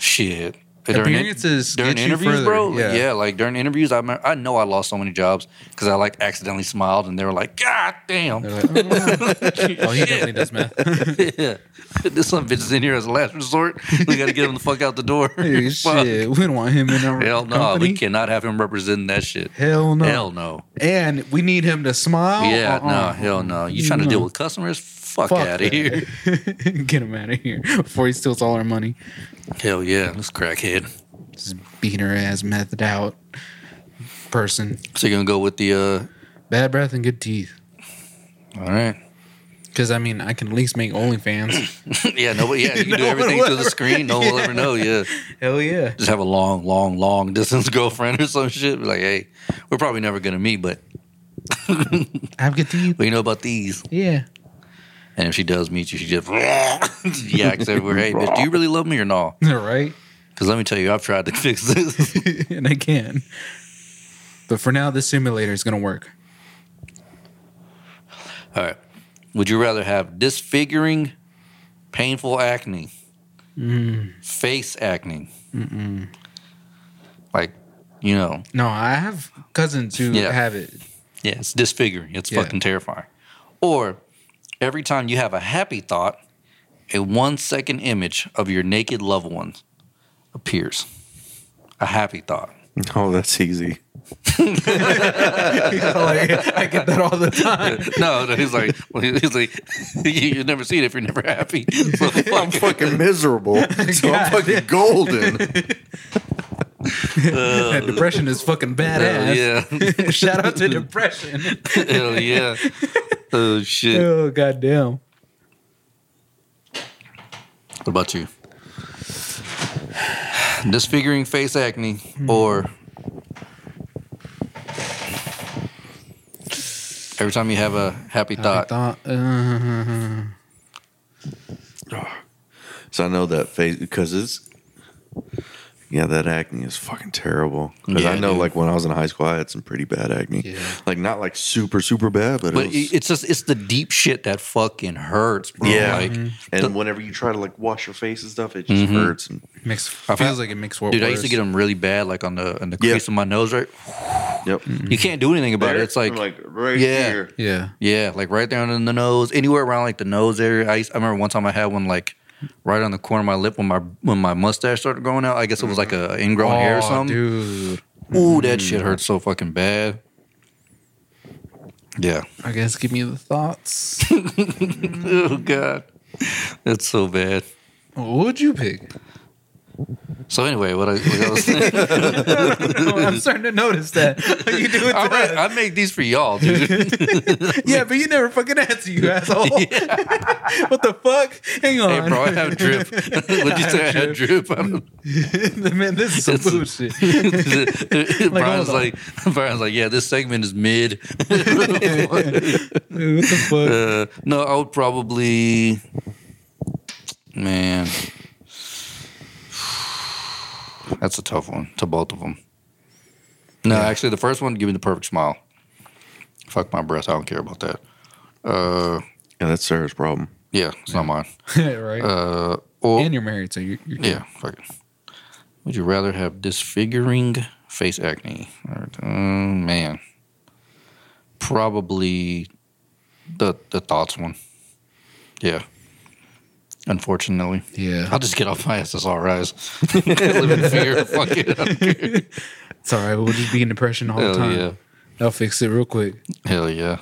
[SPEAKER 3] Shit.
[SPEAKER 2] Appearances
[SPEAKER 3] during
[SPEAKER 2] get you
[SPEAKER 3] interviews,
[SPEAKER 2] further,
[SPEAKER 3] bro.
[SPEAKER 2] yeah.
[SPEAKER 3] Yeah. like during interviews, I remember, I know I lost so many jobs because I like accidentally smiled and they were like, God damn,
[SPEAKER 2] They're like, oh, oh, he definitely does math.
[SPEAKER 3] yeah. this some bitch is in here as a last resort. We got to get him the fuck out the door.
[SPEAKER 2] Hey,
[SPEAKER 3] Fuck.
[SPEAKER 2] shit, we don't want him in our
[SPEAKER 3] Hell no,
[SPEAKER 2] company.
[SPEAKER 3] we cannot have him representing that shit.
[SPEAKER 2] Hell no.
[SPEAKER 3] Hell no.
[SPEAKER 2] And we need him to smile.
[SPEAKER 3] Yeah, no,
[SPEAKER 2] Uh-uh.
[SPEAKER 3] hell no. You trying to deal
[SPEAKER 2] No.
[SPEAKER 3] with customers? uh, Mm-hmm. Fuck,
[SPEAKER 2] Fuck
[SPEAKER 3] out of
[SPEAKER 2] that.
[SPEAKER 3] here.
[SPEAKER 2] Get him out of here before he steals all our money.
[SPEAKER 3] Hell yeah, this crackhead.
[SPEAKER 2] Just beat her ass, methed out person.
[SPEAKER 3] So you're gonna go with the uh
[SPEAKER 2] Bad breath and good teeth.
[SPEAKER 3] all right.
[SPEAKER 2] Because I mean, I can at least make OnlyFans.
[SPEAKER 3] yeah, no, but yeah, you can do
[SPEAKER 2] No one
[SPEAKER 3] everything
[SPEAKER 2] will
[SPEAKER 3] through the
[SPEAKER 2] ever-
[SPEAKER 3] screen. No one will
[SPEAKER 2] Yeah.
[SPEAKER 3] ever know. Yeah.
[SPEAKER 2] Hell yeah.
[SPEAKER 3] Just have a long, long, long distance girlfriend or some shit. Be like, hey, we're probably never gonna meet, but
[SPEAKER 2] Have good teeth.
[SPEAKER 3] we know about these.
[SPEAKER 2] Yeah.
[SPEAKER 3] And if she does meet you, she just yaks everywhere. Hey, bitch, do you really love me or no?
[SPEAKER 2] All right.
[SPEAKER 3] Because let me tell you, I've tried to fix this.
[SPEAKER 2] and I can. But for now, this simulator is going to work.
[SPEAKER 3] All right. Would you rather have disfiguring, painful acne, face acne, like you know,
[SPEAKER 2] No, I have cousins who
[SPEAKER 3] Yeah.
[SPEAKER 2] have it.
[SPEAKER 3] yeah, it's disfiguring. It's
[SPEAKER 2] Yeah.
[SPEAKER 3] fucking terrifying. Or every time you have a happy thought, a one second image of your naked loved one appears. A happy thought.
[SPEAKER 5] oh, that's easy.
[SPEAKER 2] Like, I get that all the time.
[SPEAKER 3] no, no, he's like, he's like, you, you never see it if you're never happy. So
[SPEAKER 5] I'm fucking miserable, so I'm
[SPEAKER 2] God.
[SPEAKER 5] fucking golden.
[SPEAKER 2] that depression is fucking badass.
[SPEAKER 3] hell yeah.
[SPEAKER 2] Shout out to depression.
[SPEAKER 3] Hell yeah. Oh shit.
[SPEAKER 2] oh goddamn.
[SPEAKER 3] What about you? Disfiguring face acne or every time you have a happy
[SPEAKER 2] I
[SPEAKER 3] thought.
[SPEAKER 2] thought, uh,
[SPEAKER 5] So I know that face because it's yeah, that acne is fucking terrible. Because
[SPEAKER 3] Yeah,
[SPEAKER 5] I know,
[SPEAKER 3] dude.
[SPEAKER 5] like when I was in high school, I had some pretty bad acne.
[SPEAKER 2] Yeah.
[SPEAKER 5] Like not like super super bad, but,
[SPEAKER 3] But
[SPEAKER 5] it was,
[SPEAKER 3] it- it's just it's the deep shit that fucking hurts, bro.
[SPEAKER 5] yeah.
[SPEAKER 3] Like,
[SPEAKER 5] and
[SPEAKER 3] the- Mm-hmm.
[SPEAKER 5] whenever you try to like wash your face and stuff, it just hurts. And,
[SPEAKER 2] makes
[SPEAKER 3] I've
[SPEAKER 2] feels
[SPEAKER 3] had-
[SPEAKER 2] like it makes work.
[SPEAKER 3] dude, I used to get them really bad, like on the on the
[SPEAKER 5] Yeah.
[SPEAKER 3] crease of my nose, right?
[SPEAKER 5] yep.
[SPEAKER 3] You can't do anything about
[SPEAKER 5] There,
[SPEAKER 3] it. It's like,
[SPEAKER 5] like right
[SPEAKER 3] yeah.
[SPEAKER 5] here.
[SPEAKER 2] Yeah.
[SPEAKER 3] yeah, like right there on the nose, anywhere around like the nose area. I, used, I remember one time I had one like right on the corner of my lip when my when my mustache started growing out. I guess it was like a ingrown hair or something.
[SPEAKER 2] dude.
[SPEAKER 3] Ooh, that shit hurts so fucking bad. Yeah.
[SPEAKER 2] I guess give me the thoughts.
[SPEAKER 3] Oh god, that's so bad.
[SPEAKER 2] what would you pick?
[SPEAKER 3] So anyway, what I, what I was saying,
[SPEAKER 2] Oh, I'm starting to notice that. What you doing
[SPEAKER 3] I,
[SPEAKER 2] that?
[SPEAKER 3] I make these for y'all, dude.
[SPEAKER 2] Yeah, but you never fucking answer, you asshole. what the fuck? Hang on.
[SPEAKER 3] hey, bro, I have drip. Would you say I have drip? I don't-
[SPEAKER 2] Man, this is some
[SPEAKER 3] It's-
[SPEAKER 2] bullshit.
[SPEAKER 3] Brian's
[SPEAKER 2] hold on.
[SPEAKER 3] like, Brian's like, yeah, this segment is mid.
[SPEAKER 2] Dude, what the fuck?
[SPEAKER 3] Uh, no, I would probably, man, that's a tough one to both of them. No, actually, the first one, give me the perfect smile. Fuck my breath. I don't care about that. Uh,
[SPEAKER 5] Yeah, that's Sarah's problem.
[SPEAKER 3] yeah, it's not mine.
[SPEAKER 2] Yeah, right.
[SPEAKER 3] Uh, Or
[SPEAKER 2] and you're married, so you're, you're
[SPEAKER 3] yeah, fuck it. Would you rather have disfiguring face acne? Or, um, man, probably the the thoughts one. Yeah. Unfortunately,
[SPEAKER 2] yeah.
[SPEAKER 3] I'll just get off my SSRIs. Live in fear. Fuck it. I don't care.
[SPEAKER 2] It's all right. We'll just be in depression all the
[SPEAKER 3] Hell
[SPEAKER 2] time.
[SPEAKER 3] yeah.
[SPEAKER 2] I'll fix it real quick.
[SPEAKER 3] Hell yeah.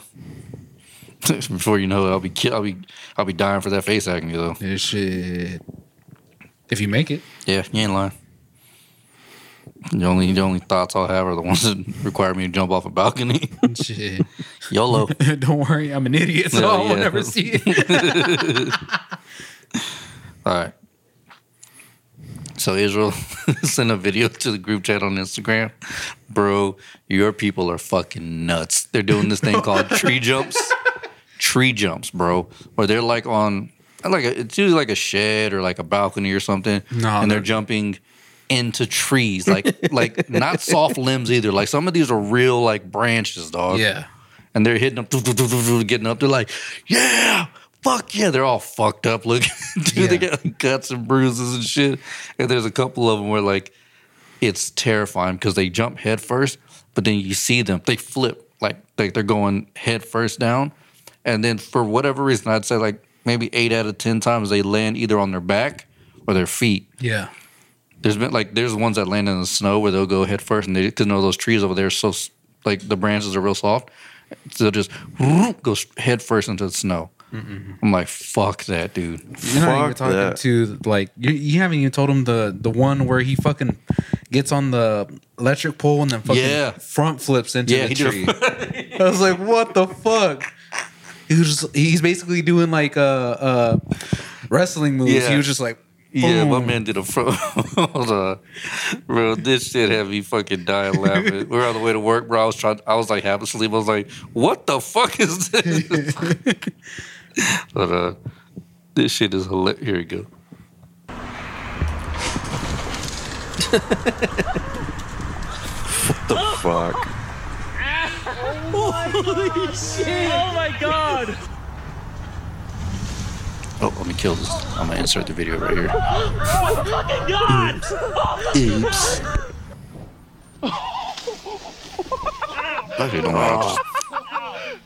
[SPEAKER 3] Before you know it, I'll be ki- I'll be I'll be dying for that face acne though.
[SPEAKER 2] Yeah, shit. If you make it,
[SPEAKER 3] Yeah, you ain't lying. The only the only thoughts I'll have are the ones that require me to jump off a balcony.
[SPEAKER 2] shit.
[SPEAKER 3] YOLO.
[SPEAKER 2] Don't worry, I'm an idiot, so
[SPEAKER 3] Yeah,
[SPEAKER 2] I will
[SPEAKER 3] yeah.
[SPEAKER 2] never see it.
[SPEAKER 3] All right. So Israel sent a video to the group chat on Instagram. Bro, your people are fucking nuts. They're doing this thing called tree jumps. Tree jumps, bro. Where they're like on like a, it's usually like a shed or like a balcony or something.
[SPEAKER 2] No,
[SPEAKER 3] and they're
[SPEAKER 2] they're-
[SPEAKER 3] jumping into trees. Like like not soft limbs either. Like some of these are real like branches, dog
[SPEAKER 2] yeah.
[SPEAKER 3] and they're hitting up, getting up. They're like, yeah, fuck yeah. They're all fucked up looking. Dude, they
[SPEAKER 2] Yeah.
[SPEAKER 3] got like, cuts and bruises and shit. And there's a couple of them where like it's terrifying because they jump head first, but then you see them, they flip like like they're going head first down, and then for whatever reason, I'd say like maybe eight out of ten times they land either on their back or their feet.
[SPEAKER 2] Yeah.
[SPEAKER 3] There's been like there's ones that land in the snow where they'll go head first, and they because know those trees over there are so s- like the branches are real soft, so they'll just whoop, go s- head first into the snow. I'm like, fuck that, dude.
[SPEAKER 2] You're not even
[SPEAKER 5] Fuck
[SPEAKER 2] talking
[SPEAKER 5] that.
[SPEAKER 2] to like you, you haven't even told him the the one where he fucking gets on the electric pole and then fucking
[SPEAKER 3] Yeah.
[SPEAKER 2] front flips into
[SPEAKER 3] Yeah,
[SPEAKER 2] the
[SPEAKER 3] he did a-
[SPEAKER 2] tree. I was like, what the fuck? He was just, he's basically doing like uh uh wrestling moves.
[SPEAKER 3] Yeah.
[SPEAKER 2] He was just like,
[SPEAKER 3] Yeah, my
[SPEAKER 2] boom.
[SPEAKER 3] man did a fro. Hold on, bro. This shit had me fucking dying laughing. we were on the way to work, bro. I was trying. I was like half asleep. I was like, what the fuck is this? but uh, this shit is hilarious. Here we go.
[SPEAKER 5] The fuck.
[SPEAKER 3] Oh, let me kill this. I'm gonna insert the video right here.
[SPEAKER 1] fucking god!
[SPEAKER 3] Oops. Actually, don't worry, I'll just-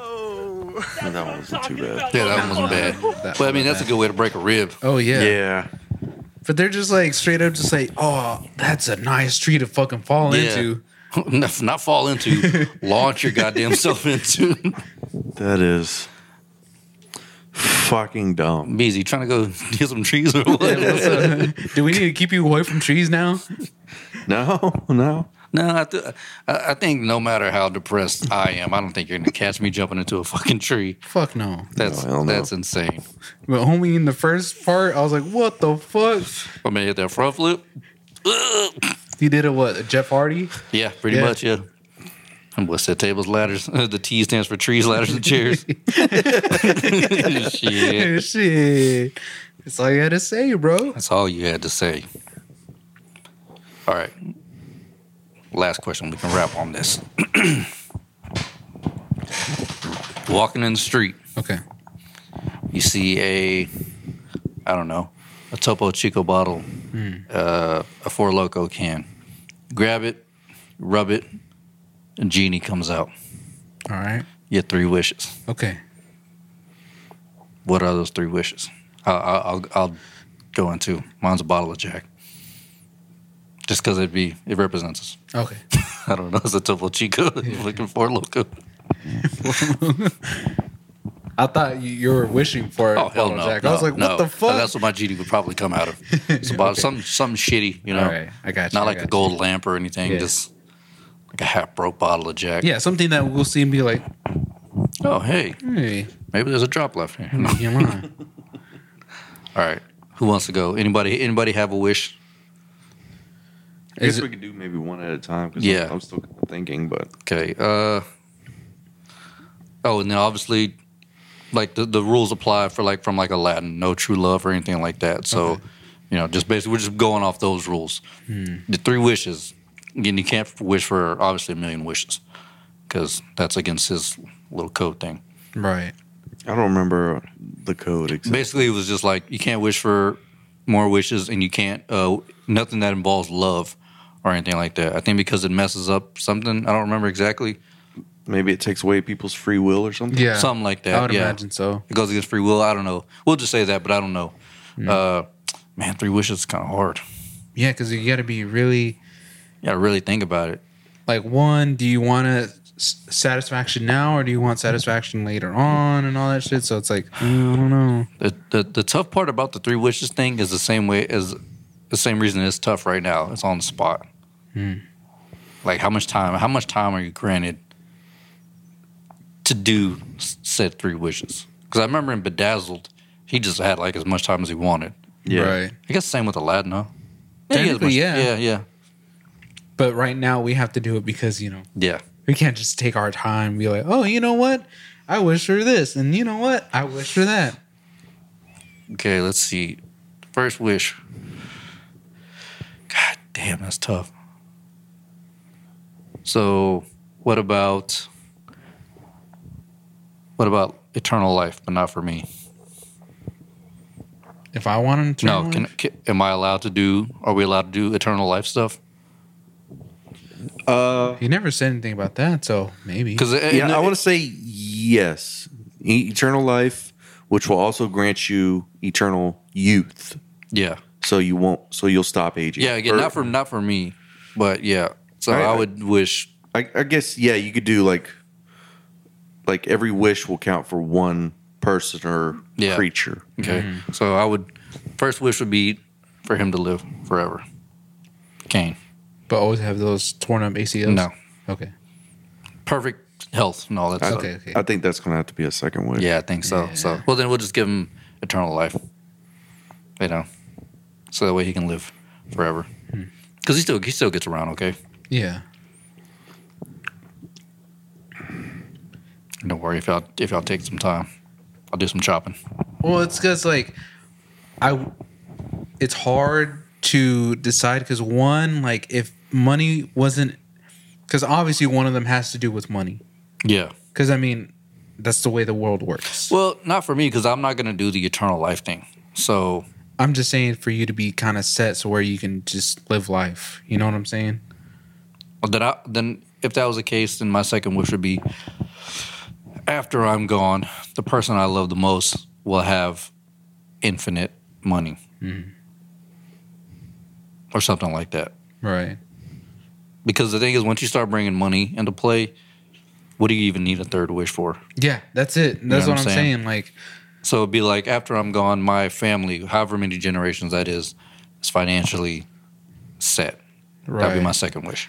[SPEAKER 5] That one wasn't too bad.
[SPEAKER 3] Yeah, that one wasn't bad.
[SPEAKER 2] That-
[SPEAKER 3] But I mean, that's a good way to break a rib.
[SPEAKER 2] Oh yeah.
[SPEAKER 5] Yeah.
[SPEAKER 2] But they're just like straight up just like, oh, that's a nice tree to fucking fall into.
[SPEAKER 3] Not, not fall into, launch your goddamn self into.
[SPEAKER 5] That is fucking dumb.
[SPEAKER 3] Busy trying to go get some trees or what?
[SPEAKER 2] Do we need to keep you away from trees now?
[SPEAKER 5] No, no.
[SPEAKER 3] no, I, th- I I think no matter how depressed I am, I don't think you're gonna catch me jumping into a fucking tree.
[SPEAKER 2] Fuck no.
[SPEAKER 3] That's
[SPEAKER 5] No, hell no.
[SPEAKER 3] that's insane.
[SPEAKER 2] But homie, in the first part, I was like, what the fuck?
[SPEAKER 3] I mean, hit that front flip.
[SPEAKER 2] He did a what? A Jeff Hardy?
[SPEAKER 3] Yeah, pretty
[SPEAKER 2] Yeah.
[SPEAKER 3] much. Yeah. And what's that? Tables, ladders. the T stands for trees, ladders, and chairs. Shit.
[SPEAKER 2] Shit. That's all you had to say, bro.
[SPEAKER 3] That's all you had to say. All right. Last question. We can wrap on this. Walking in the street,
[SPEAKER 2] Okay.
[SPEAKER 3] you see a, I don't know, a Topo Chico bottle, uh, a Four Loco can. Grab it, rub it, and genie comes out.
[SPEAKER 2] All right.
[SPEAKER 3] You get three wishes.
[SPEAKER 2] Okay.
[SPEAKER 3] What are those three wishes? I'll, I'll, I'll go into mine's a bottle of Jack, just because it'd be it represents us.
[SPEAKER 2] Okay.
[SPEAKER 3] I don't know. It's a Topo Chico looking for loco.
[SPEAKER 2] I thought you, you were wishing for it.
[SPEAKER 3] Oh hell
[SPEAKER 2] Bottle
[SPEAKER 3] no!
[SPEAKER 2] Jack.
[SPEAKER 3] no,
[SPEAKER 2] I was like,
[SPEAKER 3] no.
[SPEAKER 2] what the fuck?
[SPEAKER 3] That's what my GD would probably come out of. It's a bottle,
[SPEAKER 2] Okay.
[SPEAKER 3] some some shitty, you know.
[SPEAKER 2] All right. I got you.
[SPEAKER 3] Not
[SPEAKER 2] I
[SPEAKER 3] like a
[SPEAKER 2] got
[SPEAKER 3] gold lamp or anything.
[SPEAKER 2] Yeah.
[SPEAKER 3] Just like a half broke bottle of Jack.
[SPEAKER 2] you. Yeah, something that we'll see and be like,
[SPEAKER 3] Oh hey,
[SPEAKER 2] hey,
[SPEAKER 3] maybe there's a drop left here. No.
[SPEAKER 2] come on.
[SPEAKER 3] All right. Who wants to go? Anybody? Anybody have a wish?
[SPEAKER 5] I
[SPEAKER 2] Is
[SPEAKER 5] guess
[SPEAKER 2] it-
[SPEAKER 5] we could do maybe one at a time because
[SPEAKER 3] Yeah.
[SPEAKER 5] I'm still thinking, but
[SPEAKER 3] Okay. Uh, oh, and then obviously, like the, the rules apply for like from like Aladdin, no true love or anything like that. So, You know, just basically we're just going off those rules.
[SPEAKER 2] Hmm.
[SPEAKER 3] The three wishes. Again, you can't wish for obviously a million wishes because that's against his little code thing.
[SPEAKER 2] Right.
[SPEAKER 5] I don't remember the code exactly.
[SPEAKER 3] Basically, it was just like you can't wish for more wishes, and you can't uh, nothing that involves love or anything like that. I think because it messes up something. I don't remember exactly
[SPEAKER 5] Maybe it takes away people's free will or something.
[SPEAKER 2] Yeah.
[SPEAKER 3] something like that.
[SPEAKER 2] I would
[SPEAKER 3] yeah.
[SPEAKER 2] imagine so.
[SPEAKER 3] It goes against free will. I don't know. We'll just say that, but I don't know.
[SPEAKER 2] Mm-hmm.
[SPEAKER 3] Uh, man, three wishes is kind of hard.
[SPEAKER 2] Yeah, because you got to be really
[SPEAKER 3] You gotta really think about it.
[SPEAKER 2] like one. Do you want to satisfaction now, or do you want satisfaction later on, and all that shit? So it's like I don't know.
[SPEAKER 3] The, the the tough part about the three wishes thing is the same way as the same reason it's tough right now. It's on the spot.
[SPEAKER 2] Hmm.
[SPEAKER 3] Like how much time? How much time are you granted to do s- said three wishes? Because I remember in Bedazzled, he just had like as much time as he wanted.
[SPEAKER 2] Right.
[SPEAKER 3] I guess same with Aladdin, huh? he has
[SPEAKER 2] Technically,
[SPEAKER 3] much-
[SPEAKER 2] yeah.
[SPEAKER 3] yeah, yeah,
[SPEAKER 2] But right now we have to do it because you know
[SPEAKER 3] yeah.
[SPEAKER 2] we can't just take our time. And be like, oh, you know what? I wish for this, and you know what? I wish for that.
[SPEAKER 3] Okay, let's see. First wish. God damn, that's tough. So, what about what about eternal life, but not for me?
[SPEAKER 2] If I wanted to,
[SPEAKER 3] no, can, can am I allowed to do? Are we allowed to do eternal life stuff?
[SPEAKER 5] Uh,
[SPEAKER 2] he never said anything about that, so maybe.
[SPEAKER 3] Because
[SPEAKER 5] yeah, I want to say yes. E- Eternal life, which will also grant you eternal youth.
[SPEAKER 3] yeah,
[SPEAKER 5] So you won't. So you'll stop aging.
[SPEAKER 3] yeah. Again,
[SPEAKER 5] Or-
[SPEAKER 3] not for not for me, but yeah. So
[SPEAKER 5] I-
[SPEAKER 3] I, would wish.
[SPEAKER 5] I, I guess yeah, you could do like like every wish will count for one person or
[SPEAKER 3] Yeah.
[SPEAKER 5] creature.
[SPEAKER 3] Okay,
[SPEAKER 5] Mm-hmm.
[SPEAKER 3] so I would first wish would be for him to live forever. Kane.
[SPEAKER 2] but always have those torn up ACLs.
[SPEAKER 3] No.
[SPEAKER 2] Okay.
[SPEAKER 3] perfect health and all that stuff.
[SPEAKER 2] Okay. Okay.
[SPEAKER 5] I think that's gonna have to be a second wish.
[SPEAKER 3] Yeah, I think so. So, well, then we'll just give him eternal life, you know, so that way he can live forever. Because he still he still gets around. Okay,
[SPEAKER 2] yeah.
[SPEAKER 3] don't worry if y'all if y'all take some time, I'll do some chopping.
[SPEAKER 2] Well, it's because like I, it's hard to decide because one, like if money wasn't, because obviously one of them has to do with money.
[SPEAKER 3] Yeah.
[SPEAKER 2] Because I mean, that's the way the world works.
[SPEAKER 3] Well, not for me because I'm not gonna do the eternal life thing. So
[SPEAKER 2] I'm just saying for you to be kind of set so where you can just live life. You know what I'm saying?
[SPEAKER 3] then I, then if that was the case, then my second wish would be after I'm gone, the person I love the most will have infinite money or something like that.
[SPEAKER 2] Right.
[SPEAKER 3] Because the thing is, once you start bringing money into play, what do you even need a third wish for?
[SPEAKER 2] Yeah, that's it. That's
[SPEAKER 3] know
[SPEAKER 2] what
[SPEAKER 3] what
[SPEAKER 2] I'm
[SPEAKER 3] I'm
[SPEAKER 2] saying. Like,
[SPEAKER 3] So it'd be like after I'm gone, my family, however many generations that is, is financially set. That'd
[SPEAKER 2] right.
[SPEAKER 3] be my second wish.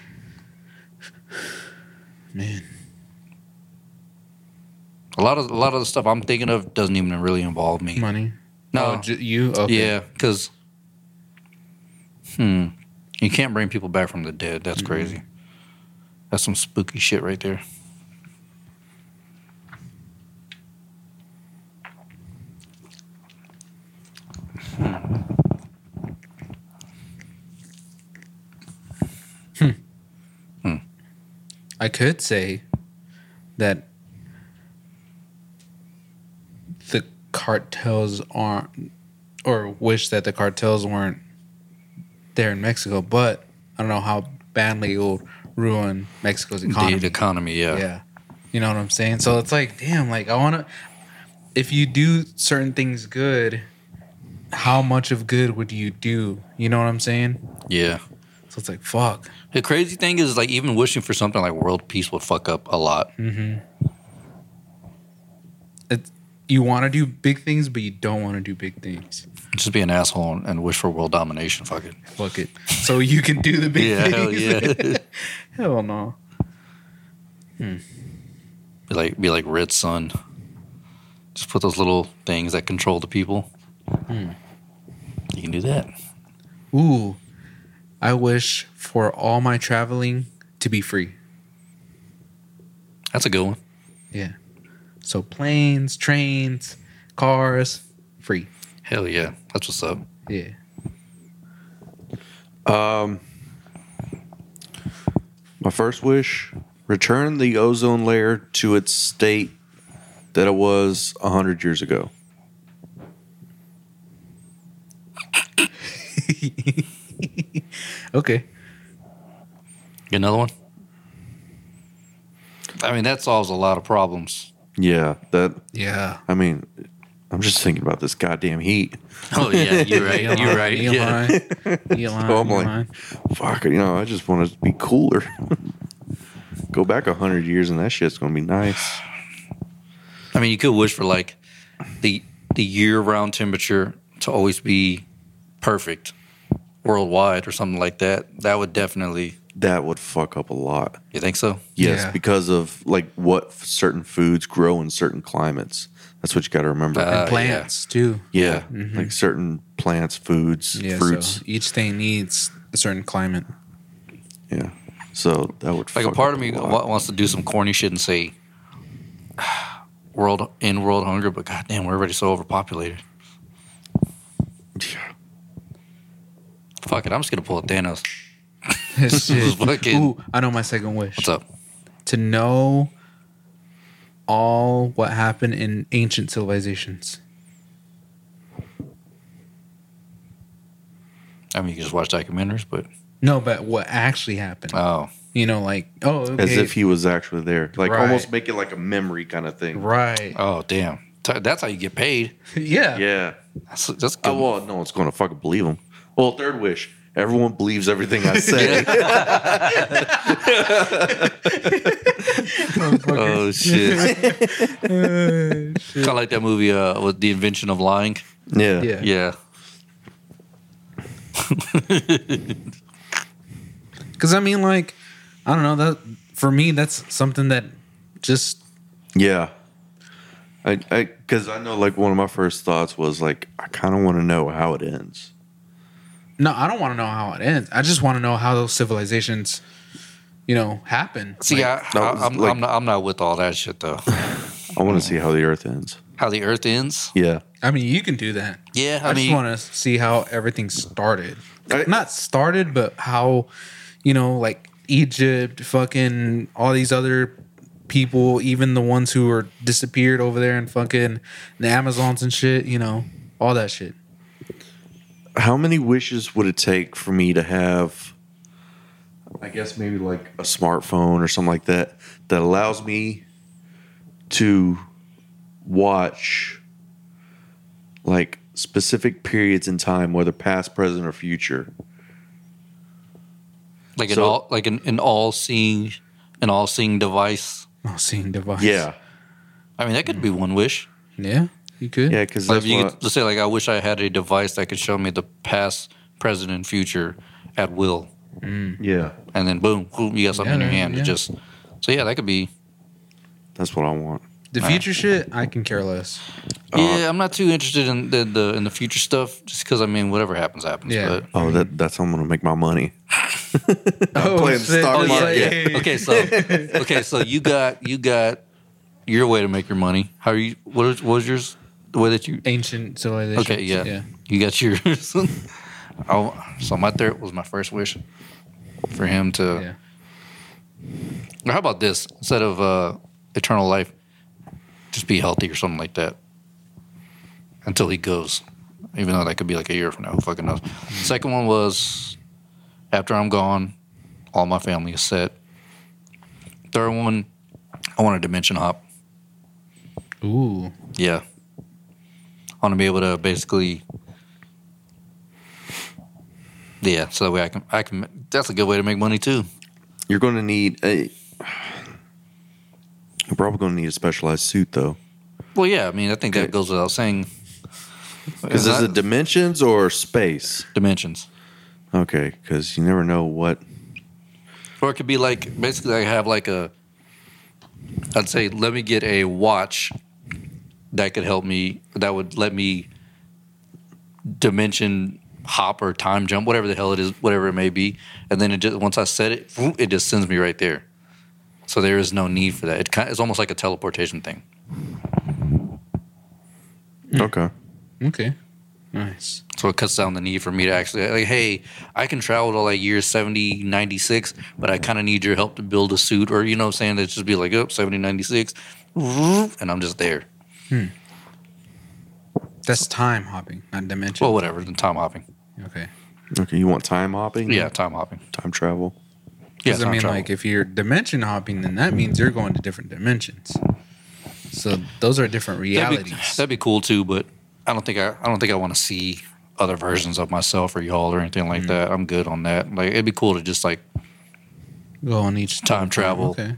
[SPEAKER 2] Man.
[SPEAKER 3] A lot of a lot of the stuff I'm thinking of doesn't even really involve me.
[SPEAKER 2] Money.
[SPEAKER 3] No,
[SPEAKER 2] Oh, ju- you? Okay.
[SPEAKER 3] Yeah, because hmm, you can't bring people back from the dead. That's
[SPEAKER 2] Mm-hmm.
[SPEAKER 3] crazy. That's some spooky shit right there.
[SPEAKER 2] I could say that the cartels aren't, or wish that the cartels weren't there in Mexico, but I don't know how badly it will ruin Mexico's economy.
[SPEAKER 3] The economy, yeah.
[SPEAKER 2] Yeah. You know what I'm saying? So it's like, damn, like I want to, if you do certain things good, how much of good would you do? You know what I'm saying?
[SPEAKER 3] yeah.
[SPEAKER 2] So it's like, fuck.
[SPEAKER 3] The crazy thing is, like, even wishing for something like world peace would fuck up a lot.
[SPEAKER 2] It, you want to do big things, but you don't want to do big things.
[SPEAKER 3] Just be an asshole and, and wish for world domination. Fuck it.
[SPEAKER 2] Fuck it. So you can do the big
[SPEAKER 3] Yeah, hell
[SPEAKER 2] things.
[SPEAKER 3] yeah.
[SPEAKER 2] hell no.
[SPEAKER 3] Be like, be like Red Sun. Just put those little things that control the people. You can do that.
[SPEAKER 2] Ooh, I wish for all my traveling to be free.
[SPEAKER 3] That's a good one.
[SPEAKER 2] Yeah. So planes, trains, cars, free.
[SPEAKER 3] Hell yeah. That's what's up.
[SPEAKER 2] Yeah.
[SPEAKER 5] My first wish return the ozone layer to its state that it was 100 years ago.
[SPEAKER 2] Okay.
[SPEAKER 3] You another one? I mean, that solves a lot of problems.
[SPEAKER 5] Yeah, that,
[SPEAKER 2] Yeah.
[SPEAKER 5] I mean, I'm just thinking about this goddamn heat.
[SPEAKER 3] Oh yeah, you're right. You're right.
[SPEAKER 2] Neil
[SPEAKER 3] Yeah. Uh,
[SPEAKER 2] Hine. Neil Hine,
[SPEAKER 5] Oh, I'm
[SPEAKER 2] Neil
[SPEAKER 5] like-
[SPEAKER 2] Hine.
[SPEAKER 5] Fuck, you know, I just want it to be cooler. Go back 100 years and that shit's going to be nice.
[SPEAKER 3] I mean, you could wish for like the the year round temperature to always be perfect worldwide or something like that. That would definitely.
[SPEAKER 5] That would fuck up a lot.
[SPEAKER 3] You think so?
[SPEAKER 5] Yes,
[SPEAKER 2] Yeah.
[SPEAKER 5] because of like what f- certain foods grow in certain climates. That's what you got to remember.
[SPEAKER 3] Uh, yeah.
[SPEAKER 2] And plants too.
[SPEAKER 5] yeah, like certain plants, foods,
[SPEAKER 2] Yeah.
[SPEAKER 5] fruits.
[SPEAKER 2] So each thing needs a certain climate.
[SPEAKER 5] Yeah. So that would
[SPEAKER 3] Like a
[SPEAKER 5] fuck
[SPEAKER 3] part
[SPEAKER 5] up
[SPEAKER 3] of me
[SPEAKER 5] lot.
[SPEAKER 3] wa- wants to do some corny shit and say world in world hunger, but goddamn, we're already so overpopulated.
[SPEAKER 5] Yeah.
[SPEAKER 3] Fuck it, I'm just gonna pull a Thanos.
[SPEAKER 2] It's just-
[SPEAKER 3] Fucking-
[SPEAKER 2] Ooh, I know my second wish.
[SPEAKER 3] What's up?
[SPEAKER 2] To know all what happened in ancient civilizations.
[SPEAKER 3] I mean, you can just watch documentaries, but
[SPEAKER 2] No, but what actually happened.
[SPEAKER 3] oh,
[SPEAKER 2] you know, like oh, okay.
[SPEAKER 5] As if he was actually there. Like
[SPEAKER 2] Right.
[SPEAKER 5] almost make it like a memory kind of thing.
[SPEAKER 2] right.
[SPEAKER 3] oh damn, T- that's how you get paid.
[SPEAKER 2] yeah.
[SPEAKER 5] Yeah.
[SPEAKER 3] That's that's good.
[SPEAKER 5] Oh, well, no one's going to fucking believe him. Well, third wish. Everyone believes everything I say.
[SPEAKER 3] oh shit! kind of like that movie uh, with the invention of lying.
[SPEAKER 5] yeah.
[SPEAKER 2] Yeah.
[SPEAKER 3] Yeah,
[SPEAKER 2] Because I mean, like, I don't know. That for me, that's something that just
[SPEAKER 5] Yeah. I, I, because I know, like, one of my first thoughts was, like, I kind of want to know how it ends.
[SPEAKER 2] no. I don't want to know how it ends. I just want to know how those civilizations, you know, happen.
[SPEAKER 3] see,
[SPEAKER 2] Like,
[SPEAKER 3] I,
[SPEAKER 5] that
[SPEAKER 3] I,
[SPEAKER 5] was
[SPEAKER 3] I'm,
[SPEAKER 5] like-
[SPEAKER 3] I'm, not, I'm not with all that shit though.
[SPEAKER 5] I want to see how the earth ends.
[SPEAKER 3] How the Earth ends?
[SPEAKER 5] Yeah.
[SPEAKER 2] I mean, you can do that.
[SPEAKER 3] Yeah, I,
[SPEAKER 2] I,
[SPEAKER 3] mean,
[SPEAKER 2] just want to see how everything started.
[SPEAKER 5] I-
[SPEAKER 2] Not started, but how, you know, like Egypt, fucking all these other people, even the ones who were disappeared over there and fucking the Amazons and shit, you know, all that shit.
[SPEAKER 5] How many wishes would it take for me to have, I guess, maybe like a smartphone or something like that, that allows me to watch like specific periods in time, whether past, present, or future?
[SPEAKER 3] like an
[SPEAKER 5] so-
[SPEAKER 3] all like an, an all seeing an all seeing device.
[SPEAKER 2] Oh, seeing device.
[SPEAKER 5] Yeah.
[SPEAKER 3] I mean, that could be one wish.
[SPEAKER 2] Yeah. You could.
[SPEAKER 5] Yeah. Because
[SPEAKER 3] Like
[SPEAKER 5] that's
[SPEAKER 3] if you
[SPEAKER 5] what-
[SPEAKER 3] could, let's say, like I wish I had a device that could show me the past, present, and future at will,
[SPEAKER 5] yeah.
[SPEAKER 3] and then boom, boom you got something in
[SPEAKER 2] Yeah,
[SPEAKER 3] your hand.
[SPEAKER 2] yeah.
[SPEAKER 3] It just so yeah, that could be.
[SPEAKER 5] That's what I want.
[SPEAKER 2] The future shit, I can care less.
[SPEAKER 3] Yeah, I'm not too interested in the, the in the future stuff, just because I mean, whatever happens, happens.
[SPEAKER 2] Yeah.
[SPEAKER 3] But,
[SPEAKER 5] Oh, that, that's how I'm going to make my money.
[SPEAKER 2] Oh,
[SPEAKER 5] playing
[SPEAKER 2] shit.
[SPEAKER 5] stock
[SPEAKER 2] Oh,
[SPEAKER 3] oh
[SPEAKER 2] yeah,
[SPEAKER 3] yeah,
[SPEAKER 5] market.
[SPEAKER 2] yeah.
[SPEAKER 3] yeah. Okay, so okay, so you got you got your way to make your money. How are you? What is- what was yours? The way that you
[SPEAKER 2] Ancient civilization.
[SPEAKER 3] Okay, yeah. You got yours. oh, so my third was my first wish for him
[SPEAKER 2] Yeah.
[SPEAKER 3] to.
[SPEAKER 2] yeah.
[SPEAKER 3] Or how about this? Instead of uh, eternal life, just be healthy or something like that until he goes. Even though that could be like a year from now, who fucking knows? Second one was after I'm gone, all my family is set. Third one, I want a dimension hop.
[SPEAKER 2] Ooh.
[SPEAKER 3] Yeah. I want to be able to basically. Yeah, so that way I can, I can. That's a good way to make money too.
[SPEAKER 5] You're going to need a. You're probably going to need a specialized suit, though.
[SPEAKER 3] Well, yeah, I mean, I think
[SPEAKER 5] Okay.
[SPEAKER 3] that goes without saying.
[SPEAKER 5] Because is
[SPEAKER 3] Not
[SPEAKER 5] it dimensions or space?
[SPEAKER 3] dimensions,
[SPEAKER 5] Okay, because you never know what.
[SPEAKER 3] or it could be like basically I have like a. I'd say let me get a watch that could help me. That would let me dimension hop or time jump, whatever the hell it is, whatever it may be, and then it just once I set it, whoop, it just sends me right there. So there is no need for that. It kind it's almost like a teleportation thing.
[SPEAKER 5] Okay.
[SPEAKER 2] Okay. Nice.
[SPEAKER 3] So it cuts down the need for me to actually, like, hey, I can travel to like year 70, 96, but I kind of need your help to build a suit or, you know what I'm saying? It's just be like, up oh, 70, 96, and I'm just there.
[SPEAKER 2] That's time hopping, not dimension.
[SPEAKER 3] Well, whatever, then time hopping.
[SPEAKER 2] Mm-hmm. Okay.
[SPEAKER 5] Okay, you want time hopping?
[SPEAKER 3] Yeah, time hopping.
[SPEAKER 5] Time travel.
[SPEAKER 3] Yeah,
[SPEAKER 2] Because
[SPEAKER 3] time
[SPEAKER 2] I mean,
[SPEAKER 3] travel.
[SPEAKER 2] like, if you're dimension hopping, then that means you're going to different dimensions. So those are different
[SPEAKER 3] that'd be,
[SPEAKER 2] realities.
[SPEAKER 3] that'd be cool too, but I don't think I, I don't think I want to see other versions of myself or y'all or anything
[SPEAKER 2] Mm-hmm.
[SPEAKER 3] like that. I'm good on that. Like, it'd be cool to just like
[SPEAKER 2] Go on each
[SPEAKER 3] time travel.
[SPEAKER 2] Okay.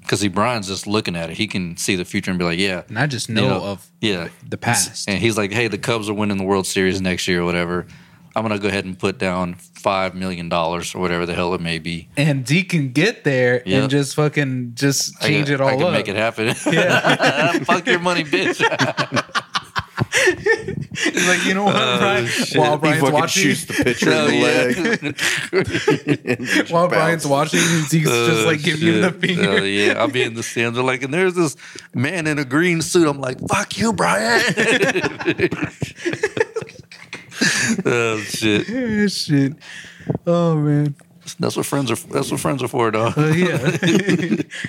[SPEAKER 3] Because see, Brian's just looking at it. He can see the future and be like, yeah,
[SPEAKER 2] And I just
[SPEAKER 3] you
[SPEAKER 2] know of
[SPEAKER 3] yeah.
[SPEAKER 2] the past.
[SPEAKER 3] And he's like, hey, the Cubs are winning the World Series next year or whatever. I'm going to go ahead and put down $5 million or whatever the hell it may be.
[SPEAKER 2] And D can get there
[SPEAKER 3] Yeah.
[SPEAKER 2] and just fucking just
[SPEAKER 3] I
[SPEAKER 2] change
[SPEAKER 3] can-
[SPEAKER 2] it all
[SPEAKER 3] I can
[SPEAKER 2] up.
[SPEAKER 3] make it happen. Fuck your money, bitch.
[SPEAKER 2] He's like, you know what,
[SPEAKER 3] Oh,
[SPEAKER 2] Brian? While
[SPEAKER 5] he
[SPEAKER 2] Brian's
[SPEAKER 5] fucking
[SPEAKER 2] watching, Oh,
[SPEAKER 5] shoots the pitcher
[SPEAKER 3] Hell
[SPEAKER 5] in the leg.
[SPEAKER 3] yeah.
[SPEAKER 2] while Brian's watching, Zeke's just
[SPEAKER 3] Uh,
[SPEAKER 2] like giving him the
[SPEAKER 3] shit. Hell
[SPEAKER 2] finger.
[SPEAKER 3] yeah, I'll be in the stands. They're like, and there's this man in a green suit. I'm like, fuck you, Brian. oh shit.
[SPEAKER 2] Yeah, Shit. Oh man.
[SPEAKER 3] That's what friends are. That's what friends are for, dog.
[SPEAKER 2] Well, Uh, yeah.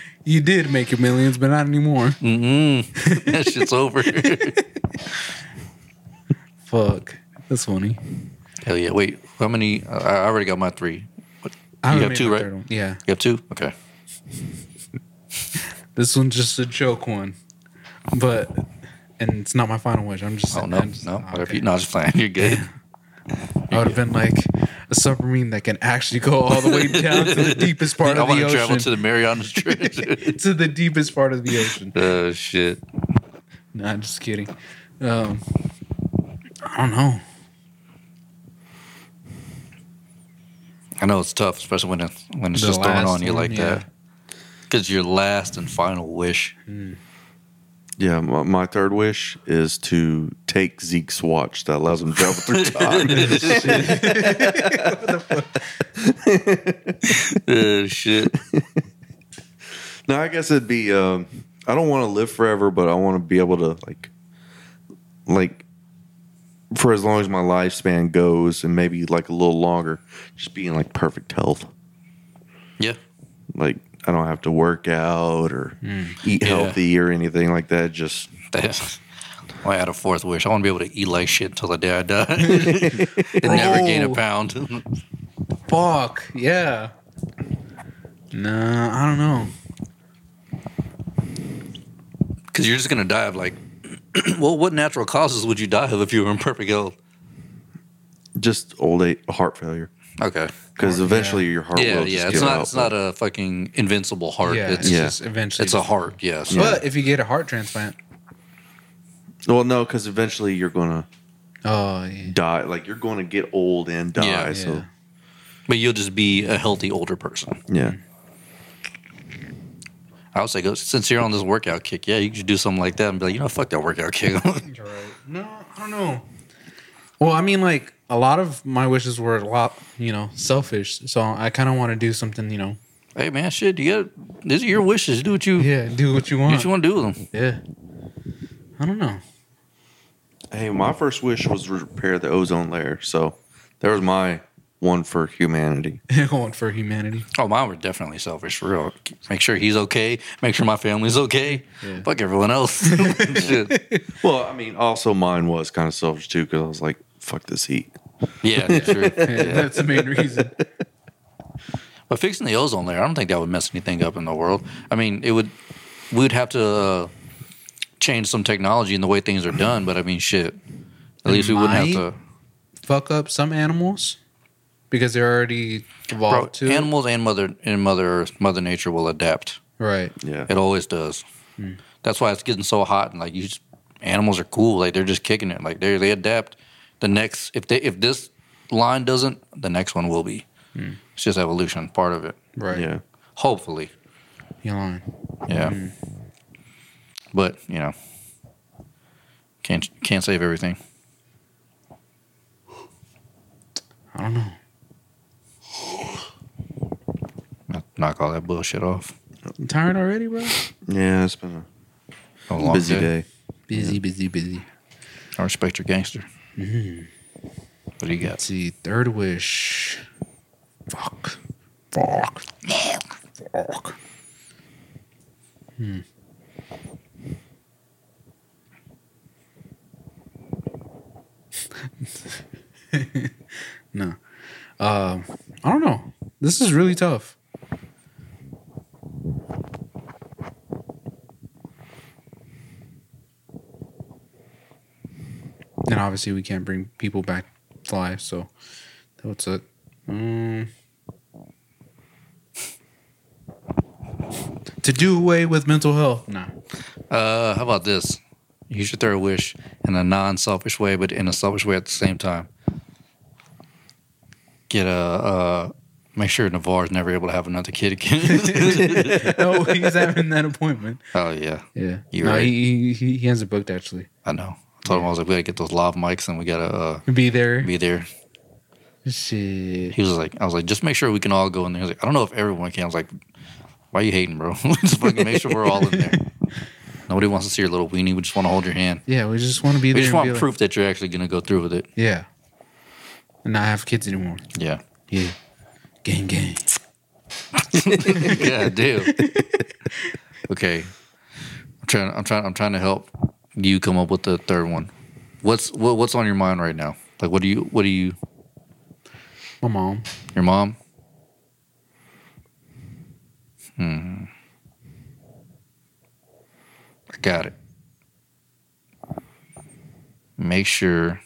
[SPEAKER 2] you did make your millions, but not anymore.
[SPEAKER 3] Mm-hmm. that shit's over.
[SPEAKER 2] Fuck. That's funny.
[SPEAKER 3] Hell yeah. Wait, how many? I I already got my three. What?
[SPEAKER 2] I
[SPEAKER 3] you
[SPEAKER 2] haven't
[SPEAKER 3] have
[SPEAKER 2] made
[SPEAKER 3] two,
[SPEAKER 2] my
[SPEAKER 3] right?
[SPEAKER 2] third
[SPEAKER 3] You
[SPEAKER 2] one. Yeah.
[SPEAKER 3] have two. Okay.
[SPEAKER 2] This one's just a joke one, but and it's not my final wish. I'm just.
[SPEAKER 3] Oh no,
[SPEAKER 2] I'm just-
[SPEAKER 3] no.
[SPEAKER 2] oh,
[SPEAKER 3] What if
[SPEAKER 2] okay.
[SPEAKER 3] you? No, I'm just playing. You're good.
[SPEAKER 2] I would have been like a submarine that can actually go all the way down to the deepest part
[SPEAKER 3] I
[SPEAKER 2] of
[SPEAKER 3] want
[SPEAKER 2] the
[SPEAKER 3] to travel
[SPEAKER 2] ocean.
[SPEAKER 3] to the Mariana Trench.
[SPEAKER 2] to the deepest part of the ocean.
[SPEAKER 3] oh shit.
[SPEAKER 2] No, I'm just kidding. Um, I don't know.
[SPEAKER 3] I know it's tough, especially when it's when it's
[SPEAKER 2] The
[SPEAKER 3] just thrown
[SPEAKER 2] last
[SPEAKER 3] on you
[SPEAKER 2] one,
[SPEAKER 3] like
[SPEAKER 2] yeah. Mm-hmm.
[SPEAKER 3] that. Because your last and final wish.
[SPEAKER 5] Yeah, my, my third wish is to take Zeke's watch that allows him to travel through time.
[SPEAKER 3] Uh, shit.
[SPEAKER 5] no, I guess it'd be. Um, I don't want to live forever, but I want to be able to like, like, for as long as my lifespan goes, and maybe like a little longer, just be in like perfect health.
[SPEAKER 3] Yeah.
[SPEAKER 5] Like I don't have to work out or eat
[SPEAKER 3] Mm. Yeah.
[SPEAKER 5] healthy or anything like that. Just
[SPEAKER 3] That's- I had a fourth wish. I want to be able to eat like shit until the day I die and never gain a
[SPEAKER 2] Oh.
[SPEAKER 3] pound.
[SPEAKER 2] Fuck yeah. Nah, I don't know.
[SPEAKER 3] Because you're just going to die of like, well, what natural causes would you die of if you were in perfect health?
[SPEAKER 5] just old age heart failure
[SPEAKER 3] Okay.
[SPEAKER 5] because
[SPEAKER 2] Heart-
[SPEAKER 5] eventually your heart
[SPEAKER 3] Yeah,
[SPEAKER 5] will just
[SPEAKER 3] yeah.
[SPEAKER 5] give
[SPEAKER 3] It's not,
[SPEAKER 5] out.
[SPEAKER 3] it's not a fucking invincible heart.
[SPEAKER 2] Yeah,
[SPEAKER 3] it's,
[SPEAKER 2] it's
[SPEAKER 5] Yeah.
[SPEAKER 2] just eventually.
[SPEAKER 3] it's a heart. Yeah. so-
[SPEAKER 2] But if you get a heart transplant,
[SPEAKER 5] well, no, because eventually you're gonna
[SPEAKER 2] oh yeah.
[SPEAKER 5] die. Like you're going to get old and die.
[SPEAKER 3] Yeah.
[SPEAKER 5] So
[SPEAKER 3] But you'll just be a healthy older person.
[SPEAKER 5] yeah,
[SPEAKER 3] I would say, go, since you're on this workout kick, yeah, you should do something like that and be like, you know, fuck that workout kick.
[SPEAKER 2] You're right. No, I don't know. Well, I mean, like a lot of my wishes were a lot, you know, selfish. So I kind of want to do something, you know.
[SPEAKER 3] hey, man, shit, you got, these are your wishes. Do what you,
[SPEAKER 2] Yeah, do what you
[SPEAKER 3] do
[SPEAKER 2] want.
[SPEAKER 3] what you want to do with them.
[SPEAKER 2] Yeah. I don't know.
[SPEAKER 5] Hey, my first wish was to repair the ozone layer. So there was my one for humanity.
[SPEAKER 2] Going for humanity.
[SPEAKER 3] Oh, mine were definitely selfish for real. Make sure he's okay. Make sure my family's okay.
[SPEAKER 2] Yeah.
[SPEAKER 3] Fuck everyone else. Shit.
[SPEAKER 5] Well, I mean, also mine was kind of selfish too because I was like, "Fuck this heat."
[SPEAKER 3] Yeah, that's true.
[SPEAKER 2] Yeah, That's the main reason.
[SPEAKER 3] But fixing the ozone layer, I don't think that would mess anything up in the world. I mean, it would. We'd have to uh, change some technology in the way things are done. But I mean, shit. At least we wouldn't have to.
[SPEAKER 2] Fuck up some animals because they're already
[SPEAKER 3] Bro,
[SPEAKER 2] evolved to.
[SPEAKER 3] animals and mother and mother Earth, mother nature will adapt.
[SPEAKER 2] right.
[SPEAKER 5] Yeah,
[SPEAKER 3] It always does. That's why it's getting so hot and like you just, animals are cool. Like they're just kicking it. Like they they adapt. The next if they if this line doesn't, the next one will be. It's just evolution, part of it.
[SPEAKER 2] Right.
[SPEAKER 5] yeah.
[SPEAKER 3] Hopefully.
[SPEAKER 2] You're lying.
[SPEAKER 3] Yeah.
[SPEAKER 5] Mm-hmm.
[SPEAKER 3] But, you know. Can't can't save everything.
[SPEAKER 2] I don't know.
[SPEAKER 3] Knock all that bullshit off.
[SPEAKER 2] I'm tired already, bro.
[SPEAKER 5] Yeah, it's been
[SPEAKER 3] A
[SPEAKER 5] a
[SPEAKER 3] long
[SPEAKER 5] busy day.
[SPEAKER 2] Busy, busy, busy.
[SPEAKER 3] I respect your gangster.
[SPEAKER 5] Mm-hmm.
[SPEAKER 3] What do you
[SPEAKER 2] Let's
[SPEAKER 3] got?
[SPEAKER 2] see. Third wish. Fuck. Fuck. Fuck. Hmm. Hmm. no. Um, I don't know. This is really tough. And obviously, we can't bring people back to life, so that would suck. Um, to do away with mental health. Nah.
[SPEAKER 3] Uh, how about this? Use your third wish in a non-selfish way, but in a selfish way at the same time. Get a uh, make sure Navarre's never able to have another kid again.
[SPEAKER 2] no, he's having that appointment.
[SPEAKER 3] oh yeah,
[SPEAKER 2] Yeah.
[SPEAKER 3] You're
[SPEAKER 2] no,
[SPEAKER 3] right.
[SPEAKER 2] he, he, he hasn't booked, actually.
[SPEAKER 3] I know. I told him I was like, we gotta get those live mics and we gotta uh,
[SPEAKER 2] Be there.
[SPEAKER 3] be there.
[SPEAKER 2] Shit.
[SPEAKER 3] He was like, I was like, just make sure we can all go in there. He was like, I don't know if everyone can. I was like, why you hating, bro? just fucking make sure we're all in there. Nobody wants to see your little weenie. We just want to hold your hand.
[SPEAKER 2] Yeah, we just want to be there.
[SPEAKER 3] We just
[SPEAKER 2] and be
[SPEAKER 3] want
[SPEAKER 2] like-
[SPEAKER 3] proof that you're actually gonna go through with it.
[SPEAKER 2] yeah. And not have kids anymore.
[SPEAKER 3] Yeah.
[SPEAKER 2] Yeah. Gang, gang.
[SPEAKER 3] yeah, I do. okay. I'm trying I'm trying I'm trying to help you come up with the third one. What's what, what's on your mind right now? Like what do you what do you
[SPEAKER 2] My mom.
[SPEAKER 3] your mom? Hmm. I got it. Make sure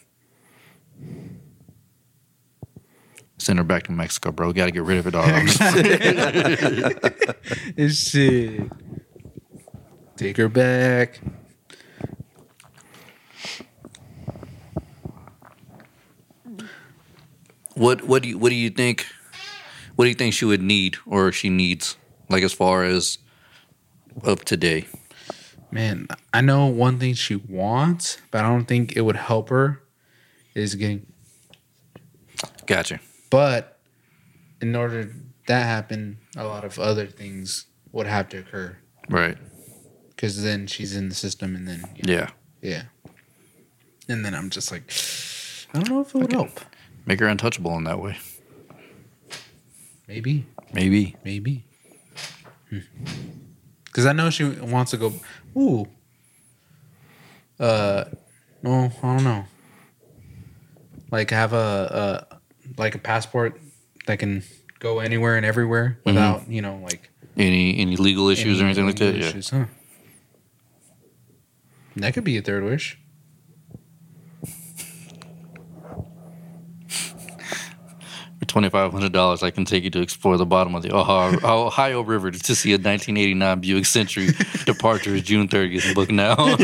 [SPEAKER 3] send her back to Mexico, bro. Gotta get rid of it all. I'm just-
[SPEAKER 2] Shit. Take her back.
[SPEAKER 3] What what do you what do you think? What do you think she would need or she needs? Like as far as of today,
[SPEAKER 2] Man, I know one thing she wants, but I don't think it would help her is getting.
[SPEAKER 3] gotcha.
[SPEAKER 2] But in order that happen, a lot of other things would have to occur
[SPEAKER 3] Right.
[SPEAKER 2] because then she's in the system, and then yeah.
[SPEAKER 3] Yeah.
[SPEAKER 2] and then I'm just like, I don't know if it would help.
[SPEAKER 3] Make her untouchable in that way.
[SPEAKER 2] Maybe,
[SPEAKER 3] Maybe.
[SPEAKER 2] maybe. Because I know she wants to go. Ooh. Uh, no, I don't know. Like have a, a like a passport that can go anywhere and everywhere
[SPEAKER 3] Mm-hmm.
[SPEAKER 2] without you know like
[SPEAKER 3] Any any legal issues or anything like that? Yeah.
[SPEAKER 2] Issues, huh? That could be a third wish.
[SPEAKER 3] For twenty five hundred dollars, I can take you to explore the bottom of the Ohio, Ohio River to see a nineteen eighty nine Buick Century. Departure is June thirtieth. Book now. Uh,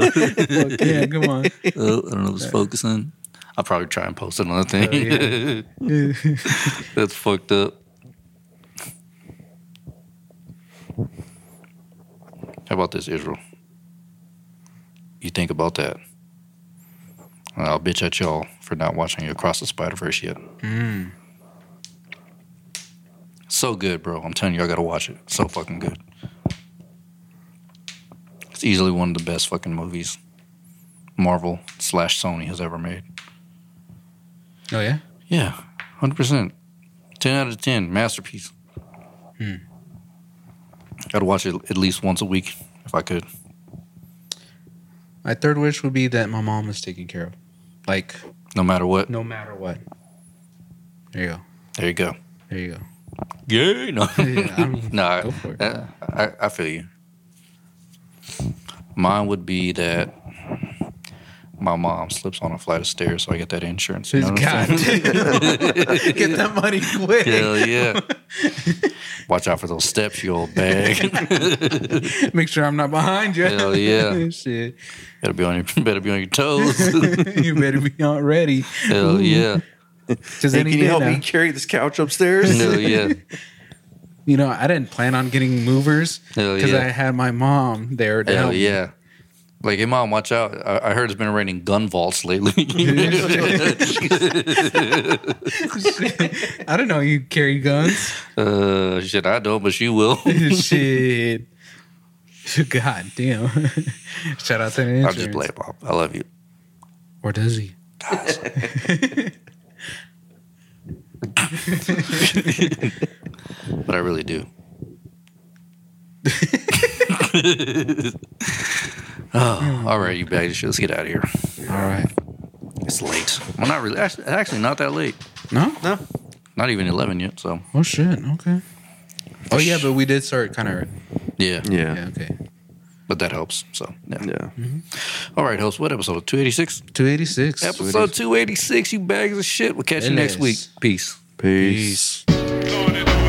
[SPEAKER 2] Fuck yeah, come on.
[SPEAKER 3] uh, I don't know who's focusing. I'll probably try and post it on the thing.
[SPEAKER 2] Oh,
[SPEAKER 3] That's fucked up. How about this, Israel? You think about that. And I'll bitch at y'all for not watching Across the Spider Verse yet. Mm. So good, bro. I'm telling you, I gotta watch it. So fucking good. It's easily one of the best fucking movies Marvel slash Sony has ever made.
[SPEAKER 2] Oh yeah.
[SPEAKER 3] Yeah, hundred percent. Ten out of ten, masterpiece. I'd watch it at least once a week if I could.
[SPEAKER 2] My third wish would be that my mom is taken care of, like
[SPEAKER 3] No matter what.
[SPEAKER 2] no matter what. There you go.
[SPEAKER 3] There you go.
[SPEAKER 2] There you go.
[SPEAKER 3] Yay! No,
[SPEAKER 2] Yeah, I mean,
[SPEAKER 3] no, I-
[SPEAKER 2] go for it.
[SPEAKER 3] I, I, I feel you. Mine would be that my mom slips on a flight of stairs, so I get that insurance. You know what I'm saying?
[SPEAKER 2] get that money quick.
[SPEAKER 3] Hell yeah! Watch out for those steps, you old bag.
[SPEAKER 2] Make sure I'm not behind you.
[SPEAKER 3] Hell yeah.
[SPEAKER 2] Shit.
[SPEAKER 3] better be on your better be on your toes.
[SPEAKER 2] you better be on ready.
[SPEAKER 3] Hell yeah!
[SPEAKER 2] Cause
[SPEAKER 5] Hey,
[SPEAKER 2] any
[SPEAKER 5] can you
[SPEAKER 2] day
[SPEAKER 5] help
[SPEAKER 2] now-
[SPEAKER 5] me carry this couch upstairs?
[SPEAKER 3] Hell yeah!
[SPEAKER 2] you know, I didn't plan on getting movers
[SPEAKER 3] Hell
[SPEAKER 2] because
[SPEAKER 3] yeah.
[SPEAKER 2] I had my mom there. to
[SPEAKER 3] Hell
[SPEAKER 2] help me.
[SPEAKER 3] yeah. Like, hey, mom, watch out. I, I heard it's been raining gun vaults lately.
[SPEAKER 2] I don't know you carry guns.
[SPEAKER 3] uh, shit, I don't, but she will.
[SPEAKER 2] Shit. God damn. Shout out to the
[SPEAKER 3] I'm
[SPEAKER 2] insurance.
[SPEAKER 3] just playing, Bob. I love you.
[SPEAKER 2] Or does he?
[SPEAKER 3] but I really do. oh, all right, you bags of shit. Let's get out of here.
[SPEAKER 2] All right.
[SPEAKER 3] It's late. Well, not really. Actually, actually, not that late.
[SPEAKER 2] No?
[SPEAKER 5] No.
[SPEAKER 3] Not even eleven yet. So
[SPEAKER 2] Oh, shit. Okay. Oh, yeah, but we did start kind of.
[SPEAKER 3] yeah,
[SPEAKER 2] Yeah,
[SPEAKER 5] Yeah.
[SPEAKER 2] okay.
[SPEAKER 3] but that helps. So yeah.
[SPEAKER 5] Yeah.
[SPEAKER 3] All right, host. What episode? Two eighty six.
[SPEAKER 2] 286.
[SPEAKER 3] Episode two eighty six. You bags of shit. We'll catch you next
[SPEAKER 2] Yes.
[SPEAKER 3] week. Peace.
[SPEAKER 5] Peace.
[SPEAKER 2] Peace.
[SPEAKER 1] Going in the